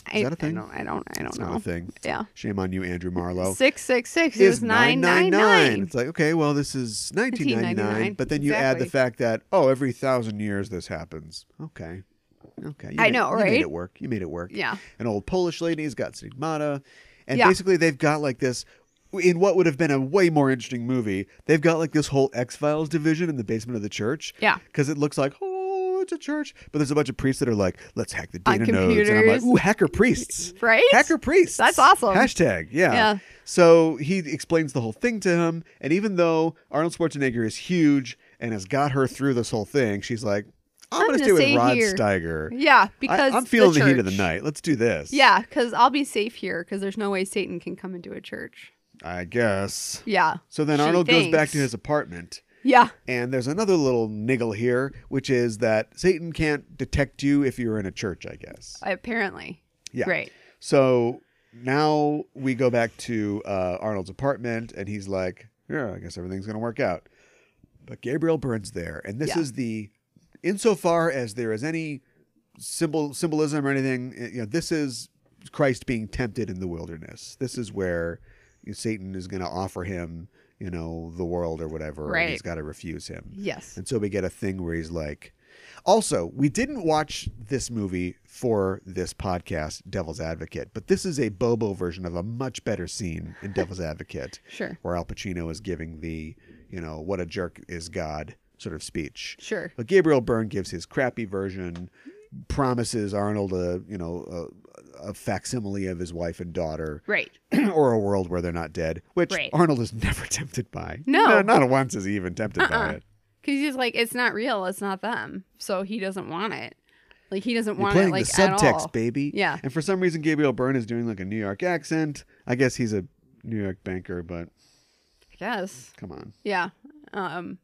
A: I,
B: that a thing?
A: I don't. I don't. I don't
B: It's
A: know.
B: not a thing.
A: Yeah.
B: Shame on you, Andrew Marlowe.
A: Six six six is nine nine nine.
B: It's like, okay, well, this is
A: 1999,
B: 1999, but then you add the
A: exactly.
B: fact that, oh, every thousand years this happens. Okay. Okay. You
A: I
B: made-
A: know,
B: You made
A: right?
B: it work. You made it work.
A: Yeah.
B: An old Polish lady's got stigmata. And
A: Yeah.
B: basically, they've got like this. In what would have been a way more interesting movie, they've got like this whole X Files division in the basement of the church.
A: Yeah.
B: Because it looks like, oh, it's a church. But there's a bunch of priests that are like, let's hack the data nodes. And I'm like,
A: computers.
B: ooh, hacker priests.
A: Right?
B: Hacker priests.
A: That's awesome.
B: Hashtag. Yeah.
A: Yeah.
B: So he explains the whole thing to him. And even though Arnold Schwarzenegger is huge and has got her through this whole thing, she's like, I'm,
A: I'm
B: going
A: gonna
B: to stay with
A: stay
B: Rod
A: here.
B: Steiger.
A: Yeah, because
B: I, am feeling the, heat of the
A: church.
B: night. Let's do this.
A: Yeah, because I'll be safe here because there's no way Satan can come into a church.
B: I guess.
A: Yeah.
B: So then
A: She
B: Arnold goes back
A: thinks.
B: to his apartment.
A: Yeah.
B: And there's another little niggle here, which is that Satan can't detect you if you're in a church, I guess.
A: Uh, Apparently.
B: Yeah.
A: Great.
B: So now we go back to uh, Arnold's apartment, and he's like, "Yeah, I guess everything's gonna work out." But Gabriel Byrne's there, and this
A: Yeah.
B: is the, insofar as there is any symbol symbolism or anything, eh, you know, this is Christ being tempted in the wilderness. This is where Satan is gonna offer him, you know, the world or whatever, and
A: Right.
B: he's got to refuse him.
A: Yes.
B: And so we get a thing where he's like, also, we didn't watch this movie for this podcast, Devil's Advocate, but this is a Bobo version of a much better scene in Devil's Advocate,
A: Sure.
B: where Al Pacino is giving the, you know, what a jerk is God sort of speech.
A: Sure.
B: But Gabriel Byrne gives his crappy version, promises Arnold a, you know, a, a facsimile of his wife and daughter,
A: Right.
B: or a world where they're not dead, which
A: Right.
B: Arnold is never tempted by.
A: No.
B: Not, not once is he even tempted by
A: Uh-uh.
B: it.
A: Because he's like, it's not real. It's not them. So he doesn't want it. Like he doesn't
B: You're
A: want
B: playing
A: it. Like
B: the
A: at
B: subtext,
A: all.
B: baby.
A: Yeah.
B: And for some reason, Gabriel Byrne is doing like a New York accent. I guess he's a New York banker, but
A: I guess.
B: come on.
A: Yeah. Um.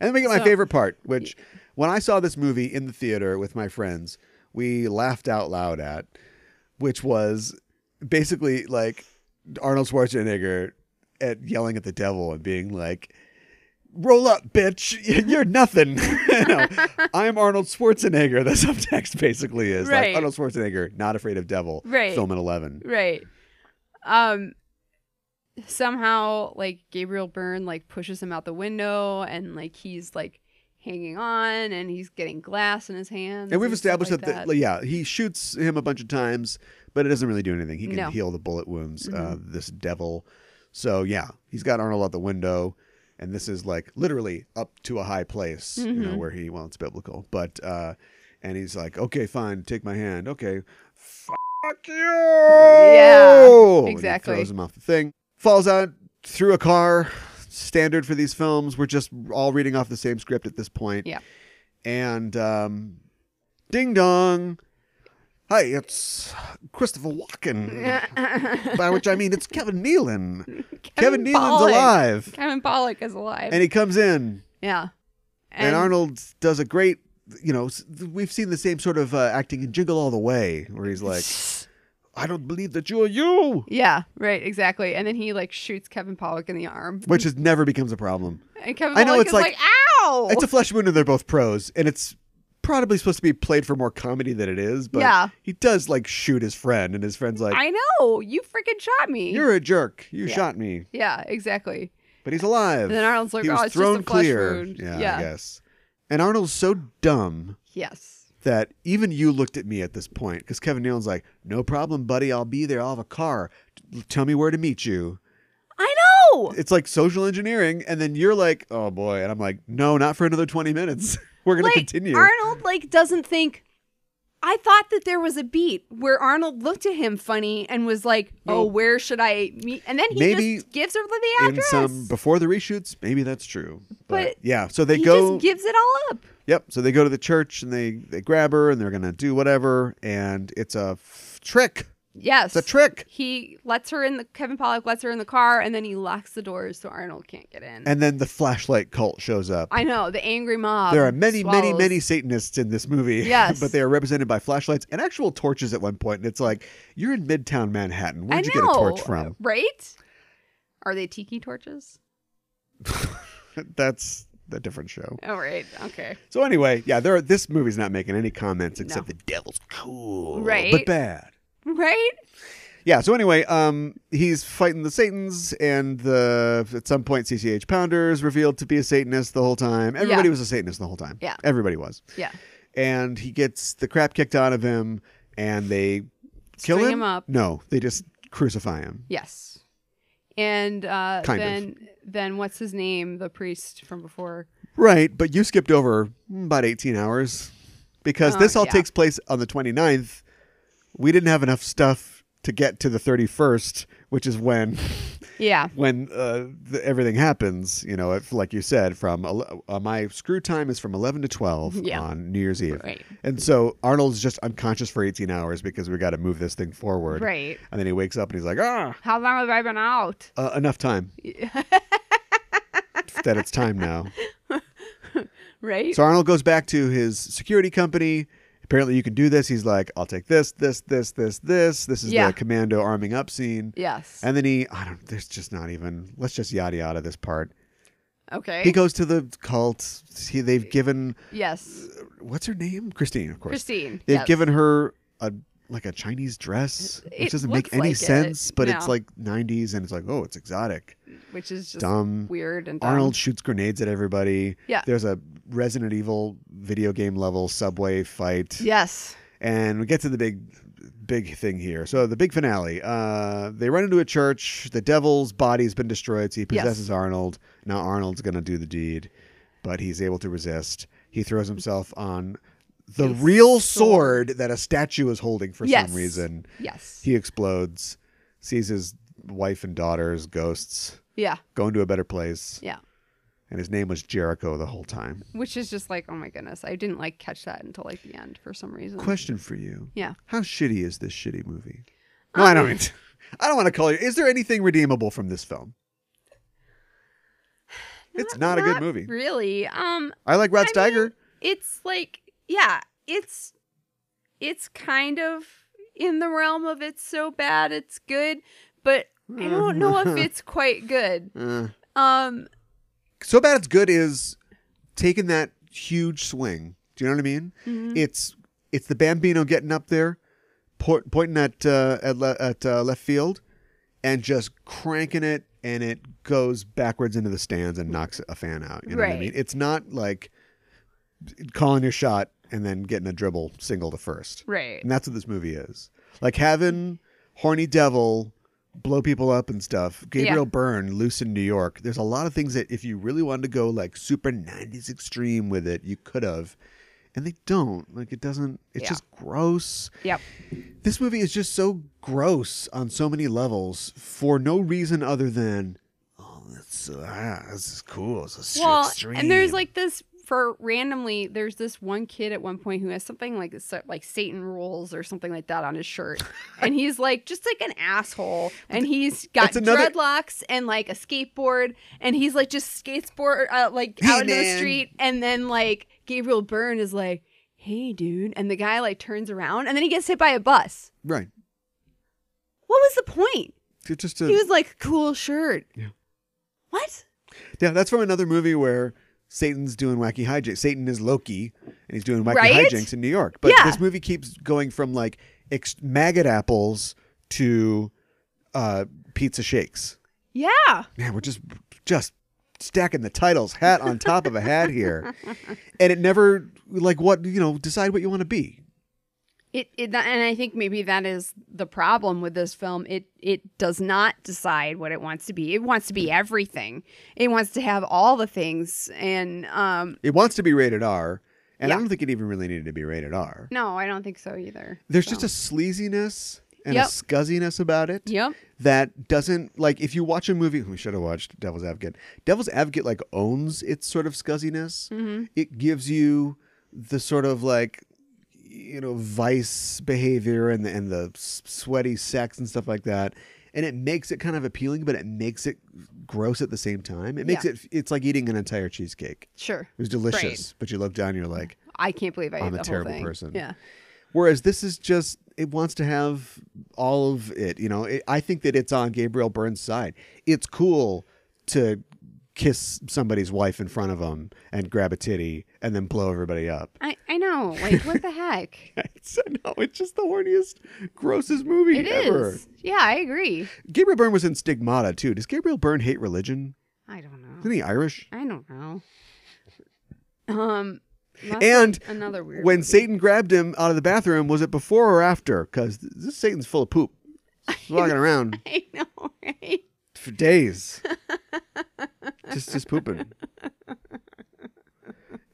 B: And then we get my
A: So-
B: favorite part, which when I saw this movie in the theater with my friends, we laughed out loud at, which was basically like Arnold Schwarzenegger at yelling at the devil and being like, "Roll up, bitch! You're nothing." You know, I'm Arnold Schwarzenegger. The subtext basically is like
A: Right.
B: Arnold Schwarzenegger, not afraid of devil.
A: Right.
B: Film at eleven.
A: Right. Um. Somehow, like Gabriel Byrne, like pushes him out the window, and like he's like hanging on, and he's getting glass in his hands.
B: And we've
A: stuff
B: established
A: like
B: that, the, yeah, he shoots him a bunch of times, but it doesn't really do anything. He can
A: No. Mm-hmm.
B: heal the bullet wounds of this devil. So yeah, he's got Arnold out the window, and this is like literally up to a high place, you
A: Mm-hmm.
B: know, where he well, it's biblical, but uh, and he's like, okay, fine, take my hand, okay,
C: Fuck you!
B: Oh! And he
A: exactly.
B: throws him off the thing. Falls out through a car. Standard for these films. We're just all reading off the same script at this point.
A: Yeah.
B: And um, ding dong. Hi, it's Christopher Walken. By which I mean it's Kevin Nealon. Kevin, Nealon's
A: Pollak.
B: alive.
A: Kevin Pollock is alive.
B: And he comes in,
A: yeah.
B: and, Arnold does a great. You know, s- we've seen the same sort of uh, acting in Jingle All the Way, where he's like, "I don't believe that you are you."
A: Yeah, right, exactly. And then he like shoots Kevin Pollock in the arm.
B: which is never becomes a problem.
A: And Kevin
B: I know
A: Pollak
B: it's
A: is
B: like-
A: like, ow.
B: It's a flesh wound, and they're both pros, and it's probably supposed to be played for more comedy than it is. But
A: Yeah.
B: he does like shoot his friend, and his friend's like,
A: I know. You freaking shot me.
B: "You're a jerk. You
A: Yeah.
B: shot me."
A: yeah, exactly.
B: But he's alive.
A: And then Arnold's like,
B: he was
A: "Oh, it's just a
B: thrown
A: flesh
B: clear.
A: wound."
B: Yeah, I
A: Yeah.
B: guess. And Arnold's so dumb
A: Yes.
B: that even you looked at me at this point because Kevin Nealon's like, "No problem, buddy. I'll be there. I'll have a car. T- Tell me where to meet you."
A: I know.
B: It's like social engineering, and then you're like, "Oh boy," and I'm like, "No, not for another 20 minutes. We're gonna
A: like
B: continue."
A: Arnold like doesn't think I thought that there was a beat where Arnold looked at him funny and was like, "Oh,
B: Well,
A: where should I meet?" And then he
B: maybe
A: just gives her the
B: in
A: address.
B: some before the reshoots maybe that's true but,
A: But
B: yeah so they
A: he
B: go
A: just gives it all up.
B: yep so they go to the church and they they grab her and they're gonna do whatever and it's a f- trick
A: Yes.
B: it's a trick
A: He lets her in the Kevin Pollock lets her in the car and then he locks the doors so Arnold can't get in.
B: and then the flashlight cult shows up
A: I know Ah, the angry mob.
B: there are many many
A: swallows.
B: many satanists in this movie
A: Yes.
B: but they are represented by flashlights and actual torches at one point and it's like you're in midtown manhattan
A: I
B: where'd you
A: know,
B: get a torch from
A: Right? Are they tiki torches?
B: that's a different show
A: Oh, right. Okay.
B: so anyway yeah there are, this movie's not making any comments except the devil's cool
A: Right.
B: but bad
A: right?
B: Yeah. So anyway, um, he's fighting the Satans, and the at some point, CCH Pounder is revealed to be a Satanist the whole time. Everybody
A: Yeah.
B: was a Satanist the whole time.
A: Yeah.
B: Everybody was,
A: Yeah.
B: and he gets the crap kicked out of him, and they kill
A: String him up.
B: No, they just crucify him.
A: Yes. And uh,
B: Kind of.
A: then then what's his name? The priest from before.
B: Right, but you skipped over about 18 hours because
A: Oh,
B: this all
A: yeah.
B: takes place on the 29th. We didn't have enough stuff to get to the 31st, which is when
A: Yeah.
B: when uh, the, everything happens, you know, if, like you said, from ele- uh, my screw time is from 11 to 12
A: Yeah.
B: on New Year's Eve.
A: Right.
B: And so Arnold's just unconscious for 18 hours because we got to move this thing forward.
A: Right.
B: And then he wakes up and he's like, ah,
A: How long have I been out?
B: uh, enough time. that it's time now.
A: Right.
B: So Arnold goes back to his security company. Apparently, you can do this. He's like, I'll take this, this, this, this, this. This is
A: Yeah.
B: the commando arming up scene.
A: yes.
B: And then he, I don't, there's just not even, let's just yada yada this part.
A: okay.
B: He goes to the cult. He, they've given,
A: yes.
B: what's her name? Christine, of course.
A: Christine.
B: They've
A: yes.
B: given her a, like a Chinese dress, which
A: It
B: doesn't make
A: looks
B: any
A: like it.
B: sense, but it's
A: No.
B: like 90s and it's like, oh, it's exotic.
A: which is just
B: dumb.
A: weird and dumb.
B: Arnold shoots grenades at everybody.
A: Um, Yeah.
B: There's a Resident Evil video game level subway fight.
A: Yes.
B: and we get to the big big thing here so the big finale uh they run into a church the devil's body's been destroyed so he
A: Yes.
B: possesses arnold now arnold's gonna do the deed but he's able to resist he throws himself on the
A: The
B: real sword.
A: sword.
B: that a statue is holding for
A: yes.
B: some reason
A: Yes.
B: he explodes sees his wife and daughters ghosts
A: yeah.
B: going to a better place
A: Yeah.
B: and his name was jericho the whole time
A: Which is just like, oh my goodness, I didn't like catch that until like the end for some reason.
B: question for you
A: Yeah.
B: How shitty is this shitty movie? No, I don't. mean- I don't want to call you. Is there anything redeemable from this film? It's not, a good movie.
A: Really. Um.
B: I like Rod
A: I mean-
B: Steiger.
A: it's like yeah it's it's kind of in the realm of it's so bad it's good but i don't know if it's quite good
B: Uh,
A: um
B: so bad it's good is taking that huge swing. Do you know what I mean? It's it's the Bambino getting up there, po- pointing at uh, at, le- at uh, left field, and just cranking it, and it goes backwards into the stands and knocks a fan out. You know what I
A: Right.
B: mean? It's not like calling your shot and then getting a dribble single to first.
A: right
B: And that's what this movie is. Like having horny devil blow people up and stuff. Gabriel Byrne, Loose in New York. There's a lot of things that if you really wanted to go like super 90s extreme with it, you could have. And they don't. Like it doesn't it's
A: Yeah.
B: just gross.
A: yep
B: This movie is just so gross on so many levels for no reason other than oh, that's ah, this is cool. It's a st-
A: well
B: extreme.
A: and there's like this for randomly there's this one kid at one point who has something like so- like satan rules or something like that on his shirt and he's like just like an asshole and he's got
B: That's another-
A: dreadlocks and like a skateboard and he's like just skateboard uh, like
B: Hey,
A: out into the
B: man.
A: street and then like gabriel byrne is like hey dude and the guy like turns around and then he gets hit by a bus
B: right.
A: what was the point
B: It's just a,
A: he was like cool shirt
B: Yeah.
A: what
B: Yeah, that's from another movie where Satan's doing wacky hijinks. Satan is Loki, and he's doing wacky
A: Right?
B: hijinks in New York. But
A: Yeah.
B: this movie keeps going from like ex- maggot apples to uh, pizza shakes.
A: yeah
B: Man, we're just just stacking the titles, hat on top of a hat here, and it never like what you know decide what you want to be.
A: It, it tha- and I think maybe that is the problem with this film. It it does not decide what it wants to be. It wants to be everything. It wants to have all the things. And um,
B: It wants to be rated R, and I
A: Yeah.
B: don't think it even really needed to be rated R.
A: no, I don't think so either.
B: There's
A: So-
B: just a sleaziness and
A: Yep.
B: a scuzziness about it.
A: yep,
B: that doesn't like if you watch a movie we should have watched devil's advocate devil's advocate like owns its sort of scuzziness it gives you the sort of like you know vice behavior and the and the s- sweaty sex and stuff like that and it makes it kind of appealing but it makes it gross at the same time it makes
A: Yeah.
B: it it's like eating an entire cheesecake
A: sure.
B: it was delicious but you look down and you're like
A: I can't believe I
B: I'm
A: ate
B: a
A: the whole
B: terrible
A: thing.
B: person.
A: Yeah,
B: Whereas this is just it wants to have all of it. You know, it, I think that it's on Gabriel Byrne's side. It's cool to kiss somebody's wife in front of them and grab a titty and then blow everybody up.
A: I, I I know. Like, what the heck?
B: It's, I know it's just the horniest, grossest movie
A: It is.
B: ever.
A: Yeah, I agree.
B: Gabriel Byrne was in Stigmata too. Does Gabriel Byrne hate religion?
A: I don't know.
B: Isn't he Irish?
A: I don't know. Um, lots
B: And
A: of- another weird.
B: When
A: movie.
B: Satan grabbed him out of the bathroom, was it before or after? Because this Satan's full of poop. He's walking around
A: I know, right?
B: for days, just just pooping.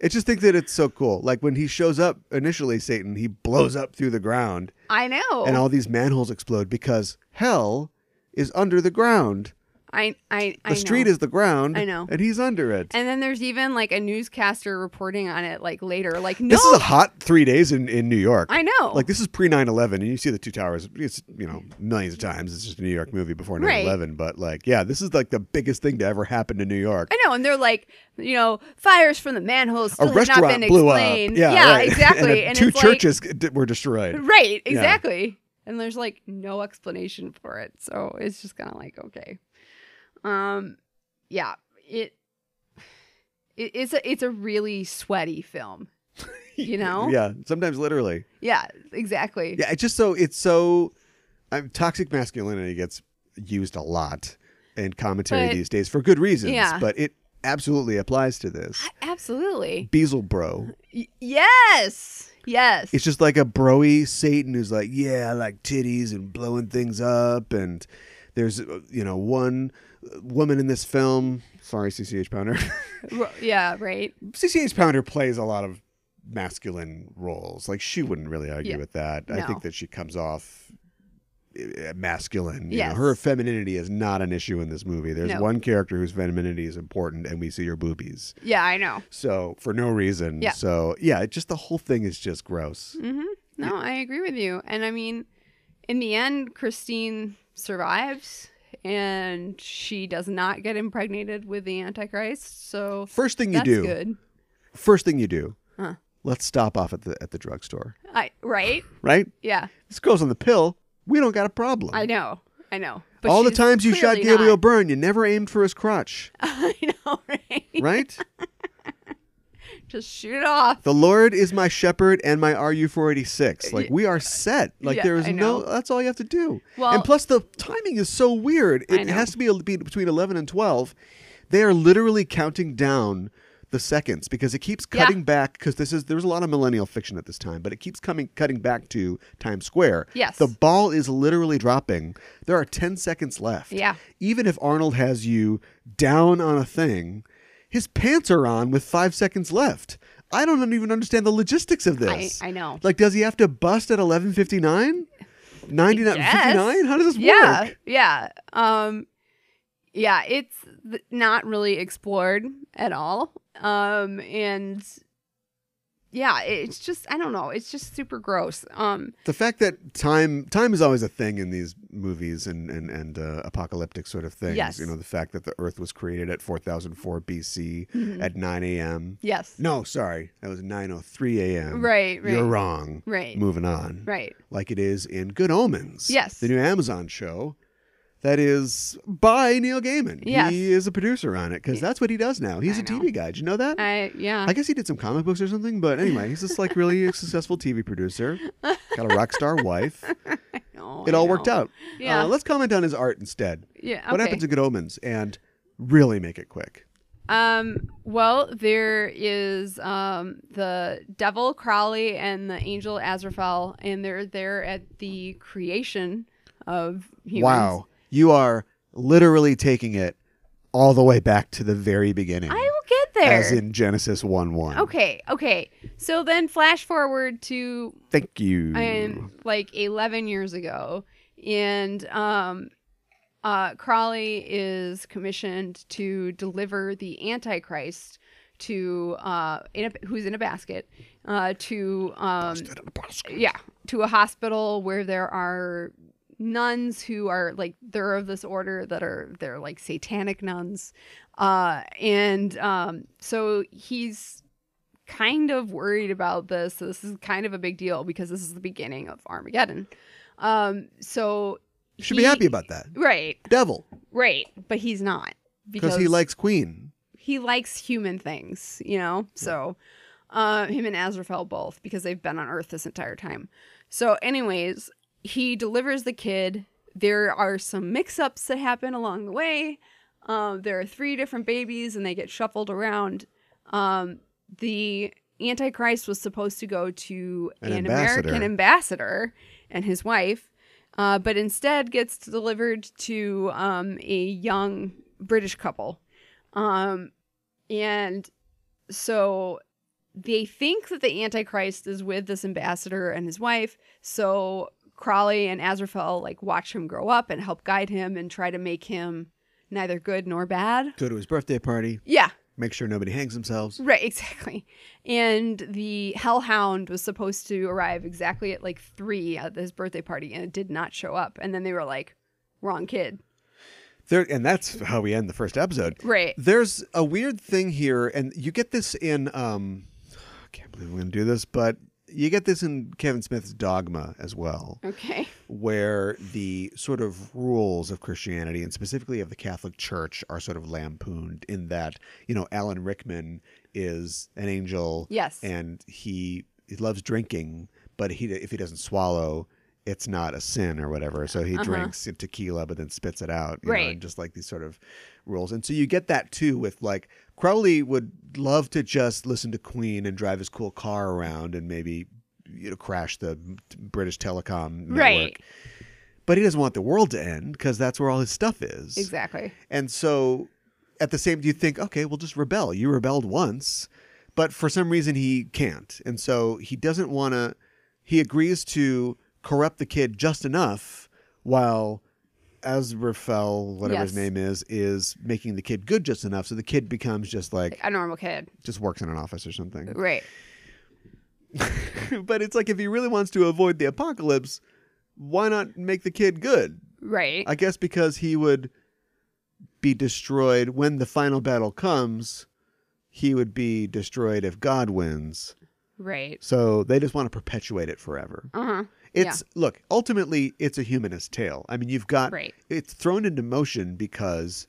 B: I just think that it's so cool. Like when he shows up initially, Satan he blows up through the ground,
A: I know.
B: and all these manholes explode because hell is under the ground.
A: I, I, I
B: The street
A: know.
B: is the ground.
A: I know.
B: and he's under it.
A: And then there's even like a newscaster reporting on it like later. Like, no,
B: This is a hot three days in, in New York.
A: I know.
B: Like this is pre 9/11 and you see the two towers it's you know millions of times it's just a New York movie before 9/11
A: Right.
B: but like yeah this is like the biggest thing to ever happen to New York.
A: I know, and they're like, you know, fires from the manholes still
B: a
A: have
B: restaurant
A: not been
B: blew
A: explained.
B: up. Yeah, right.
A: exactly.
B: and,
A: and
B: uh, two
A: it's like-
B: churches d- were destroyed.
A: right,
B: Yeah.
A: exactly. And there's like no explanation for it, so it's just kind of like okay, um, yeah, it, it it's a it's a really sweaty film, you know.
B: Yeah, sometimes literally.
A: Yeah, exactly.
B: Yeah, it's just so it's so um, toxic masculinity gets used a lot in commentary
A: But-
B: these days for good reasons,
A: Yeah.
B: but it absolutely applies to this.
A: A- Absolutely.
B: Beelzebub bro.
A: Y- yes. Yes.
B: It's just like a broy Satan who's like, yeah, I like titties and blowing things up. And there's, uh, you know, one uh, woman in this film. Sorry, CCH Pounder.
A: Ro- yeah. Right.
B: CCH Pounder plays a lot of masculine roles. Like, she wouldn't really argue
A: Yeah.
B: with that. I
A: No.
B: think that she comes off uh, masculine. You
A: Yes.
B: know, her femininity is not an issue in this movie. There's
A: No.
B: one character whose femininity is important, and we see her boobies.
A: Yeah, I know.
B: So, for no reason.
A: Yeah.
B: So, yeah, it just the whole thing is just gross.
A: hmm No, I agree with you. And I mean, in the end, Christine survives and she does not get impregnated with the Antichrist. So
B: First thing you
A: that's
B: do.
A: good.
B: first thing you do,
A: Huh.
B: let's stop off at the at the drugstore,
A: I right?
B: right?
A: Yeah,
B: This girl's on the pill. We don't got a problem.
A: I know. I know.
B: All the
A: she's
B: times you shot
A: clearly
B: Gabriel
A: not.
B: Byrne, you never aimed for his crotch,
A: I know, right?
B: right?
A: Just shoot it off.
B: the Lord is my shepherd and my RU four eighty six. Like
A: Yeah.
B: we are set. Like
A: Yeah,
B: there is
A: I
B: no.
A: know.
B: That's all you have to do.
A: Well-
B: and plus the timing is so weird.
A: I
B: It
A: know.
B: has to be a- be between eleven and twelve. They are literally counting down the seconds because it keeps
A: Yeah.
B: cutting back because this is there's a lot of millennial fiction at this time but it keeps coming cutting back to times square
A: Yes.
B: the ball is literally dropping there are 10 seconds left
A: Yeah.
B: even if arnold has you down on a thing his pants are on with five seconds left i don't even understand the logistics of
A: I,
B: this
A: I know.
B: like does he have to bust at 11.59 99
A: Yes.
B: 59 how does this
A: yeah,
B: work
A: yeah. Um, yeah, it's th- not really explored at all. Um, and yeah, it's just I don't know. It's just super gross. Um,
B: the fact that time time is always a thing in these movies and and, and uh, apocalyptic sort of things
A: Yes.
B: you know the fact that the earth was created at 4004 bc
A: Mhm.
B: at 9 a.m
A: yes.
B: no sorry that was 903 a.m
A: Right, right.
B: you're wrong
A: Right.
B: moving on
A: Right.
B: like it is in good omens
A: Yes.
B: the new amazon show that is by neil gaiman
A: Yes.
B: he is a producer on it because that's what he does now he's
A: I
B: a
A: know.
B: tv guy did you know that
A: I yeah.
B: I guess he did some comic books or something, but anyway, he's just like really a successful TV producer. Got a rock star wife.
A: know,
B: It
A: Oh, I know.
B: all worked out.
A: Yeah.
B: Uh, let's comment on his art instead.
A: yeah.
B: What
A: okay.
B: happened to Good Omens? And really make it quick.
A: Um, well, there is um, the devil Crowley and the angel Azrael, and they're there at the creation of humans.
B: Wow. You are literally taking it all the way back to the very beginning.
A: I will get there.
B: As in Genesis 1 1.
A: okay, okay. So then, flash forward to
B: Thank you.
A: um, like 11 years ago, and um, uh, Crowley is commissioned to deliver the Antichrist to uh, in a, who's in a basket uh, to um, yeah to a hospital where there are nuns who are like they're of this order that are they're like satanic nuns uh and um so he's kind of worried about this this is kind of a big deal because this is the beginning of armageddon um so
B: Should be
A: he-
B: happy about that.
A: right
B: Devil.
A: right but he's not
B: Because he likes Queen.
A: he likes human things, you know. So, Uh, him and Azrael both because they've been on Earth this entire time. So, anyways, he delivers the kid. There are some mix-ups that happen along the way. Um, there are three different babies, and they get shuffled around. Um, the Antichrist was supposed to go to
B: An
A: an,
B: ambassador.
A: American ambassador and his wife, uh, but instead gets delivered to um, a young British couple. Um, and so they think that the Antichrist is with this ambassador and his wife. So Crawley and Azrael like watch him grow up and help guide him and try to make him neither good nor bad.
B: Go to his birthday party.
A: Yeah,
B: Make sure nobody hangs themselves.
A: right, exactly. And the Hellhound was supposed to arrive exactly at like three at his birthday party and it did not show up. And then they were like, wrong kid.
B: There, and that's how we end the first episode.
A: Right.
B: There's a weird thing here, and you get this in. Um, I can't believe I'm going to do this, but you get this in Kevin Smith's Dogma as well,
A: Okay.
B: where the sort of rules of Christianity and specifically of the Catholic Church are sort of lampooned in that you know Alan Rickman is an angel,
A: Yes.
B: and he he loves drinking, but he if he doesn't swallow. It's not a sin or whatever. So he
A: Uh-huh.
B: drinks tequila, but then spits it out. you know,
A: Right.
B: and just like these sort of rules. And so you get that too with like Crowley would love to just listen to Queen and drive his cool car around and maybe you know crash the British telecom network.
A: Right.
B: But he doesn't want the world to end because that's where all his stuff is.
A: Exactly.
B: And so at the same you think, okay, we'll just rebel. You rebelled once, but for some reason he can't. And so he doesn't want to he agrees to corrupt the kid just enough while Azrafel, whatever his
A: Yes.
B: name is, is making the kid good just enough so the kid becomes just like
A: Like a normal kid.
B: just works in an office or something.
A: Right.
B: but it's like if he really wants to avoid the apocalypse, why not make the kid good?
A: Right.
B: I guess because he would be destroyed when the final battle comes. He would be destroyed if God wins.
A: right.
B: So they just want to perpetuate it forever.
A: Uh huh.
B: It's look, ultimately it's a humanist tale. I mean, you've got
A: Right.
B: it's thrown into motion because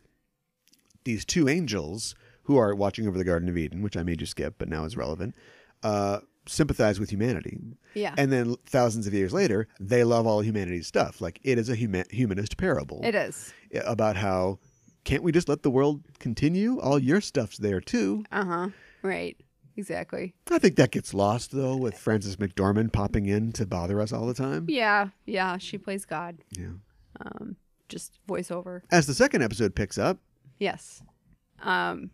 B: these two angels who are watching over the Garden of Eden, which I made you skip, but now is relevant, uh, sympathize with humanity.
A: Yeah.
B: And then thousands of years later, they love all humanity's stuff. Like it is a huma- humanist parable
A: it is.
B: about how can't we just let the world continue? All your stuff's there too.
A: Uh huh. Right. Exactly.
B: I think that gets lost though with Frances McDormand popping in to bother us all the time.
A: Yeah. Yeah. She plays God.
B: Yeah.
A: Um, just voiceover.
B: As the second episode picks up,
A: Yes. Um,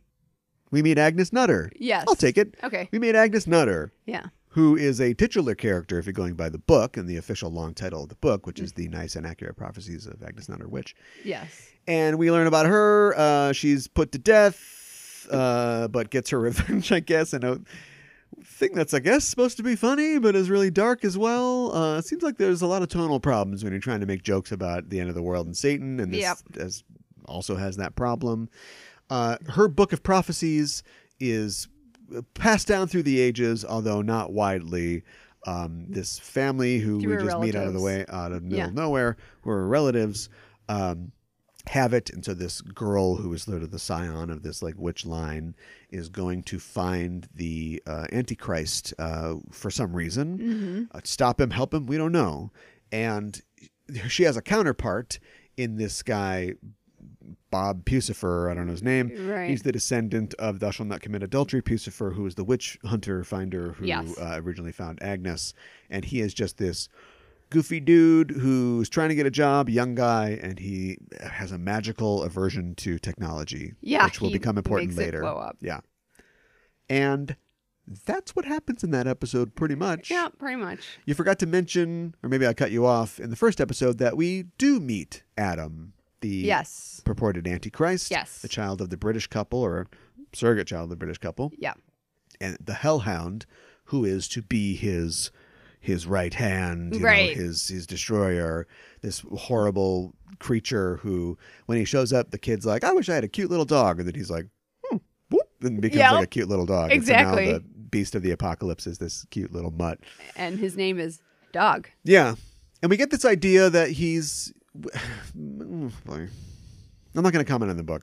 B: we meet Agnes Nutter.
A: yes.
B: I'll take it.
A: Okay.
B: We meet Agnes Nutter,
A: Yeah.
B: who is a titular character if you're going by the book and the official long title of the book,
A: Mm.
B: which is The Nice and Accurate Prophecies of Agnes Nutter Witch.
A: Yes.
B: and we learn about her. Uh, she's put to death, uh, but gets her revenge, I guess. And a thing that's, I guess, supposed to be funny, but is really dark as well. Uh, it seems like there's a lot of tonal problems when you're trying to make jokes about the end of the world and Satan, and this
A: Yep.
B: has- also has that problem. Uh, her book of prophecies is passed down through the ages, although not widely. Um, this family who
A: Through
B: we
A: her
B: just meet out of the
A: relatives.
B: way, out of middle
A: Yeah.
B: of nowhere, who are relatives. Um, have it. And so this girl who is sort of the scion of this like witch line is going to find the uh, Antichrist uh, for some reason,
A: Mm-hmm.
B: uh, stop him, help him. We don't know. And she has a counterpart in this guy, Bob Pucifer. I don't know his name.
A: Right.
B: He's the descendant of Thou Shalt Not Commit Adultery, Pucifer, who is the witch hunter finder who
A: Yes.
B: uh, originally found Agnes. And he is just this goofy dude who's trying to get a job, young guy, and he has a magical aversion to technology,
A: Yeah,
B: which will
A: he
B: become important
A: makes it
B: later.
A: blow up.
B: Yeah. And that's what happens in that episode, pretty much.
A: yeah. Pretty much.
B: You forgot to mention, or maybe I cut you off in the first episode, that we do meet Adam, the
A: Yes.
B: purported Antichrist,
A: Yes.
B: the child of the British couple or surrogate child of the British couple,
A: Yeah.
B: and the Hellhound, who is to be his his right hand, you know,
A: Right.
B: his his destroyer, this horrible creature who, when he shows up, the kid's like, "I wish I had a cute little dog," and then he's like, hmm, "Whoop," and becomes
A: Yeah.
B: like a cute little dog. And so
A: Exactly.
B: now the beast of the apocalypse is this cute little mutt.
A: And his name is Dog.
B: Yeah. And we get this idea that he's. Mm, boy. I'm not going to comment on the book.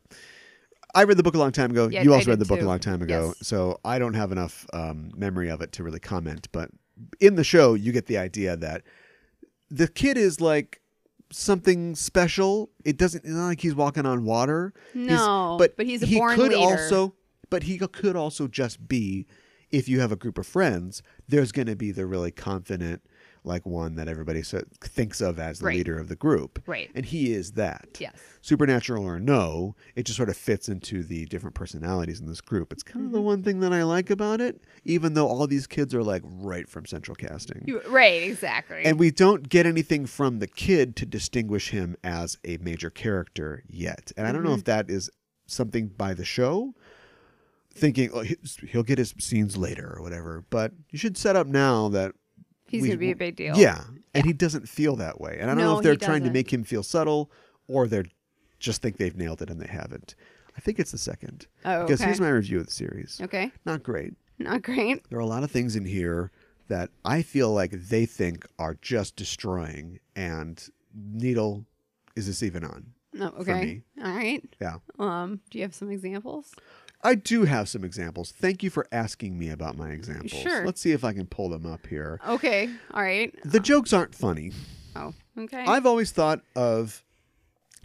B: I read the book a long time ago.
A: Yeah,
B: you
A: I
B: also read
A: did
B: the book
A: too.
B: a long time ago,
A: Yes.
B: so I don't have enough um, memory of it to really comment. But in the show, you get the idea that the kid is like something special. It doesn't it's not like he's walking on water. He's-
A: No, but he's a
B: he
A: born
B: could
A: leader.
B: also, but he could also just be. If you have a group of friends, there's going to be the really confident, like one that everybody so, thinks of as the
A: Right.
B: leader of the group,
A: Right.
B: And he is that
A: Yes.
B: supernatural or no, it just sort of fits into the different personalities in this group. It's kind of
A: Mm-hmm.
B: the one thing that I like about it, even though all these kids are like right from central casting.
A: You- right, exactly.
B: and we don't get anything from the kid to distinguish him as a major character yet. And I don't know if
A: Mm-hmm.
B: that is something by the show, thinking oh, he- he'll get his scenes later or whatever. But you should set up now that
A: he's
B: we-
A: going to be a big deal.
B: yeah. And he doesn't feel that way. And I don't know
A: No,
B: if they're
A: he
B: trying to
A: doesn't.
B: make him feel subtle or they're just think they've nailed it and they haven't. I think it's the second.
A: Oh,
B: Because
A: okay.
B: here's my review of the series.
A: Okay.
B: Not great.
A: Not great.
B: There are a lot of things in here that I feel like they think are just destroying and needle is this even on?
A: No, okay.
B: me.
A: All right.
B: Yeah.
A: Um, do you have some examples?
B: I do have some examples. Thank you for asking me about my examples.
A: Sure.
B: Let's see if I can pull them up here.
A: Okay. All right.
B: The jokes aren't funny.
A: Oh, okay.
B: I've always thought of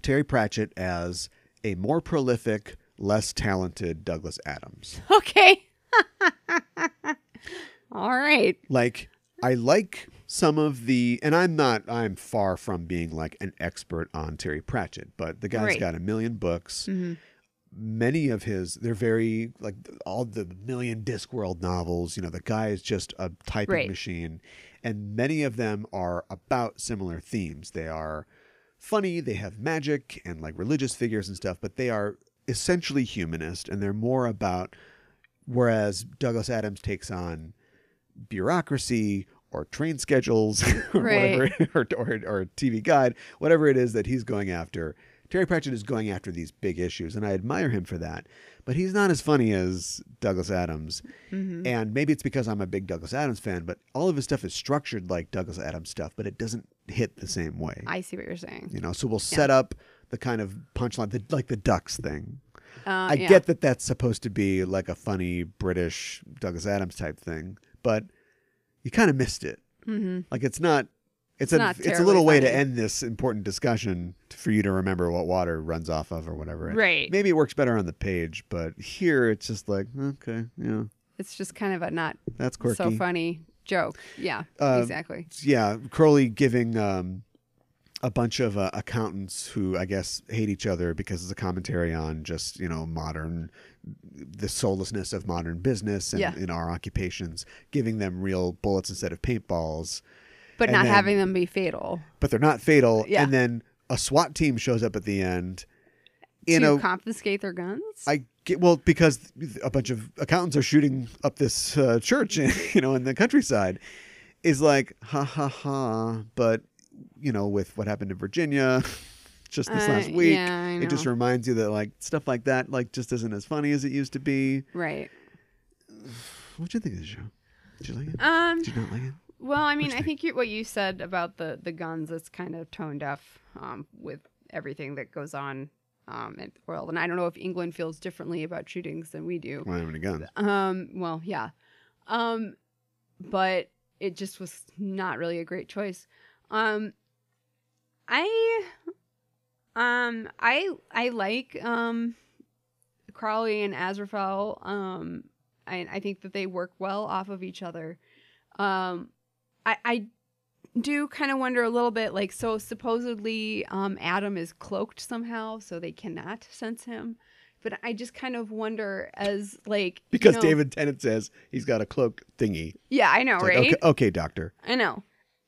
B: Terry Pratchett as a more prolific, less talented Douglas Adams.
A: okay. All right.
B: Like, I like some of the, and I'm not, I'm far from being like an expert on Terry Pratchett, but the guy's
A: Right. Mm-hmm.
B: got a million books. Many of his, they're very like all the million Discworld novels. You know, the guy is just a typing
A: Right.
B: machine, and many of them are about similar themes. They are funny, they have magic and like religious figures and stuff, but they are essentially humanist and they're more about whereas Douglas Adams takes on bureaucracy or train schedules or
A: Right.
B: whatever or, or, or TV guide, whatever it is that he's going after. Terry Pratchett is going after these big issues, and I admire him for that. But he's not as funny as Douglas Adams.
A: Mm-hmm.
B: And maybe it's because I'm a big Douglas Adams fan, but all of his stuff is structured like Douglas Adams stuff, but it doesn't hit the same way
A: I see what you're saying.
B: you know so we'll set up the kind of punchline the, like the ducks thing
A: Uh,
B: i
A: yeah.
B: get that that's supposed to be like a funny british douglas adams type thing but you kind of missed it
A: Mhm.
B: like it's not
A: It's
B: it's, a
A: not
B: it's a little
A: terribly
B: way to
A: funny.
B: end this important discussion t- for you to remember what water runs off of or whatever
A: Right.
B: maybe it works better on the page but here it's just like okay yeah
A: It's just kind of a not
B: that's quirky
A: so funny joke. Yeah.
B: Uh,
A: exactly.
B: yeah, Crowley giving um, a bunch of uh, accountants who I guess hate each other because it's a commentary on just you know modern the soullessness of modern business and
A: Yeah.
B: in our occupations, giving them real bullets instead of paintballs,
A: But
B: and
A: not
B: then-
A: having them be fatal.
B: but they're not fatal.
A: Yeah.
B: And then a SWAT team shows up at the end. In
A: to
B: a,
A: confiscate their guns?
B: I get well because a bunch of accountants are shooting up this uh, church, you know, in the countryside. Is like ha ha ha, but you know, with what happened in Virginia just this
A: Uh,
B: last week,
A: yeah, I
B: it just
A: know.
B: reminds you that like stuff like that like just isn't as funny as it used to be.
A: right.
B: What do you think of the show? Did you like it?
A: Um,
B: Did you not like it?
A: Well, I mean,
B: you
A: I think you, what you said about the the guns is kind of tone deaf um, with everything that goes on um, in the world, and I don't know if England feels differently about shootings than we do.
B: Well, I haven't gone.
A: Um, well, yeah, um, but it just was not really a great choice. Um, I, um, I I like um, Crowley and Azrael. Um, I, I think that they work well off of each other. Um, I I do kind of wonder a little bit, like so supposedly um Adam is cloaked somehow, so they cannot sense him. But I just kind of wonder as like you
B: Because
A: know-
B: David Tennant says he's got a cloak thingy.
A: yeah, I know,
B: It's like,
A: right?
B: okay, okay, doctor.
A: I know.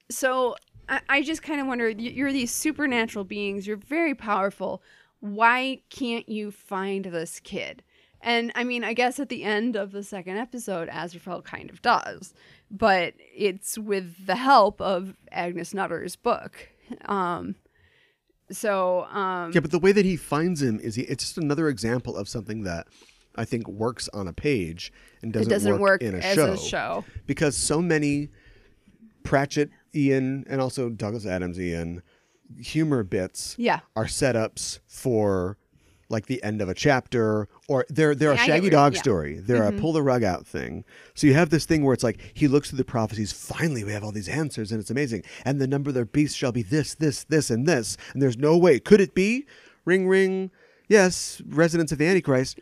A: So I, I just kind of wonder y- you're these supernatural beings, you're very powerful. Why can't you find this kid? And I mean, I guess at the end of the second episode, Azrael kind of does, but it's with the help of Agnes Nutter's book. Um, so, um,
B: Yeah, but the way that he finds him is he, it's just another example of something that I think works on a page and
A: it
B: doesn't,
A: doesn't work,
B: in a
A: as
B: show,
A: a show.
B: because so many Pratchett Ian and also Douglas Adams Ian humor bits
A: Yeah.
B: are setups for like the end of a chapter or they're they're a
A: Yeah, I get
B: shaggy
A: where-
B: dog
A: yeah. Mm-hmm.
B: story they're a pull the rug out thing so you have this thing where it's like he looks through the prophecies finally we have all these answers and it's amazing and the number of their beasts shall be this this this and this and there's no way could it be ring ring yes residents of the antichrist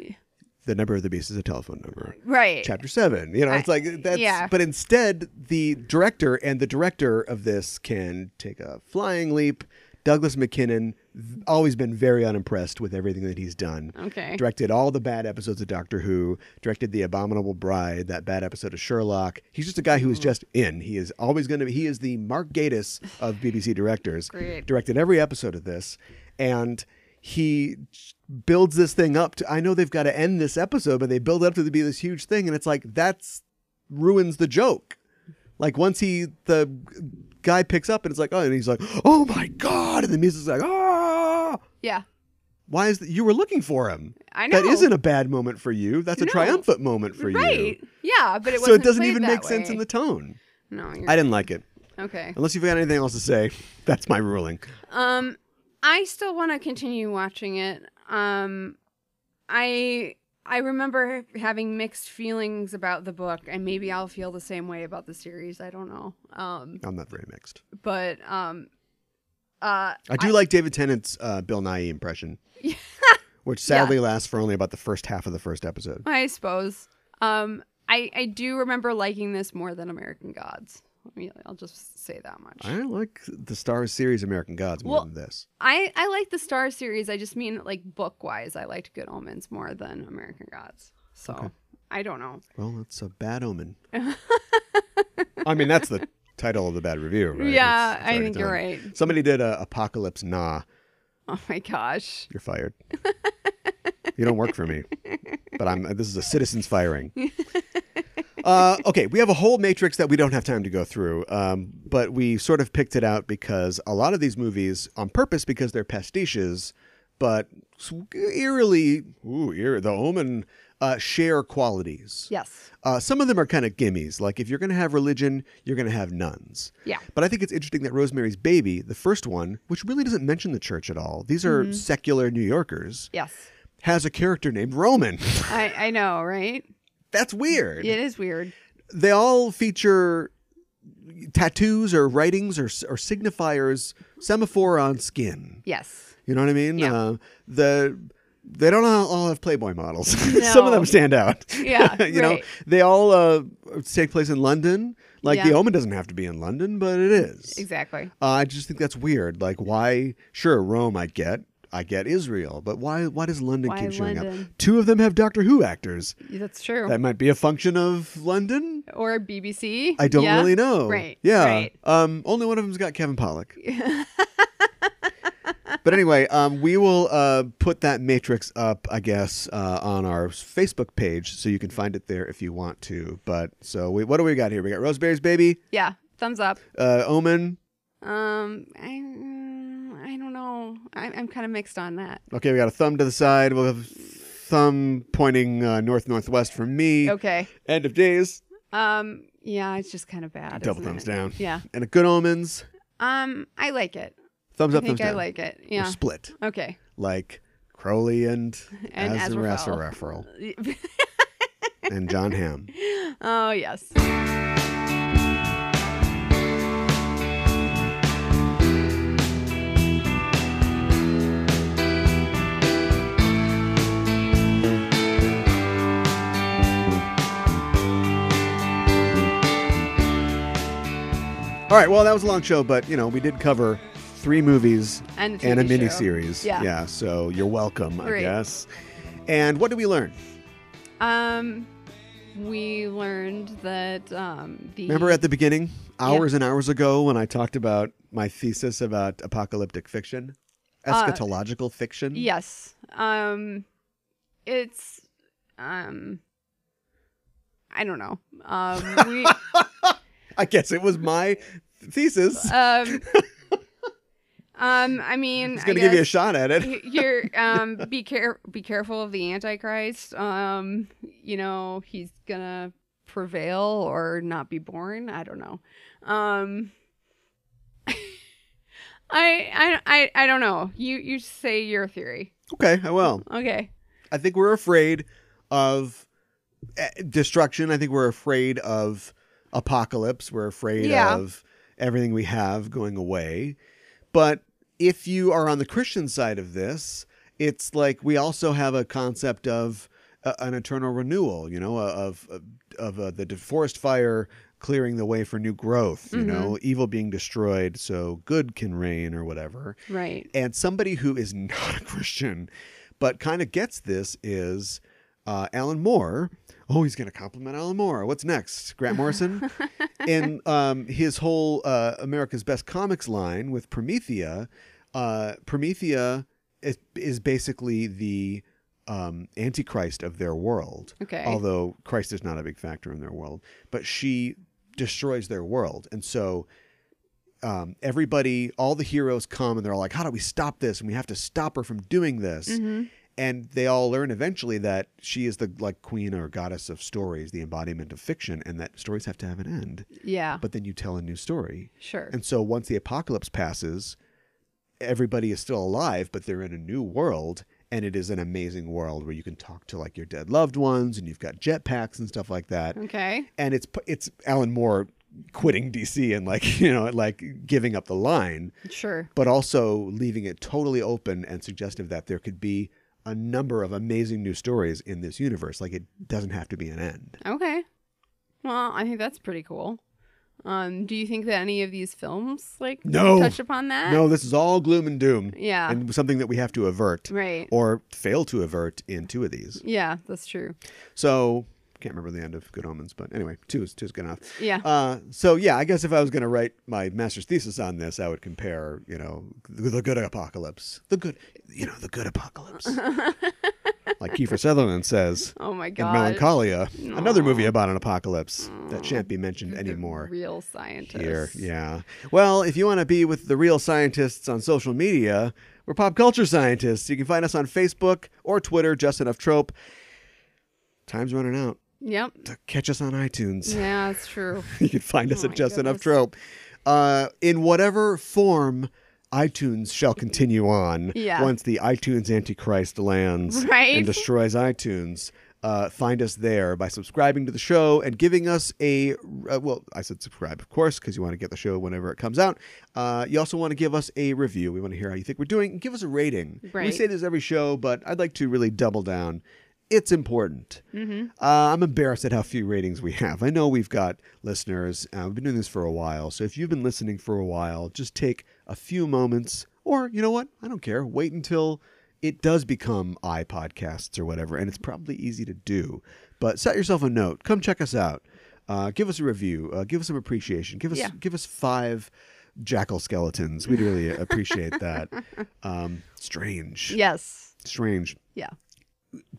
B: the number of the beast is a telephone number
A: Right.
B: chapter seven. You know, it's like uh, that's.
A: yeah.
B: But instead, the director and the director of this can take a flying leap. Douglas McKinnon, th- always been very unimpressed with everything that he's done.
A: Okay.
B: Directed all the bad episodes of Doctor Who. Directed the Abominable Bride, that bad episode of Sherlock. He's just a guy who is just in. He is always going to. be. He is the Mark Gatiss of BBC directors.
A: Great.
B: Directed every episode of this, and he builds this thing up to. I know they've got to end this episode, but they build it up to be this huge thing, and it's like that's ruins the joke. Like once he the guy picks up and it's like oh, and he's like oh my god, and the music's like ah.
A: yeah.
B: Why is that? You were looking for him.
A: I
B: That
A: know.
B: isn't a bad moment for you. That's a
A: No.
B: triumphant moment for you.
A: Right. Yeah, but it
B: so
A: wasn't
B: it doesn't
A: played
B: even
A: that
B: make sense in
A: way.
B: the tone.
A: No,
B: I
A: you're
B: didn't like it.
A: okay.
B: Unless you've got anything else to say, that's my ruling.
A: Um, I still want to continue watching it. Um, I I remember having mixed feelings about the book, and maybe I'll feel the same way about the series. I don't know. Um,
B: I'm not very mixed.
A: but um, uh,
B: I do like David Tennant's uh, Bill Nye impression, which sadly lasts for only about the first half of the first episode.
A: I suppose. Um, I I do remember liking this more than American Gods. I mean, I'll just say that much.
B: I like the Star series American Gods more
A: Well-
B: than this.
A: I I like the Star series. I just mean like book wise, I liked Good Omens more than American Gods. So I don't know.
B: Well, that's a bad omen. I mean, that's the title of the bad review, right?
A: Yeah,
B: It's-
A: I
B: it's already
A: think you're
B: done.
A: right.
B: Somebody did a Apocalypse Nah.
A: Oh my gosh.
B: You're fired. you don't work for me, but I'm. This is a citizen's firing. Uh, okay, we have a whole matrix that we don't have time to go through, um, but we sort of picked it out because a lot of these movies, on purpose, because they're pastiches, but s- eerily, ooh, eer, the Omen, uh, share qualities.
A: Yes.
B: Uh, some of them are kind of gimmies. Like if you're going to have religion, you're going to have nuns.
A: Yeah.
B: But I think it's interesting that Rosemary's Baby, the first one, which really doesn't mention the church at all, these are
A: Mm-hmm.
B: secular New Yorkers,
A: Yes.
B: has a character named Roman.
A: I, I know, right?
B: That's weird.
A: It is weird.
B: They all feature tattoos or writings or, or signifiers, semaphore on skin.
A: Yes.
B: You know what I mean?
A: Yeah.
B: Uh, the they don't all all have Playboy models. Some of
A: No.
B: them stand out.
A: Yeah,
B: you know,
A: right.
B: they all uh, take place in London. Like the
A: Yeah.
B: Omen doesn't have to be in London, but it is.
A: Exactly.
B: Uh, I just think that's weird. Like, why? Sure, Rome, I get. I get Israel, but why? Why does London
A: Why
B: keep showing
A: London?
B: up? Two of them have Doctor Who actors.
A: That's true.
B: That might be a function of London.
A: or BBC.
B: I don't
A: Yeah.
B: really know.
A: Right,
B: Yeah.
A: right.
B: Um, only one of them's got Kevin Pollock. but anyway, um, we will uh, put that matrix up, I guess, uh, on our Facebook page, so you can find it there if you want to. But so, we, what do we got here? We got Rosemary's Baby,
A: Yeah. Thumbs up.
B: uh, Omen.
A: Um, I, mm, I don't know. I, I'm kind of mixed on that.
B: Okay, we got a thumb to the side. We'll have thumb pointing uh, north northwest from me.
A: Okay.
B: End of days.
A: Um, yeah, it's just kind of bad.
B: Double
A: isn't
B: thumbs
A: it?
B: down.
A: Yeah.
B: And a good omens.
A: Um, I like it.
B: Thumbs
A: I
B: up,
A: think
B: thumbs
A: I
B: down.
A: like it.
B: We're
A: Yeah.
B: split.
A: Okay.
B: like Crowley and,
A: And Aziraphale.
B: Aziraphale and John Hamm.
A: oh, yes.
B: All right, well, that was a long show, but you know we did cover three movies
A: And a
B: and a
A: TV show.
B: mini series.
A: Yeah.
B: so you're welcome, I
A: Great.
B: guess. And what did we learn?
A: Um, we learned that um, the
B: Remember at the beginning, hours and hours ago, when I talked about my thesis about apocalyptic fiction,
A: Uh,
B: eschatological fiction.
A: yes, um, it's um, I don't know. Um, we
B: I guess it was my thesis.
A: um, um, I mean,
B: It's going to give you a shot at it.
A: y- you're um be care be careful of the antichrist um you know he's gonna prevail or not be born i don't know um I, I i i don't know you you say your theory
B: Okay, I will.
A: Okay.
B: I think we're afraid of eh, destruction. I think we're afraid of apocalypse. We're afraid
A: Yeah.
B: of everything we have going away. But if you are on the Christian side of this, it's like we also have a concept of a, an eternal renewal, you know, a- of of, of uh, the de- forest fire clearing the way for new growth, you
A: Mhm.
B: know, evil being destroyed so good can reign or whatever.
A: Right.
B: And somebody who is not a Christian, but kind of gets this is uh, Alan Moore. Oh, he's going to compliment Alan Moore. What's next? Grant Morrison? and um, his whole uh, America's Best Comics line with Promethea. Uh, Promethea is, is basically the um, Antichrist of their world
A: Okay.
B: although Christ is not a big factor in their world, but she destroys their world. And so um, everybody, all the heroes come and they're all like, how do we stop this? And we have to stop her from doing this.
A: hmm
B: And they all learn eventually that she is the like queen or goddess of stories, the embodiment of fiction, and that stories have to have an end.
A: Yeah.
B: But then you tell a new story.
A: sure.
B: And so once the apocalypse passes, everybody is still alive, but they're in a new world. And it is an amazing world where you can talk to like your dead loved ones and you've got jetpacks and stuff like that.
A: Okay.
B: And it's it's Alan Moore quitting DC and like, you know, like giving up the line,
A: Sure.
B: but also leaving it totally open and suggestive that there could be a number of amazing new stories in this universe. Like it doesn't have to be an end.
A: Okay. Well, I think that's pretty cool. Um, do you think that any of these films like
B: No.
A: touch upon that?
B: No, this is all gloom and doom.
A: Yeah.
B: And something that we have to avert
A: right.
B: or fail to avert in two of these.
A: yeah, that's true.
B: So can't remember the end of Good Omens, but anyway, two is two is good enough.
A: Yeah.
B: Uh, so yeah, I guess if I was going to write my master's thesis on this, I would compare, you know, the, the good apocalypse, the good, you know, the good apocalypse, like Kiefer Sutherland says
A: oh my
B: in
A: god.
B: Melancholia, another movie about an apocalypse that shan't be mentioned
A: The
B: anymore.
A: Real scientists.
B: Here, yeah. Well, if you want to be with the real scientists on social media, we're pop culture scientists. You can find us on Facebook or Twitter, just enough trope. Time's running out
A: Yep.
B: to catch us on iTunes.
A: Yeah, that's true.
B: you can find us
A: Oh
B: at
A: my
B: Just Enough
A: goodness.
B: Trope. Uh, in whatever form, iTunes shall continue on
A: Yeah.
B: once the iTunes Antichrist lands
A: Right?
B: and destroys iTunes. Uh, find us there by subscribing to the show and giving us a uh, well i said subscribe of course because you want to get the show whenever it comes out uh, you also want to give us a review we want to hear how you think we're doing give us a rating we
A: Right.
B: say this every show but i'd like to really double down it's important
A: Mm-hmm.
B: uh, I'm embarrassed at how few ratings we have. I know we've got listeners. Uh, we've been doing this for a while. So if you've been listening for a while, just take a few moments, or you know what? I don't care. Wait until it does become iPodcasts or whatever. And it's probably easy to do. But set yourself a note. Come check us out. Uh, give us a review. Uh, give us some appreciation. Give us
A: Yeah.
B: give us five jackal skeletons. We'd really appreciate that. Um, strange.
A: Yes.
B: Strange.
A: Yeah.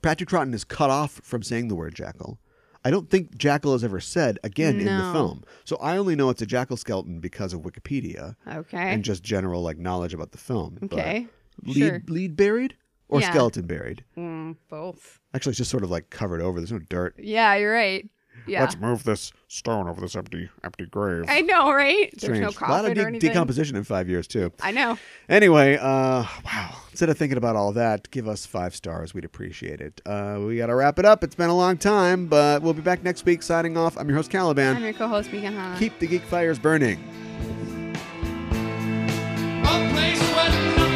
B: Patrick Troughton is cut off from saying the word jackal. I don't think jackal is ever said again in the
A: No.
B: film. So I only know it's a jackal skeleton because of Wikipedia
A: Okay.
B: and just general like knowledge about the film. But
A: okay.
B: Lead,
A: sure.
B: lead buried or
A: Yeah.
B: skeleton buried?
A: Mm, both.
B: Actually, it's just sort of like covered over. There's no dirt.
A: Yeah, you're right. Yeah.
C: Let's move this stone over this empty, empty grave.
A: I know, right? There's
B: Strange.
A: no
B: a lot
A: coffin
B: of
A: or
B: de-
A: anything.
B: decomposition in five years too.
A: I know.
B: Anyway, uh, wow. Instead of thinking about all that, give us five stars. We'd appreciate it. Uh, we got to wrap it up. It's been a long time, but we'll be back next week. Signing off. I'm your host Caliban.
A: I'm your co-host Megan Hanna.
B: keep the geek fires burning.
D: A place where nothing